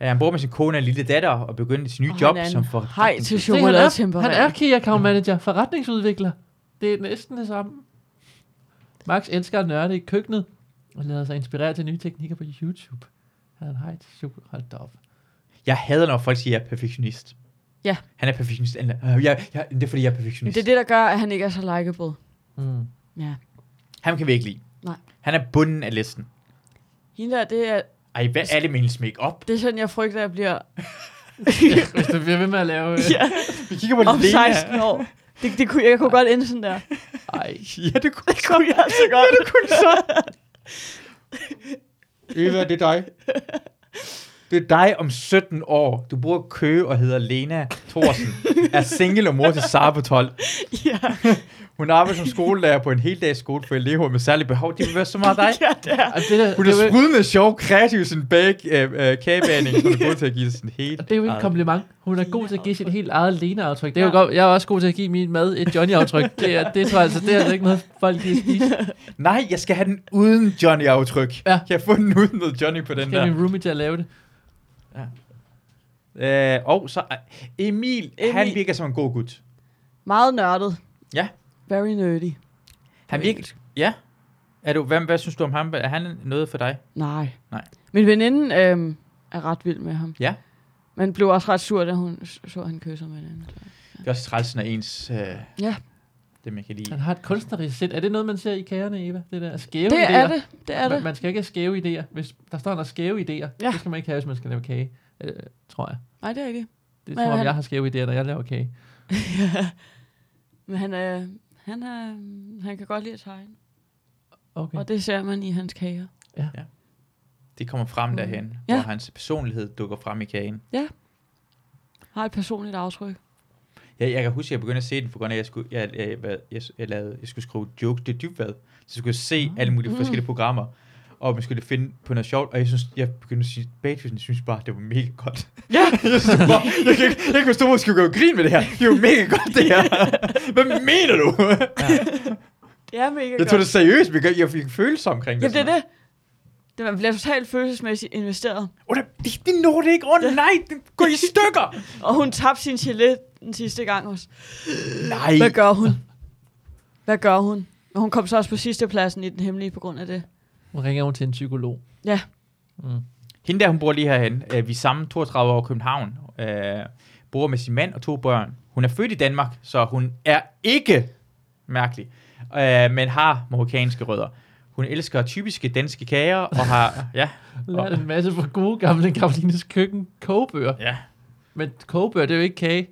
Uh, han bor med sin kone og lille datter og begyndte sit nye
Og
job
han er en
som for
hej til
Se, han, er,
chokoladetemper.
han er key account manager, forretningsudvikler. Det er næsten det samme. Max elsker at nørde i køkkenet og lader sig inspirere til nye teknikker på YouTube. Han har et chokolade. Hold da op.
Jeg hader, når folk siger, at jeg er perfektionist.
Ja.
Han er perfektionist. Han er- Øh, Jeg, jeg, det er, fordi jeg er perfektionist.
Det er det, der gør, at han ikke er så likeable.
Mm.
Ja.
Ham kan vi ikke lide.
Nej.
Han er bunden af listen.
Hende der, det er,
Ej, hvad er det med hendes make-up?
det er sådan, jeg frygter, at jeg bliver
Hvis du bliver ved med at lave... øh,
ja,
Vi kigger på
om 16 år. Det, det kunne, jeg kunne godt ende sådan der.
Ej,
Ja, det kunne,
Det kunne jeg altså godt. det kunne så.
Eva, det er dig. Det er dig om 17 år. Du bor i Køge og hedder Lena Thorsen. er single og mor til Sara på 12.
Ja,
Hun arbejder som skolelærer på en heldags skole for elever med særlige behov. Det vil være så meget dig.
ja, det er.
og det, der,
Hun
det,
er
er jo, ikke-
sprudende sjov, kreativ i sin bag, øh, øh, kagebagning, som er god til at give sådan helt...
det er jo ikke et
eget.
kompliment. Hun er god til at give sit helt eget Lena-aftryk. Det er jo godt, jeg er også god til at give min mad et Johnny-aftryk. Det, er, det tror jeg altså, det er altså ikke noget, folk giver at spise.
Nej, jeg skal have den uden Johnny-aftryk.
Ja.
Kan jeg få den uden med Johnny på den
Skal
der?
min roomie til at lave det.
Øh, og så Emil, Emil, han
Emil.
virker som en god gut.
Meget nørdet.
Ja.
Very nerdy.
Han virker... Ja. Er du, hvad, hvad synes du om ham? Er han noget for dig?
Nej.
Nej.
Min veninde øhm, er ret vild med ham.
Ja.
Men blev også ret sur, da hun så, han kysser med den.
Det er også træls, når ens... Øh,
Ja.
Dem, jeg kan lide.
Han har et kunstnerisk sind. Er det noget, man ser i kagerne, Eva? Det der skæve
Det
idéer.
er det. Det er
Man,
det.
man skal ikke have skæve idéer. Hvis, der står, der er skæve idéer.
Ja.
Ja. Det skal man ikke have, hvis man skal lave kage. Øh, tror jeg.
Nej, det er ikke det.
Det tror
Men
jeg,
han-
jeg har skæve idéer, når jeg laver kage.
Men han, er, han, er, han kan godt lide at tegne.
Okay.
Og det ser man i hans kager.
Det kommer frem derhen,
Mm. Ja.
ja. hvor hans personlighed dukker frem i kagen.
Har et personligt aftryk.
Jeg, jeg kan huske, at jeg begyndte at se den, for grund af, at jeg skulle, jeg, jeg, hvad- jeg, jeg, lavede, jeg skulle skrive jokes til dybvad. Så skulle jeg se
Ah.
alle mulige
Mm.
forskellige programmer, og man skulle finde på noget sjovt. Og jeg synes, jeg begyndte at sige, Bagtøsen synes bare, det var mega godt.
Ja.
Jeg, synes bare, jeg, kan, ikke- jeg kan forstå, at jeg skulle gøre grin med det her. Det er jo mega godt, det her. Hvad mener du?
Det er mega
Jeg
godt.
tog det seriøst, men jeg jeg fik følelser omkring det.
Jamen, det er det. Det man bliver totalt følelsesmæssigt investeret.
Åh, det, det, det når det ikke. Åh, oh, nej, det går i stykker.
Og hun tabte sin gelé den sidste gang også.
Nej.
Hvad gør hun? Hvad gør hun? Og hun kom så også på sidste pladsen i den hemmelige på grund af det.
Nu ringer hun til en psykolog.
Ja.
Hende der, hun bor lige herhen. Øh, vi er sammen 32 år i København. Øh, bor med sin mand og to børn. Hun er født i Danmark, så hun er ikke mærkelig, øh, men har marokkanske rødder. Hun elsker typiske danske kager og har... ja,
Lært en masse fra gode gamle Karolines køkken kogebøger.
ja.
Men kogebøger, det er jo ikke kage.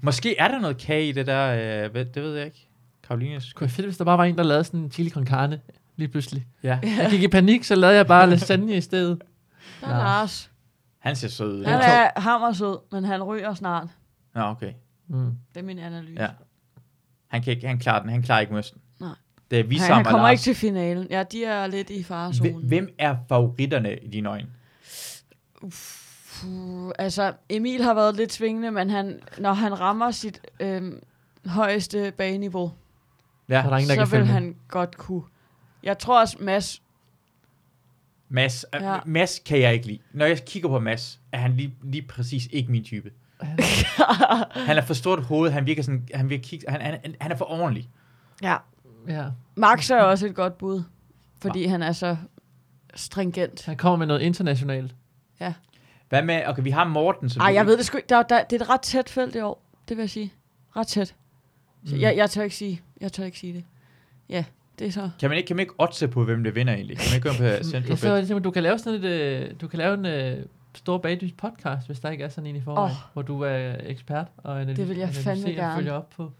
Måske er der noget kage i det der... Øh, ved- det ved jeg ikke. Karolines...
Det kunne være fedt, hvis der bare var en, der lavede sådan en chili con carne lige pludselig.
Ja.
Jeg gik i panik, så lavede jeg bare lasagne i stedet.
Der er Lars.
Han ser sød ud.
Han er hammersød, men han ryger snart.
Nå, okay.
Mm.
Det er min analyse.
Ja. Han, kan ikke, han klarer den. Han klarer ikke møsten.
Nej.
Det er vi
han, han
sammen
kommer ikke til finalen. Ja, de er lidt i farezonen.
Hvem er favoritterne i dine øjne?
Puh, altså, Emil har været lidt svingende, men han, når han rammer sit øhm, højeste baneniveau,
Så er der
Ja,
ingen, der
så
kan følge
vil
med.
han godt kunne. Jeg tror også, Mads...
Mads, øh,
Ja.
Mads kan jeg ikke lide. Når jeg kigger på Mads, er han lige, lige præcis ikke min type. han er for stort hoved, han virker sådan, han virker kig, han, han, han er for ordentlig.
Ja.
Ja.
Max er også et godt bud, fordi han er så stringent.
Han kommer med noget internationalt.
Hvad med, okay, vi har Morten, som
Ej,
du-
jeg ved det sgu ikke. Der, der, det er et ret tæt felt i år, det vil jeg sige. Ret tæt. Så
Mm.
jeg, jeg tør ikke sige, jeg tør ikke sige det. Ja, det er så.
Kan man ikke, kan man ikke oddse på, hvem det vinder egentlig? Kan man ikke gå ind på
Ja,
Central
så er
Bet?
det simpelthen, du kan lave sådan et, øh, du kan lave en øh, stor bagdys podcast, hvis der ikke er sådan en i forvejen,
Åh.
oh. hvor du er ekspert og analy-
Det vil jeg fandme
analyserer og
gerne.
følger op på.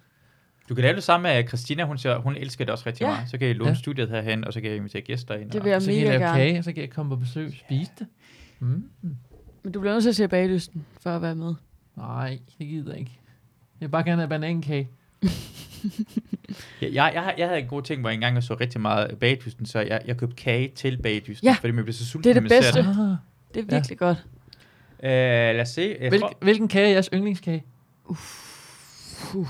Du kan lave det samme med Christina, hun, siger, hun elsker det også rigtig
Ja.
meget. Så kan I låne
Ja.
studiet herhen, og så kan I invitere gæster ind.
Det
og-
vil jeg
så kan jeg
mega
lave
gerne.
kage, og så kan jeg komme på besøg og spise det. Mm.
Men du bliver nødt til at se baglysten for at være med.
Nej, det gider jeg ikke. Jeg vil bare gerne have banankage.
Ja, jeg, jeg, jeg havde en god ting, hvor jeg engang så rigtig meget bagdysten, så jeg, jeg købte kage til bagdysten,
Ja.
fordi man blev så sulten.
Det er det
når man ser
bedste.
den.
Ah.
Det er virkelig ja. godt.
Øh, lad os se. Jeg
Hvilken,
tror,
hvilken kage er jeres yndlingskage?
Puh.
Den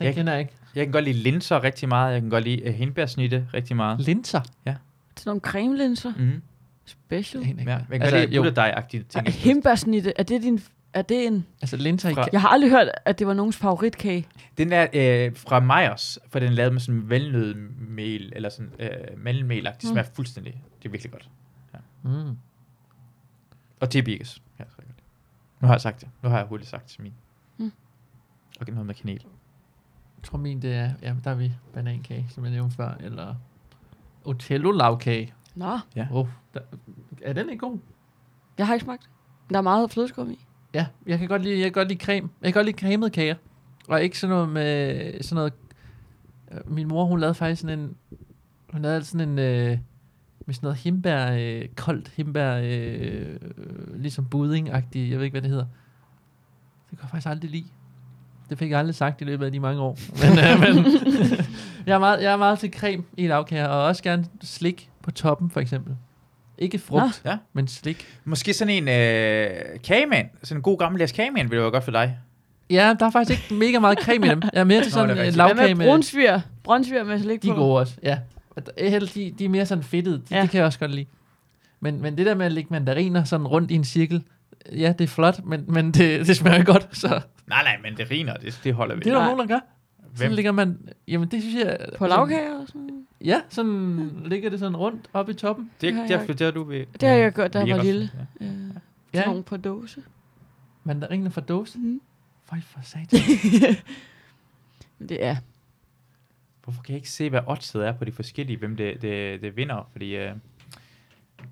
Jeg-
jeg kender jeg ikke.
jeg kan godt lide linser rigtig meget. Jeg kan godt lide øh, hindbærsnitte rigtig meget.
Linser?
Sådan nogle cremelinser.
Mm.
Special.
Jeg aner ikke,
Ja, jeg
hvad-
kan
altså,
godt lide
jo,
butterdej-agtige ting.
Er Himbærsnitte, er det din... Er det en...
altså linser i
Fra-
kage.
Jeg har aldrig hørt, at det var nogens favoritkage.
Den der øh, fra Meyers, for den er lavet med sådan valnødmel, eller sådan øh, mandelmel Det
Mm.
smager fuldstændig. Det er virkelig godt.
Mm.
Og tebirkes. Ja, så er det godt. Nu har jeg sagt det. Nu har jeg hurtigt sagt til min.
Mm.
Okay, noget med kanel.
Jeg tror min, det er, jamen der er vi banankage, som jeg nævnte før, eller Otello-lavkage.
Nå,
Åh, oh, er den ikke god?
jeg har ikke smagt. Der er meget flødeskum i.
Ja, jeg kan godt lide, jeg kan godt lide creme. Jeg kan godt lide cremede kager. Og ikke sådan noget med sådan noget... øh, Min mor, hun lavede faktisk sådan en... Hun lavede sådan en... Øh, med sådan noget himbær... Øh, koldt himbær... Øh, øh, ligesom budding -agtig, Jeg ved ikke, hvad det hedder. Det kan jeg faktisk aldrig lide. Det fik jeg aldrig sagt i løbet af de mange år. Men, øh, men jeg, er meget, jeg er meget til creme i lavkager, og også gerne slik på toppen, for eksempel. Ikke
Ah.
frugt,
Nå. Ja.
men slik.
Måske sådan en øh, kagemand. Sådan en god gammeldags kagemand ville være godt for dig.
Ja, der er faktisk ikke mega meget creme i dem. Jeg er mere til
Nå, det er
sådan en
rigtigt.
Hvad
lavkage
med
med...
brunsviger? Brunsviger med slik
De
på.
er gode også, ja. Og der- eh, helst De, de er mere sådan fedtede. De,
Ja.
ja. Det kan jeg også godt lide. Men, men det der med at lægge mandariner sådan rundt i en cirkel, ja, det er flot, men, men det, det smager ikke godt. Så
Nej, nej, men det riner. Det, det holder vi.
det er der
Nej.
nogen, der gør. Sådan
Hvem?
ligger man... Jamen, det synes jeg...
På lavkager og sådan noget.
Sådan, ja, sådan ligger det sådan rundt oppe i toppen.
Det,
har
det,
jeg
det, det, det, du ved.
Det har jeg gjort, da jeg
Virker
var
også.
lille.
Ja.
Øh,
Ja,
sådan nogle på dåse.
mandariner fra dåse.
Mhm.
Føj for satan.
Men det er...
Hvorfor kan jeg ikke se, hvad oddset er på de forskellige, hvem det, det, det vinder? Fordi øh,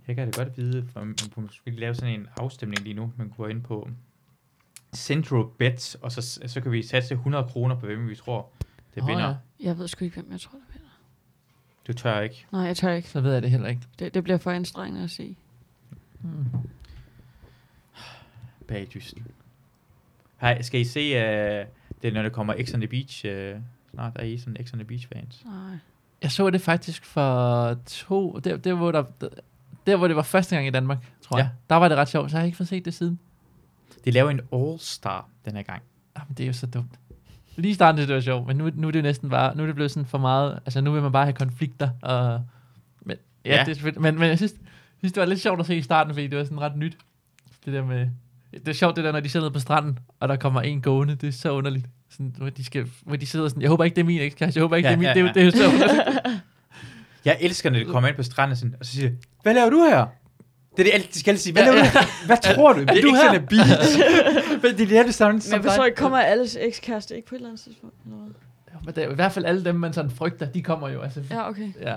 jeg kan da godt vide, for man kunne måske lave sådan en afstemning lige nu. Man kunne gå ind på Central Bets, og så, så kan vi satse 100 kroner på, hvem vi tror, det
Åh,
oh, vinder.
ja.
Ja.
Jeg ved sgu ikke, hvem jeg tror, det er.
Du tør ikke.
Nej, jeg tør ikke.
Så ved jeg det heller ikke.
Det, det bliver for anstrengende at se.
Mm.
Bagdysten. Hej, skal I se, øh, det er, når der kommer X on the Beach øh, snart? Er I sådan X on the Beach fans?
Nej.
Jeg så det faktisk for to... Der, der, hvor der, der, hvor det var første gang i Danmark, tror
Ja.
ja. jeg. Der var det ret sjovt, så har jeg ikke fået set det siden.
De laver en All-Star den her gang.
Jamen, det er jo så dumt. Lige i starten synes jeg, det var sjovt, men nu, nu er det jo næsten bare... Nu er det blevet sådan for meget... Altså, nu vil man bare have konflikter og... Men, ja,
Ja.
ja. Det er selvfølgelig- men, men jeg synes, jeg synes, det var lidt sjovt at se i starten, fordi det var sådan ret nyt. Det der med... Det er sjovt, det der, når de sidder nede på stranden, og der kommer en gående. Det er så underligt. Sådan, hvor, de skal, hvor de sidder sådan, jeg håber ikke, det er min ekskæreste, jeg håber ikke,
Ja,
ja, det er min,
ja,
ja, ja.
ja.
Det, er jo- det er jo så underligt.
Jeg elsker, når de kommer ind på stranden sådan, og så siger de, hvad laver du her? Det er det, alt- de skal altid sige. Hvad laver du her? Hvad tror du? Det er
du
ikke
her?"
sådan en beat. Men de laver det samme
Men
som
jeg forstår
dig.
ikke, kommer alles ekskæreste ikke på et eller andet tidspunkt? Eller hvad?
Jo, Men det er jo i hvert fald alle dem, man sådan frygter, de kommer jo. Altså, ja.
Ja, okay.
ja.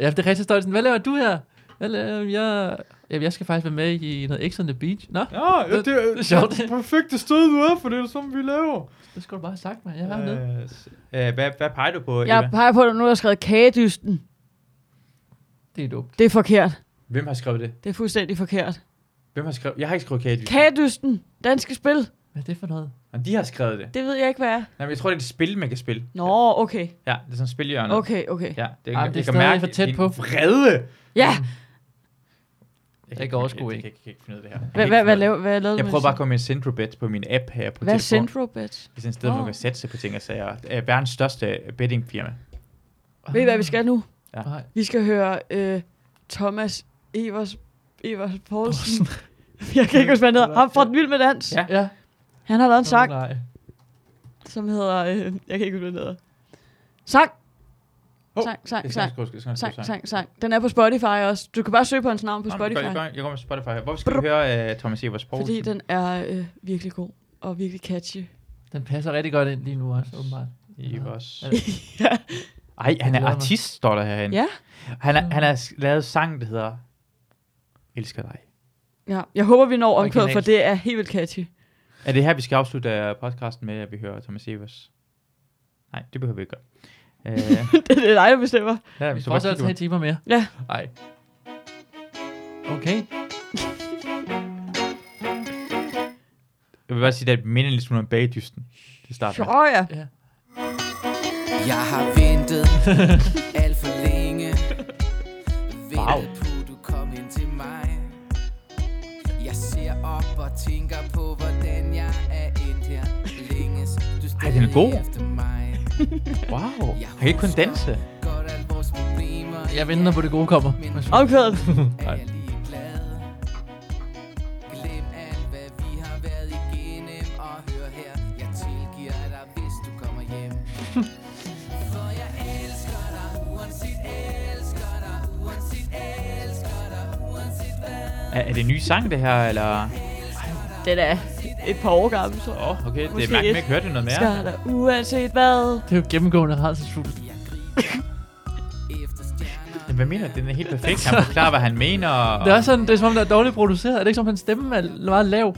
ja det er rigtig stort. Sådan, Hvad laver du her? Hvad laver jeg? Jamen, jeg skal faktisk være med i noget X on the Beach. Nå,
Ja, ja, det, er,
Det er sjovt.
det er perfekt, det stod du er, for det er sådan, vi laver.
det skulle du bare have sagt, mig. Jeg var med.
Øh, s- øh, hvad, hvad peger du på,
Jeg
Eva?
peger på, at der nu er skrevet kagedysten.
Det er dumt.
Det er forkert.
Hvem har skrevet det?
Det er fuldstændig forkert.
Hvem har skrevet? Jeg har ikke skrevet Katy.
Kagedysten. Danske spil.
Hvad er det for noget?
Men de har skrevet det.
Det ved jeg ikke, hvad er.
Nej, men jeg tror, det er et spil, man kan spille.
Nå, okay.
Ja, det er sådan et spilhjørne.
Okay, okay.
Ja, det,
Ej,
jeg
men det er
kan
stadig
mærke,
for tæt
det er
på.
en Vrede.
Ja,
Jeg,
kan overskue
jeg,
ikke.
jeg, jeg kan ikke finde ud af det her. Jeg kan
hvad,
ikke
hvad,
finde ud af
hvad,
det.
laver, hvad lavede du
Jeg
med
prøver
det?
bare at komme med centrobet på min app her på
Hvad er
telefonen.
Centrobet?
Det er sådan et sted, hvor man kan satse på ting og sager. Øh, verdens største bettingfirma. Ah.
Ved I, hvad vi skal nu?
Ja.
Nej.
Vi skal høre øh, Thomas Evers, Evers Poulsen. jeg kan ikke huske, hvad han hedder. Ham fra Den Vild Med Dans.
Ja.
Ja.
Han har lavet en sang,
Nej.
som hedder... Øh, jeg kan ikke huske, hvad den hedder. Sang!
Hov,
Sang, sang,
Jeg
sang.
skal skrive- jeg skal skrive
Sang, sang, sang. Den er på Spotify også. Du kan bare søge på hans navn på
Nå, men
Spotify.
Jeg går, jeg går med Spotify her. Hvorfor skal vi høre uh, Thomas Evers øh, Poulsen?
Fordi den er øh, virkelig god og virkelig catchy.
Den passer rigtig godt ind lige nu også, åbenbart.
I også.
ja.
Ej, han
glæder
er
mig.
artist, står der herinde.
ja. Mm.
Han, er, han har s- lavet sang, der hedder Elsker dig.
ja. Jeg håber, vi når omkvædet,
Originalt.
for det er helt vildt catchy.
Er det her, vi skal afslutte øh, podcasten med, at vi hører Thomas Evers? Nej, det behøver vi ikke gøre. Øh,
det er dig, der bestemmer.
ja,
Vi
så
får også altså
bare
tre
kigger.
timer mere.
Ja.
Nej. Okay.
Jeg vil bare sige, at det minder lidt smule om bagdysten. Det starter. med.
Så ja.
Jeg har ventet alt for længe
Wow.
Ventet på du kom ind til mig Jeg ser op og tænker på hvordan jeg er endt her Længes du
Ej, den er god.
stadig efter mig
Wow, han kan ikke kun danse.
Godt at vores problemer
Jeg venter på, det gode kommer.
Omkvædet.
er jeg lige glad Glem alt hvad vi har været igennem Og hør her, jeg tilgiver dig hvis du kommer hjem For jeg elsker dig, uanset elsker dig Uanset elsker dig, uanset hvad
Er, er det en ny sang, det her, eller?
Den er et par år gammel, så.
Åh, oh, okay, det er
Måske
man kan
et.
ikke høre det noget mere.
Skal der uanset hvad.
Det er jo gennemgående rædselsfuldt.
Jeg griber efter stjerner
Jamen, Hvad mener du? Den er helt perfekt. Han forklarer, hvad han mener. og-
Det er også sådan, det er som om, der er dårligt produceret. Er det ikke som, om, hans stemme er meget lav?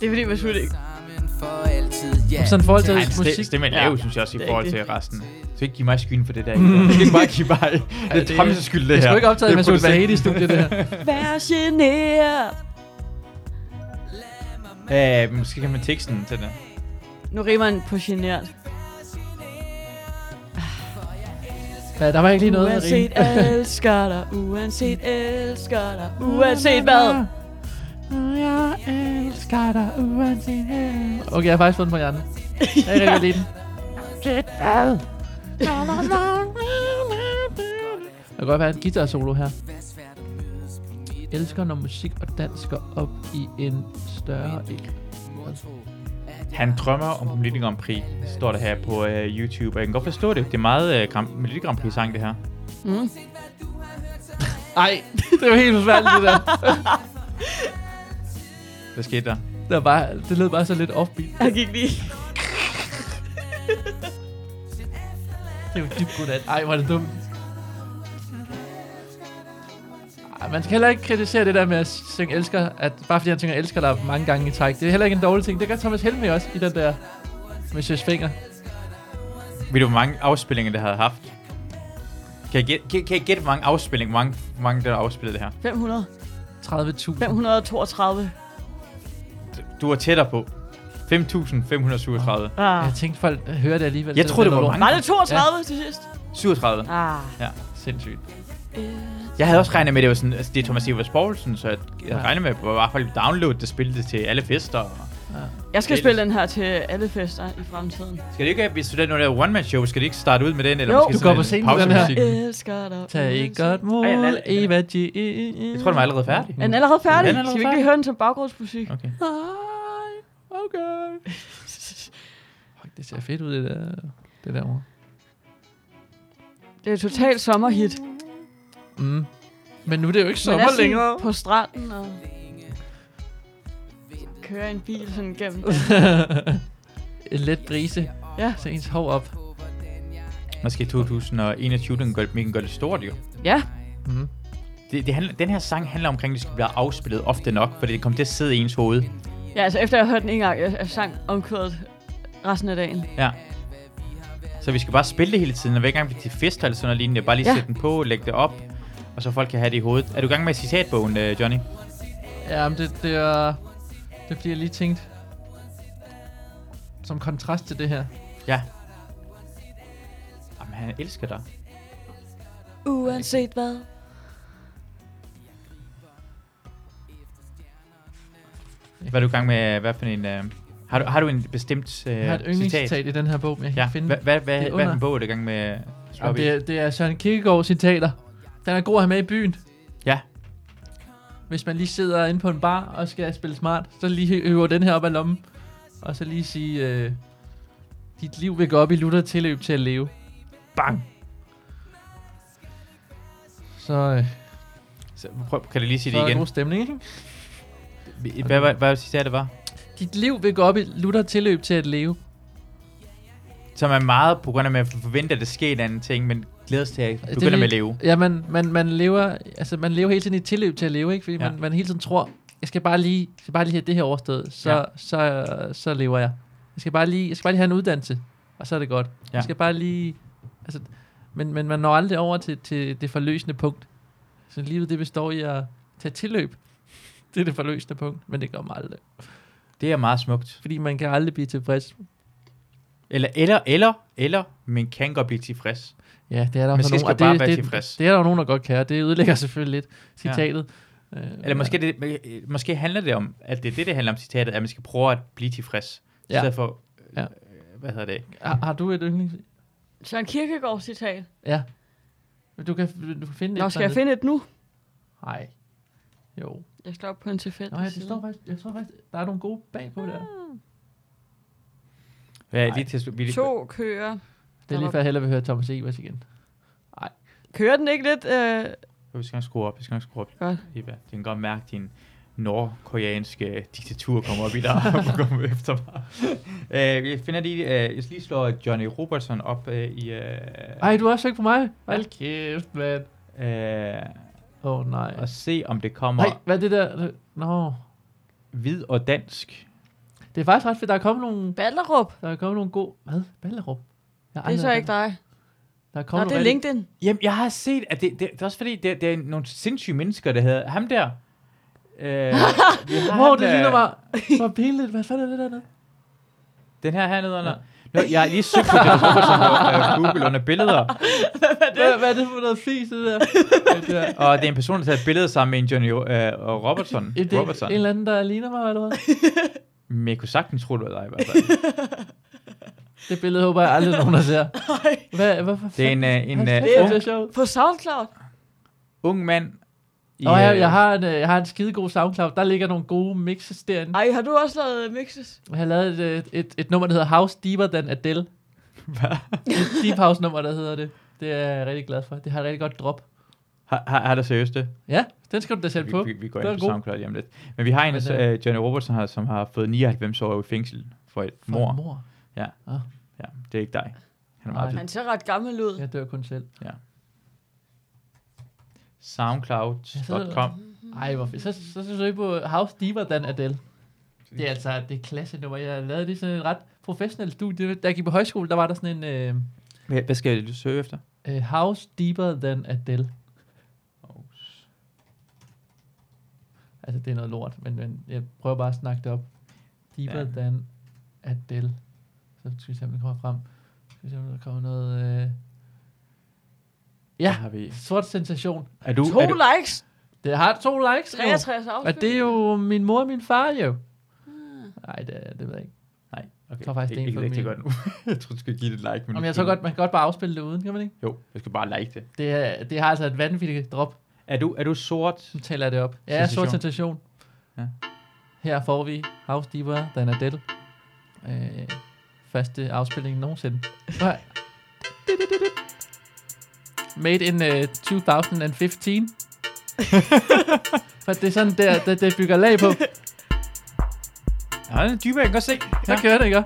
Det er fordi, man skulle ikke.
Sammen for altid, ja
Sådan i forhold til
Ej, hans
musik.
musik. stemme er
Ja.
lav, ja, synes jeg også, i
Det er
forhold til
rigtigt.
resten. Så ikke give mig skylden for det der. Det kan bare give mig. Det er Thomas' skyld, det
Det
her.
er sgu Mm. ikke optaget
Det er
med Sult
producenten.
Vahedi i studiet, det her.
Vær generet.
Øh, måske kan man teksten til den.
Nu rimer han på generet.
Ja, der var ikke lige noget at
Uanset
rime.
elsker dig, uanset elsker dig, uanset hvad.
Jeg elsker dig, uanset hvad. Okay, jeg har faktisk fundet på hjernen. Jeg kan rigtig godt lide den. Jeg kan godt være en guitar solo her. Elsker, når musik og dans går op i en større en.
Han drømmer om Melodi Grand Prix, står der her på øh, YouTube. Og jeg kan godt forstå det. Det er meget øh, Grand, Melodi Grand Prix-sang, det her.
Ej, det var helt forfærdeligt, det der.
Hvad skete der?
Det, var bare, det lød bare så lidt offbeat.
Jeg gik lige.
Det er jo dybt godnat. Ej, hvor er det dumt. Ej, man skal heller ikke kritisere det der med at synge elsker, at bare fordi han synger elsker der mange gange i træk. Det er heller ikke en dårlig ting. Det gør Thomas Helme også i den der med Sjøs Finger.
Ved du, hvor mange afspillinger det havde haft? Kan jeg gætte, kan, kan jeg gætte hvor mange afspillinger, hvor mange, hvor mange der har afspillet det her?
500.
30.000.
532.
Du var tættere på. 5.537.
Ah.
Jeg tænkte, folk øh, hører det alligevel.
Jeg
så
tror, det
er
var
lort.
mange.
Var det 32 ja. til sidst?
37.
Ah.
Sindssygt.
Eh,
Jeg havde også regnet med, at det var sådan, altså, det er Thomas Evers Poulsen, så jeg, jeg havde regnet med, at det var i hvert fald download, der spillede det til alle fester. og-
Jeg skal
Det er
spille den her til alle fester i fremtiden.
Skal det ikke, hvis du er noget der one-man-show, skal det ikke starte ud med den? Eller
Jo.
måske
Du
sådan
går på
en
scenen med den her.
pausemusik?
Elsker dig.
Tag i godt mod,
Ej, jeg lader-
Eva G.
Jeg tror, den var allerede færdig.
Er den allerede færdig?
Er den allerede
Skal vi ikke
færdig?
lige høre den som baggrundsmusik?
Okay.
Ej, okay. Fuck, det ser fedt ud, det der, det der ord.
Det er et totalt sommerhit.
Mm. Men nu er det jo ikke
Man er
sommer
sådan
længere.
på stranden og kører en bil sådan gennem.
en let brise,
Ja,
så Altså, ens hår op.
Måske i 2021, den gør, den gør det stort jo.
ja.
Mhm.
Mm.
Det, det handler, den her sang handler omkring, at det skal blive afspillet ofte nok, for det kommer til at sidde i ens hoved.
ja altså efter jeg hørte den en gang, jeg, jeg sang omkøret resten af dagen.
Ja. Så vi skal bare spille det hele tiden, og hver gang vi er til fester eller sådan noget lignende, bare lige
Ja.
sætte den på, lægge det op, og så folk kan have det i hovedet. Er du i gang med citatbogen, øh, Johnny?
Ja, men det, det er... Det bliver lige tænkt. Som kontrast til det her.
Ja. Jamen, han elsker dig.
Uanset hvad.
Hvad er du i gang med? Hvad for en... Øh, har, du, har du en bestemt øh,
Jeg har et yndlingscitat
citat?
i den her bog, men jeg kan
Ja,
ikke finde
hvad, hvad, hvad,
Det er
hvad er
under.
den bog, du er i gang med øh, at slå
Jamen,
op i?
det, er, det er Søren Kierkegaard citater. Den er god at have med i byen.
Ja.
Hvis man lige sidder inde på en bar og skal spille smart, så lige øver den her op af lommen. Og så lige sige, øh, dit liv vil gå op i lutter tilløb til at leve. Bang! Så, øh,
Så prøv, kan du lige sige
så er
det
der
igen?
god stemning, ikke?
Hvad, hvad, hvad, hvad citatet var?
Dit liv vil gå op i lutter tilløb til at leve.
som er meget på grund af, at man forventer, at der sker en anden ting, men glæder sig til at
Altså,
begynde med at leve.
Ja, man, man, man, lever, altså, man lever hele tiden i et tilløb til at leve, ikke? fordi
Ja.
ja. man, man hele tiden tror, jeg skal bare lige, jeg skal bare lige have det her overstået, så,
Ja.
ja. så, så, så lever jeg. Jeg skal, bare lige, jeg skal bare lige have en uddannelse, og så er det godt.
Ja.
Ja. Jeg skal bare lige... Altså, men, men man når aldrig over til, til det forløsende punkt. Så livet det består i at tage tilløb. Det er det forløsende punkt, men det gør man aldrig.
Det er meget smukt.
Fordi man kan aldrig blive tilfreds.
Eller, eller, eller, eller, men kan godt blive tilfreds.
Ja, det er der
Man
for nogen,
skal sgu
og
bare
det,
være
det,
tilfreds.
Det, er der jo nogen, der godt kan, og det ødelægger selvfølgelig lidt citatet. Ja. Øh,
Eller måske, det, øh, måske handler det om, at det er det, det handler om citatet, at man skal prøve at blive tilfreds. Ja. I
Ja.
stedet for, ja.
Ja.
hvad hedder det?
Har, har du et yndlings...
Søren Kierkegaard citat.
Ja. Du kan, du kan finde
Nå,
et.
skal jeg finde et nu?
Nej. Jo.
Jeg står på en tilfældig
Nå, ja, det
side.
står faktisk, jeg tror faktisk, der er nogle gode bagpå der.
Hvad er
Nej.
lige til at slu- vi er lige-
To kører.
Det er lige før, jeg hellere vil høre Thomas Evers igen.
Kører den ikke lidt? Øh,
Vi skal nok skrue op, vi skal nok skrue op.
Godt.
Eva, det kan godt mærke, at din nordkoreanske diktatur kommer op i dig og kommer efter mig. Øh, vi finder lige, øh, jeg skal lige slå Johnny Robertson op øh, i... Øh,
Ej, du har også søgt på mig. Hold kæft, mand.
øh,
Åh, oh, nej.
og se, om det kommer
Nej,
Nej.
hvad er det der? Nå.
hvid og dansk.
Det er faktisk ret fedt. Der er kommet nogle,
Ballerup.
der er kommet nogle gode... Hvad? Ballerup? Jeg har
Det er
aldrig
så
hørt
ikke
om-
dig.
Der er
Nå,
kommet
det er
nogle-
LinkedIn.
Jamen, jeg har set, at det, det, det er også fordi, det, det er nogle sindssyge mennesker, der hedder ham der. Øh, vi har
Hvor
ham,
det
øh,
ligner mig. Hvor pinligt. Hvad fanden er det dernede?
Den her hernede under. Nå, jeg har lige søgt på Johnny Robertson på øh, Google under billeder.
Hvad, hvad er det for noget fis, det der? det der.
Og det er en person, der tager et billede sammen med en Johnny øh, og Robertson.
Er det
Robertson.
en eller anden, der ligner mig, eller hvad?
Men jeg kunne sagtens tro, det var dig i hvert fald.
Det billede håber jeg aldrig, nogen der ser. Hvad, hvorfor
Det er
fanden-
en, øh, en
Hvad
øh,
fanden er
ung,
det sjovt?
På SoundCloud.
ung mand. i,
Åh, jeg,
øh,
jeg, har en, øh, jeg har en skidegod SoundCloud. Der ligger nogle gode mixes derinde.
Ej, har du også lavet øh, mixes?
Jeg har lavet et, øh, et, et nummer, der hedder House Deeper Than Adele. Et Deep House nummer, der hedder det. Det er jeg rigtig glad for. Det har et rigtig godt drop.
Har, har, har du seriøst det?
Ja, den skal du da sætte
Vi,
på.
vi, vi går
Den
ind
er
på
god.
SoundCloud hjem lidt. Men vi har en,
Men,
øh, Johnny Robertson, her, som har fået 99 år i fængsel for et
For
mor.
mor.
Ja, det er ikke dig. Han er
Nej.
meget
Han ser ret gammel ud.
Jeg dør kun selv.
Soundcloud.com
Ej, hvorfor? Så, så, så søg på House Deeper Than Adele. Det er altså det er klasse nummer. Jeg lavede det i sådan et ret professionelt studie. Da jeg gik på højskole, der var der sådan en øh,
Hvad hvad skal du søge efter?
øh, House Deeper Than Adele. Altså, det er noget lort, men, men jeg prøver bare at snakke det op. Deeper
Ja.
ja. than Adele. Så skal vi se, om det kommer frem. Skal vi se, om der kommer noget... Øh...
Der
Ja,
Har vi.
sort sensation.
Er du,
To
er du,
likes.
Det har to likes nu.
63
Og
afspil.
det er jo min mor og min far, jo. Nej, det, det ved jeg ikke.
Nej, okay.
Jeg tror faktisk, det er en
ikke,
for
ikke,
min.
godt nu. jeg tror, du skal give det et like. Men
Jamen, jeg tror godt, man kan godt bare afspille det uden, kan man ikke?
Jo, jeg skal bare like det.
Det, er, det har altså et vanvittigt drop.
Er du, er du sort?
Nu taler jeg det op. Ja,
Sensation.
sort sensation.
Ja.
Her får vi House Deeper, Dan Adele. Øh, første afspilning nogensinde. Prøv her. Made in uh, 2015. For det er sådan der, det, det bygger lag på.
Ja, den er dybere, jeg kan godt se.
Så kører det, ikke?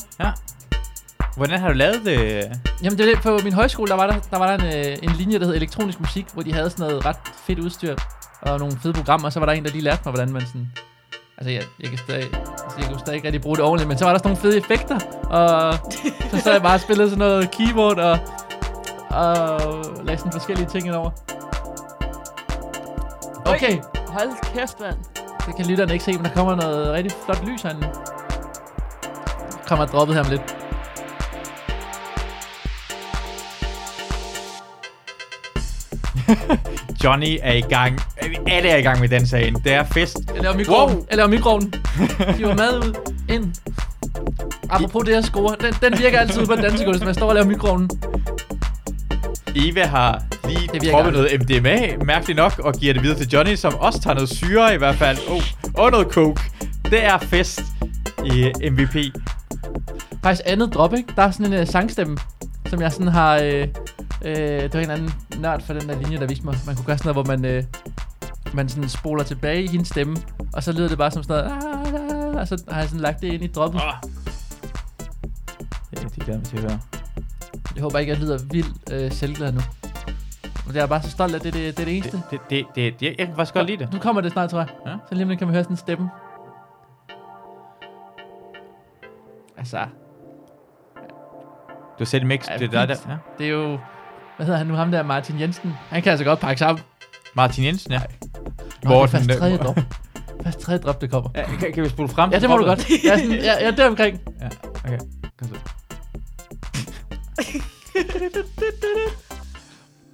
Hvordan har du lavet det? øh,
Jamen det er det, på min højskole, der var der, der, var der en, øh, en linje, der hed elektronisk musik, hvor de havde sådan noget ret fedt udstyr og nogle fede programmer, og så var der en, der lige lærte mig, hvordan man sådan... Altså, jeg, jeg, kan stadig, altså, jeg kunne stadig ikke rigtig bruge det ordentligt, men så var der sådan nogle fede effekter, og så sad jeg bare og spillede sådan noget keyboard og, og lagde sådan forskellige ting indover. Okay,
Hold kæft, mand.
det kan lytterne ikke se, men der kommer noget rigtig flot lys herinde. Kommer droppet her om lidt.
Johnny er i gang. Øh, Alle er i gang med den sagen. Det er fest.
Jeg laver mikroovnen.
Wow.
Wow. Jeg laver mikroovnen. Hiver mad ud. Ind. Apropos det her score. Den, den virker altid ude på den dansegulv, når jeg står og laver mikroovnen.
Eva har
Det
lige
virker
proppet noget MDMA, mærkeligt nok, og giver det videre til Johnny, som også tager noget syre i hvert fald. Oh, og noget coke. Det er fest i øh, MVP.
Faktisk andet drop, ikke? Der er sådan en uh, sangstemme, som jeg sådan har... Øh, øh, det var en anden nørd for den der linje, der viste mig. Man kunne gøre sådan noget, hvor man... Øh, man sådan spoler tilbage i hendes stemme, og så lyder det bare som sådan "Ah", noget, og så har jeg sådan lagt det ind i droppet.
Ja, det glæder jeg mig til at høre.
Jeg håber ikke, jeg lyder vildt øh, selvglad nu. Men jeg er bare så stolt af, at det, det, det er det
Det,
eneste.
det, det, det, jeg, jeg kan faktisk godt lide det.
Nu kommer det snart, tror jeg.
Ja.
Så lige om lidt kan man høre sådan en stemme. Altså,
Du har set mix,
Ja,
det der,
vildt.
der. Ja.
det er jo... Hvad hedder han nu? Ham der, Martin Jensen. Han kan altså godt pakke sammen.
Martin Jensen, ja.
Nå, det er
Morten,
først
der-
tredje drop. Først tredje drop, det kommer.
ja kan, kan vi spole frem?
Ja, det må du godt. Jeg er, sådan, jeg, jeg er der omkring.
Ja, okay. Kom så.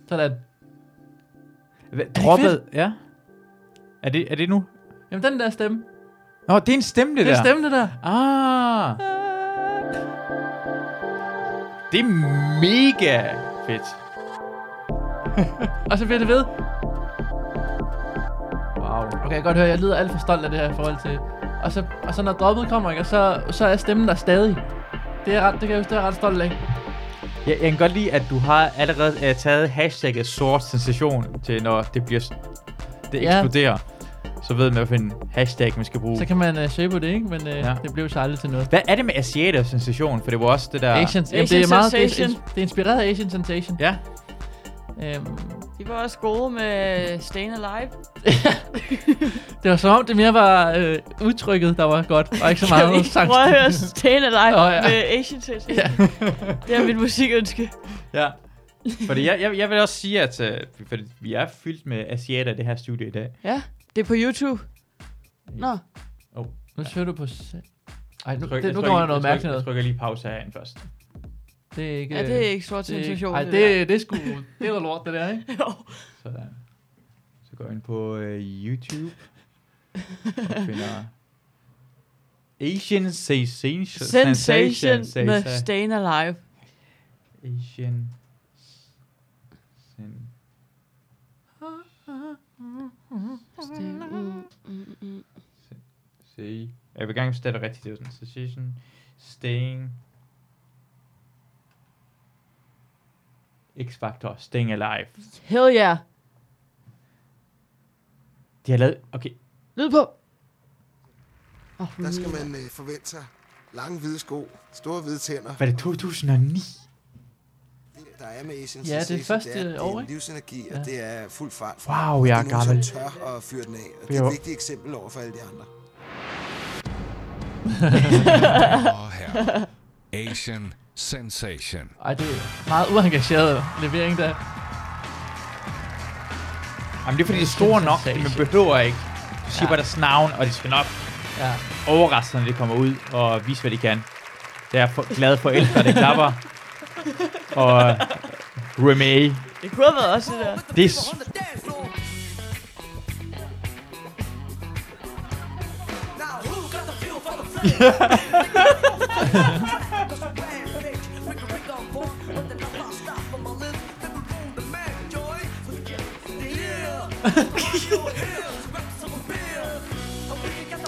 Sådan.
Hvad,
ikke
droppet, ja. Er det, er det nu?
Jamen, den der stemme.
Nå, det er en stemme, det,
Det
der.
er stemme, det der.
Ah. Det er mega fedt.
Og så bliver det ved.
Wow.
Okay, jeg kan godt høre, jeg lyder alt for stolt af det her i forhold til... Og så, og så når droppet kommer, ikke, og så, så er stemmen der stadig. Det, er ret, det kan jeg huske, det er jeg ret stolt af.
Jeg, jeg kan godt lide, at du har allerede uh, taget hashtagget sort sensation til, når det bliver s- det
Ja.
eksploderer. Så ved man, hvilken hashtag man skal bruge.
Så kan man uh, shape på det, ikke? Men uh, ja.
Ja.
det blev så aldrig til noget.
Hvad er det med asiater sensation? For det var også det der...
Ja. Asians. Jamen,
Asian
det er meget... Det er,
Sensation.
ins- det er inspireret af Asian Sensation.
Ja.
Øhm,
De var også gode med Stayin' Alive.
det var som om, det mere var øh, udtrykket, der var godt, og ikke så
Kan vi
meget
ikke prøve at høre Stayin' Alive
Nå, ja.
med Asian Sensation? Ja. det er mit musikønske.
Ja. Fordi jeg, jeg, jeg vil også sige, at uh, fordi vi er fyldt med asiater i det her studie i dag.
Ja, det er på YouTube. Nå,
Nu søger du på... se- Ej, nu,
Tryk-
det, nu
trykker-
kommer der noget
trykker-
mærkeligt
Jeg
noget.
trykker lige pause herinde først.
Det er ikke...
ja, det er ikke stor sensation.
Ej, det, det er sgu... Det er da lort, det der, ikke?
der. Jo.
Sådan. Så går jeg ind på øh, YouTube og finder Asian Sensation.
Sensation med
sensa-
Stayin' Alive.
Asian sen- se. Jeg vil gerne bestille det rigtigt. Det er sådan Sensation. Staying. X-Factor. Staying Alive.
Hell yeah.
De har lavet... Okay.
Lyd på. Oh,
Der skal man øh, forvente sig lange hvide sko, store hvide tænder.
Var det 2009?
Det, Der er med Asian
Ja, det er
Sensation,
første
det er,
år,
det er en
ikke?
livsenergi,
Ja.
og det er fuld fart frem.
Wow, jeg
Der
er
er nogen,
gammel.
som tør at fyre den af, og det
Det
er
var-
et vigtigt eksempel over for alle de andre.
Åh, herre. Asian Sensation.
Ej, det er meget uengageret levering der.
Jamen det er fordi, det er store nok,
Sensation.
men man behøver ikke. Du siger
Ja.
bare deres navn, og de skal nok
Ja.
overraske, sig, når de kommer ud og vise, hvad de kan. Der er for, glade forældre, der klapper. Og øh, Remy.
Det kunne have været også det der.
Det er s-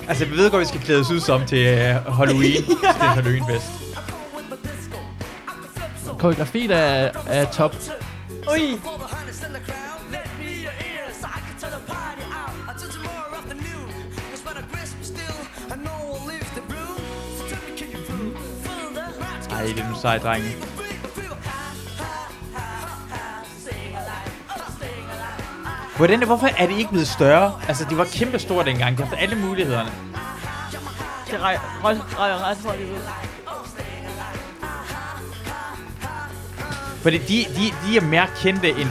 altså, vi ved godt, vi skal klædes ud som til øh, Halloween. til den Halloweenfest.
Koreografi, der er, er top.
Ui.
Ej, det er nu sej, drenge. Hvordan, hvorfor er det ikke blevet større? Altså, de var kæmpe store dengang. De havde alle mulighederne.
Det rej- røg- røg ret hurtigt ud.
Fordi de, de, de er mere kendte, end,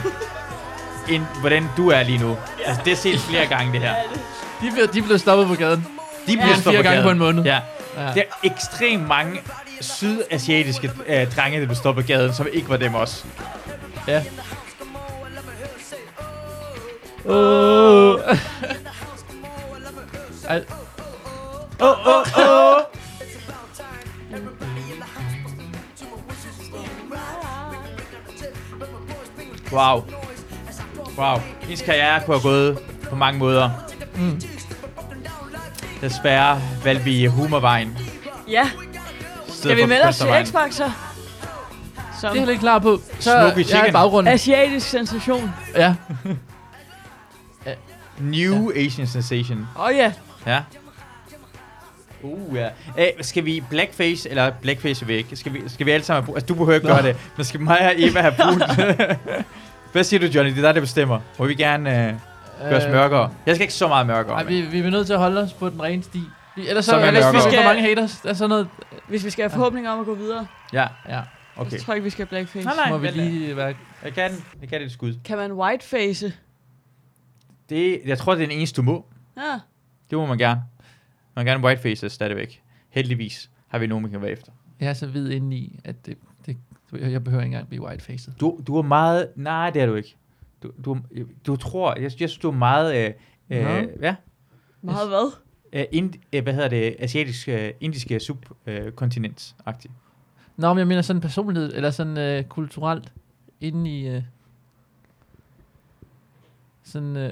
end hvordan du er lige nu. Altså, det er set flere gange, det her.
De blev, de blev stoppet på gaden.
De bliver stoppet
fire gange
gaden.
på en måned.
Ja.
Ja.
Der er ekstremt mange sydasiatiske øh, drenge, der blev stoppet på gaden, som ikke var dem også.
Ja. Oh. Ej,
Åh, åh, åh! Wow. Wow. Hendes karriere kunne have gået på mange måder. Mm. Desværre valgte vi humorvejen.
Ja, skal vi melde os til
Kunstnervejen.
X-Factor? Som
det er jeg heller ikke klar på. Så
Smoky
jeg er
chicken.
i baggrunden.
asiatisk sensation.
Ja.
New Asian Sensation.
Åh oh, ja,
Ja. Uh, ja. Æ, skal vi blackface, eller blackface er væk? Skal vi, skal vi alle sammen have brun? Altså, du behøver ikke gøre det, men skal mig og Eva have brun? Hvad siger du, Johnny? Det er dig, der bestemmer. Må vi gerne øh, gøre os mørkere? Jeg skal ikke så meget mørkere.
Nej,
men-
vi, vi er nødt til at holde os på den rene sti. Vi, ellers så,
Som er
ellers vi
mørkere.
skal... for mange haters. Der er sådan noget...
Hvis vi skal have forhåbninger om at gå videre,
Ja,
Ja,
okay.
så tror jeg ikke, vi skal have blackface.
Nej,
så må vi
vel,
lige være...
Jeg kan den. Jeg kan det et skud.
Kan man whiteface?
Det, jeg tror, det er den eneste, du må.
Ja.
Det må man gerne. Man kan gerne whiteface stadigvæk. Heldigvis har vi nogen, vi kan være efter.
Jeg er så hvid indeni, at det, det, jeg jeg behøver ikke engang blive white-faced.
Du, du er meget... Nej, det er du ikke. Du, du, du tror... Jeg, jeg synes, du er meget... Øh, øh,
Nå.
ja.
Meget hvad?
Øh, ind, øh, hvad hedder det? Asiatisk, øh, indiske subkontinent øh, agtigt
Nå, men jeg mener sådan personlighed, eller sådan øh, kulturelt, inden i... Øh, sådan... Øh,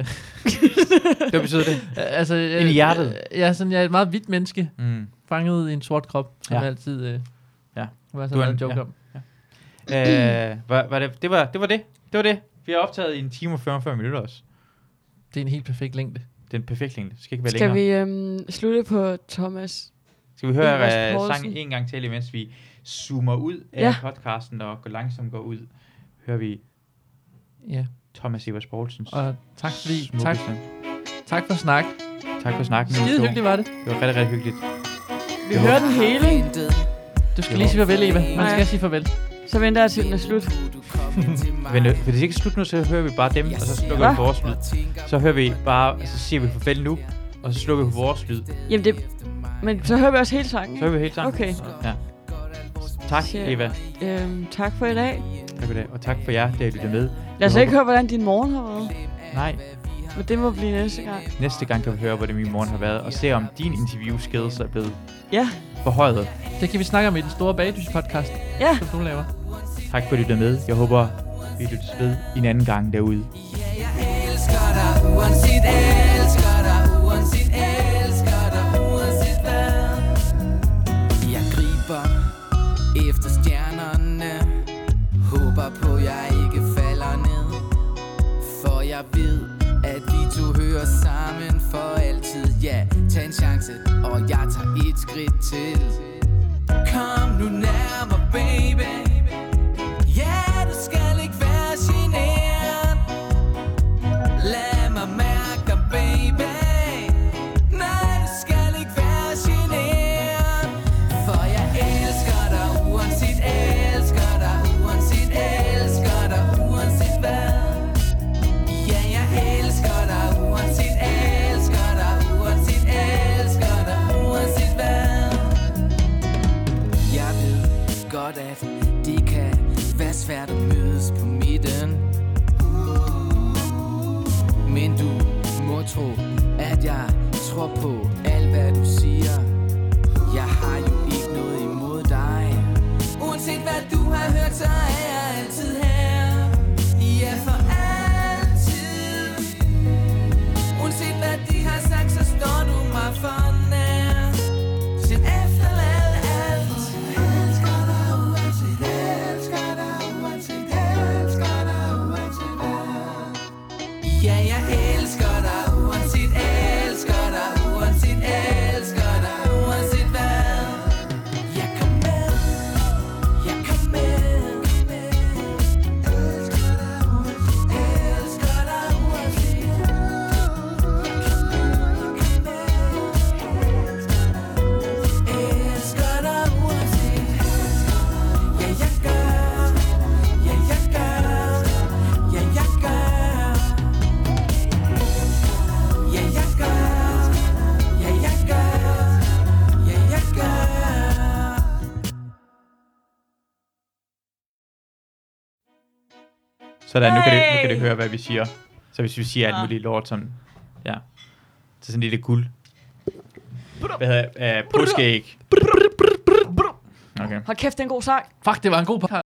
Det betyder det.
altså, øh,
Ind i hjertet.
Øh, ja, sådan, jeg er et meget hvidt menneske,
Mm.
fanget i en sort krop, som
Ja.
ja. jeg altid... Øh,
Ja.
Var
Du
sådan
er
meget
en-
joke
ja.
ja. om.
Øh, var, var det, det, var, det var det. Det var det. Vi har optaget i en time og 45 minutter også.
Det er en helt perfekt længde.
Det er en perfekt længde. Det skal ikke være
Skal
længere.
vi øhm, slutte på Thomas?
Skal vi
Ulrik
høre uh,
Poulsen.
sangen en gang til, imens vi zoomer ud af ja.
Ja.
podcasten og går langsomt går ud? Hører vi
Ja,
Thomas Evers Poulsens
og tak, fordi,
smukke
tak,
sang.
tak for snak.
tak for snakken.
Skide
Jon.
hyggeligt var det.
Det var rigtig, rigtig hyggeligt.
Vi hører den hele, ikke?
Du skal lige sige farvel, Eva. Man
Nej.
skal sige farvel.
Så venter jeg til den er slut.
Men øh, hvis det ikke er slut nu, så hører vi bare dem, og så slukker vi
Hvad?
vores lyd. Så hører vi bare, så siger vi farvel nu, og så slukker vi vores lyd.
Jamen det... Men så hører vi også hele sangen.
Så hører vi helt sammen.
Okay.
Ja. Tak,
Shit.
Eva.
Øhm, tak for i dag.
Tak for det. Og tak for jer, der lyttede med.
Lad os
Jeg
ikke høre, hvordan din morgen har været.
håber- Nej,
Men det må blive næste gang.
næste gang kan vi høre, hvordan min morgen har været, og se om din interviewskædelse er blevet
Ja.
forhøjet.
Det kan vi snakke om i den store bagdys-podcast,
Ja.
som du laver.
Tak for at I lyttede med. Jeg håber, vi lyttes ved en anden gang derude.
elsker dig, uanset elsker dig, uanset elsker dig, uanset hvad. Jeg griber efter stjernerne, håber på jeg ikke falder ned. For jeg ved, at vi to hører sammen for altid, ja. Tag en chance, og jeg tager et skridt til. Kom nu nærmere, baby. Ja, du skal ikke være generet. Lad mig mærke dig, baby Nej, du skal ikke være generet For jeg elsker dig, uanset elsker dig Uanset elsker dig, uanset hvad Ja, jeg elsker dig, uanset elsker dig Uanset elsker dig, uanset hvad jeg ved godt, at det kan være svært at mødes på midten men du må tro, at jeg tror på alt, hvad du siger. Jeg har jo ikke noget imod dig. Uanset hvad du har hørt, så er jeg altid her. Ja, for altid. Uanset hvad de har sagt, så står du mig for nær. Sen efterlad alt. Elsker dig, uanset elsker dig, uanset elsker dig, uanset hvad. Ja, jeg elsker dig, uanset elsker dig, uanset elsker dig, uanset hvad. Jeg kom med, jeg kom med. Elsker dig, uanset elsker dig, uanset Elsker dig, uanset Ja, jeg gør, ja, jeg gør, ja, jeg gør. Ja, jeg gør. Ja, jeg gør. Ja, jeg gør.
Sådan, nu kan, det, nu kan det høre, hvad vi siger. Så hvis vi siger alt muligt lort, sådan, ja. Så sådan en lille guld. Hvad hedder øh, Påskeæg. Okay.
Hold kæft, det er en god sang.
Fuck, det var en god podcast.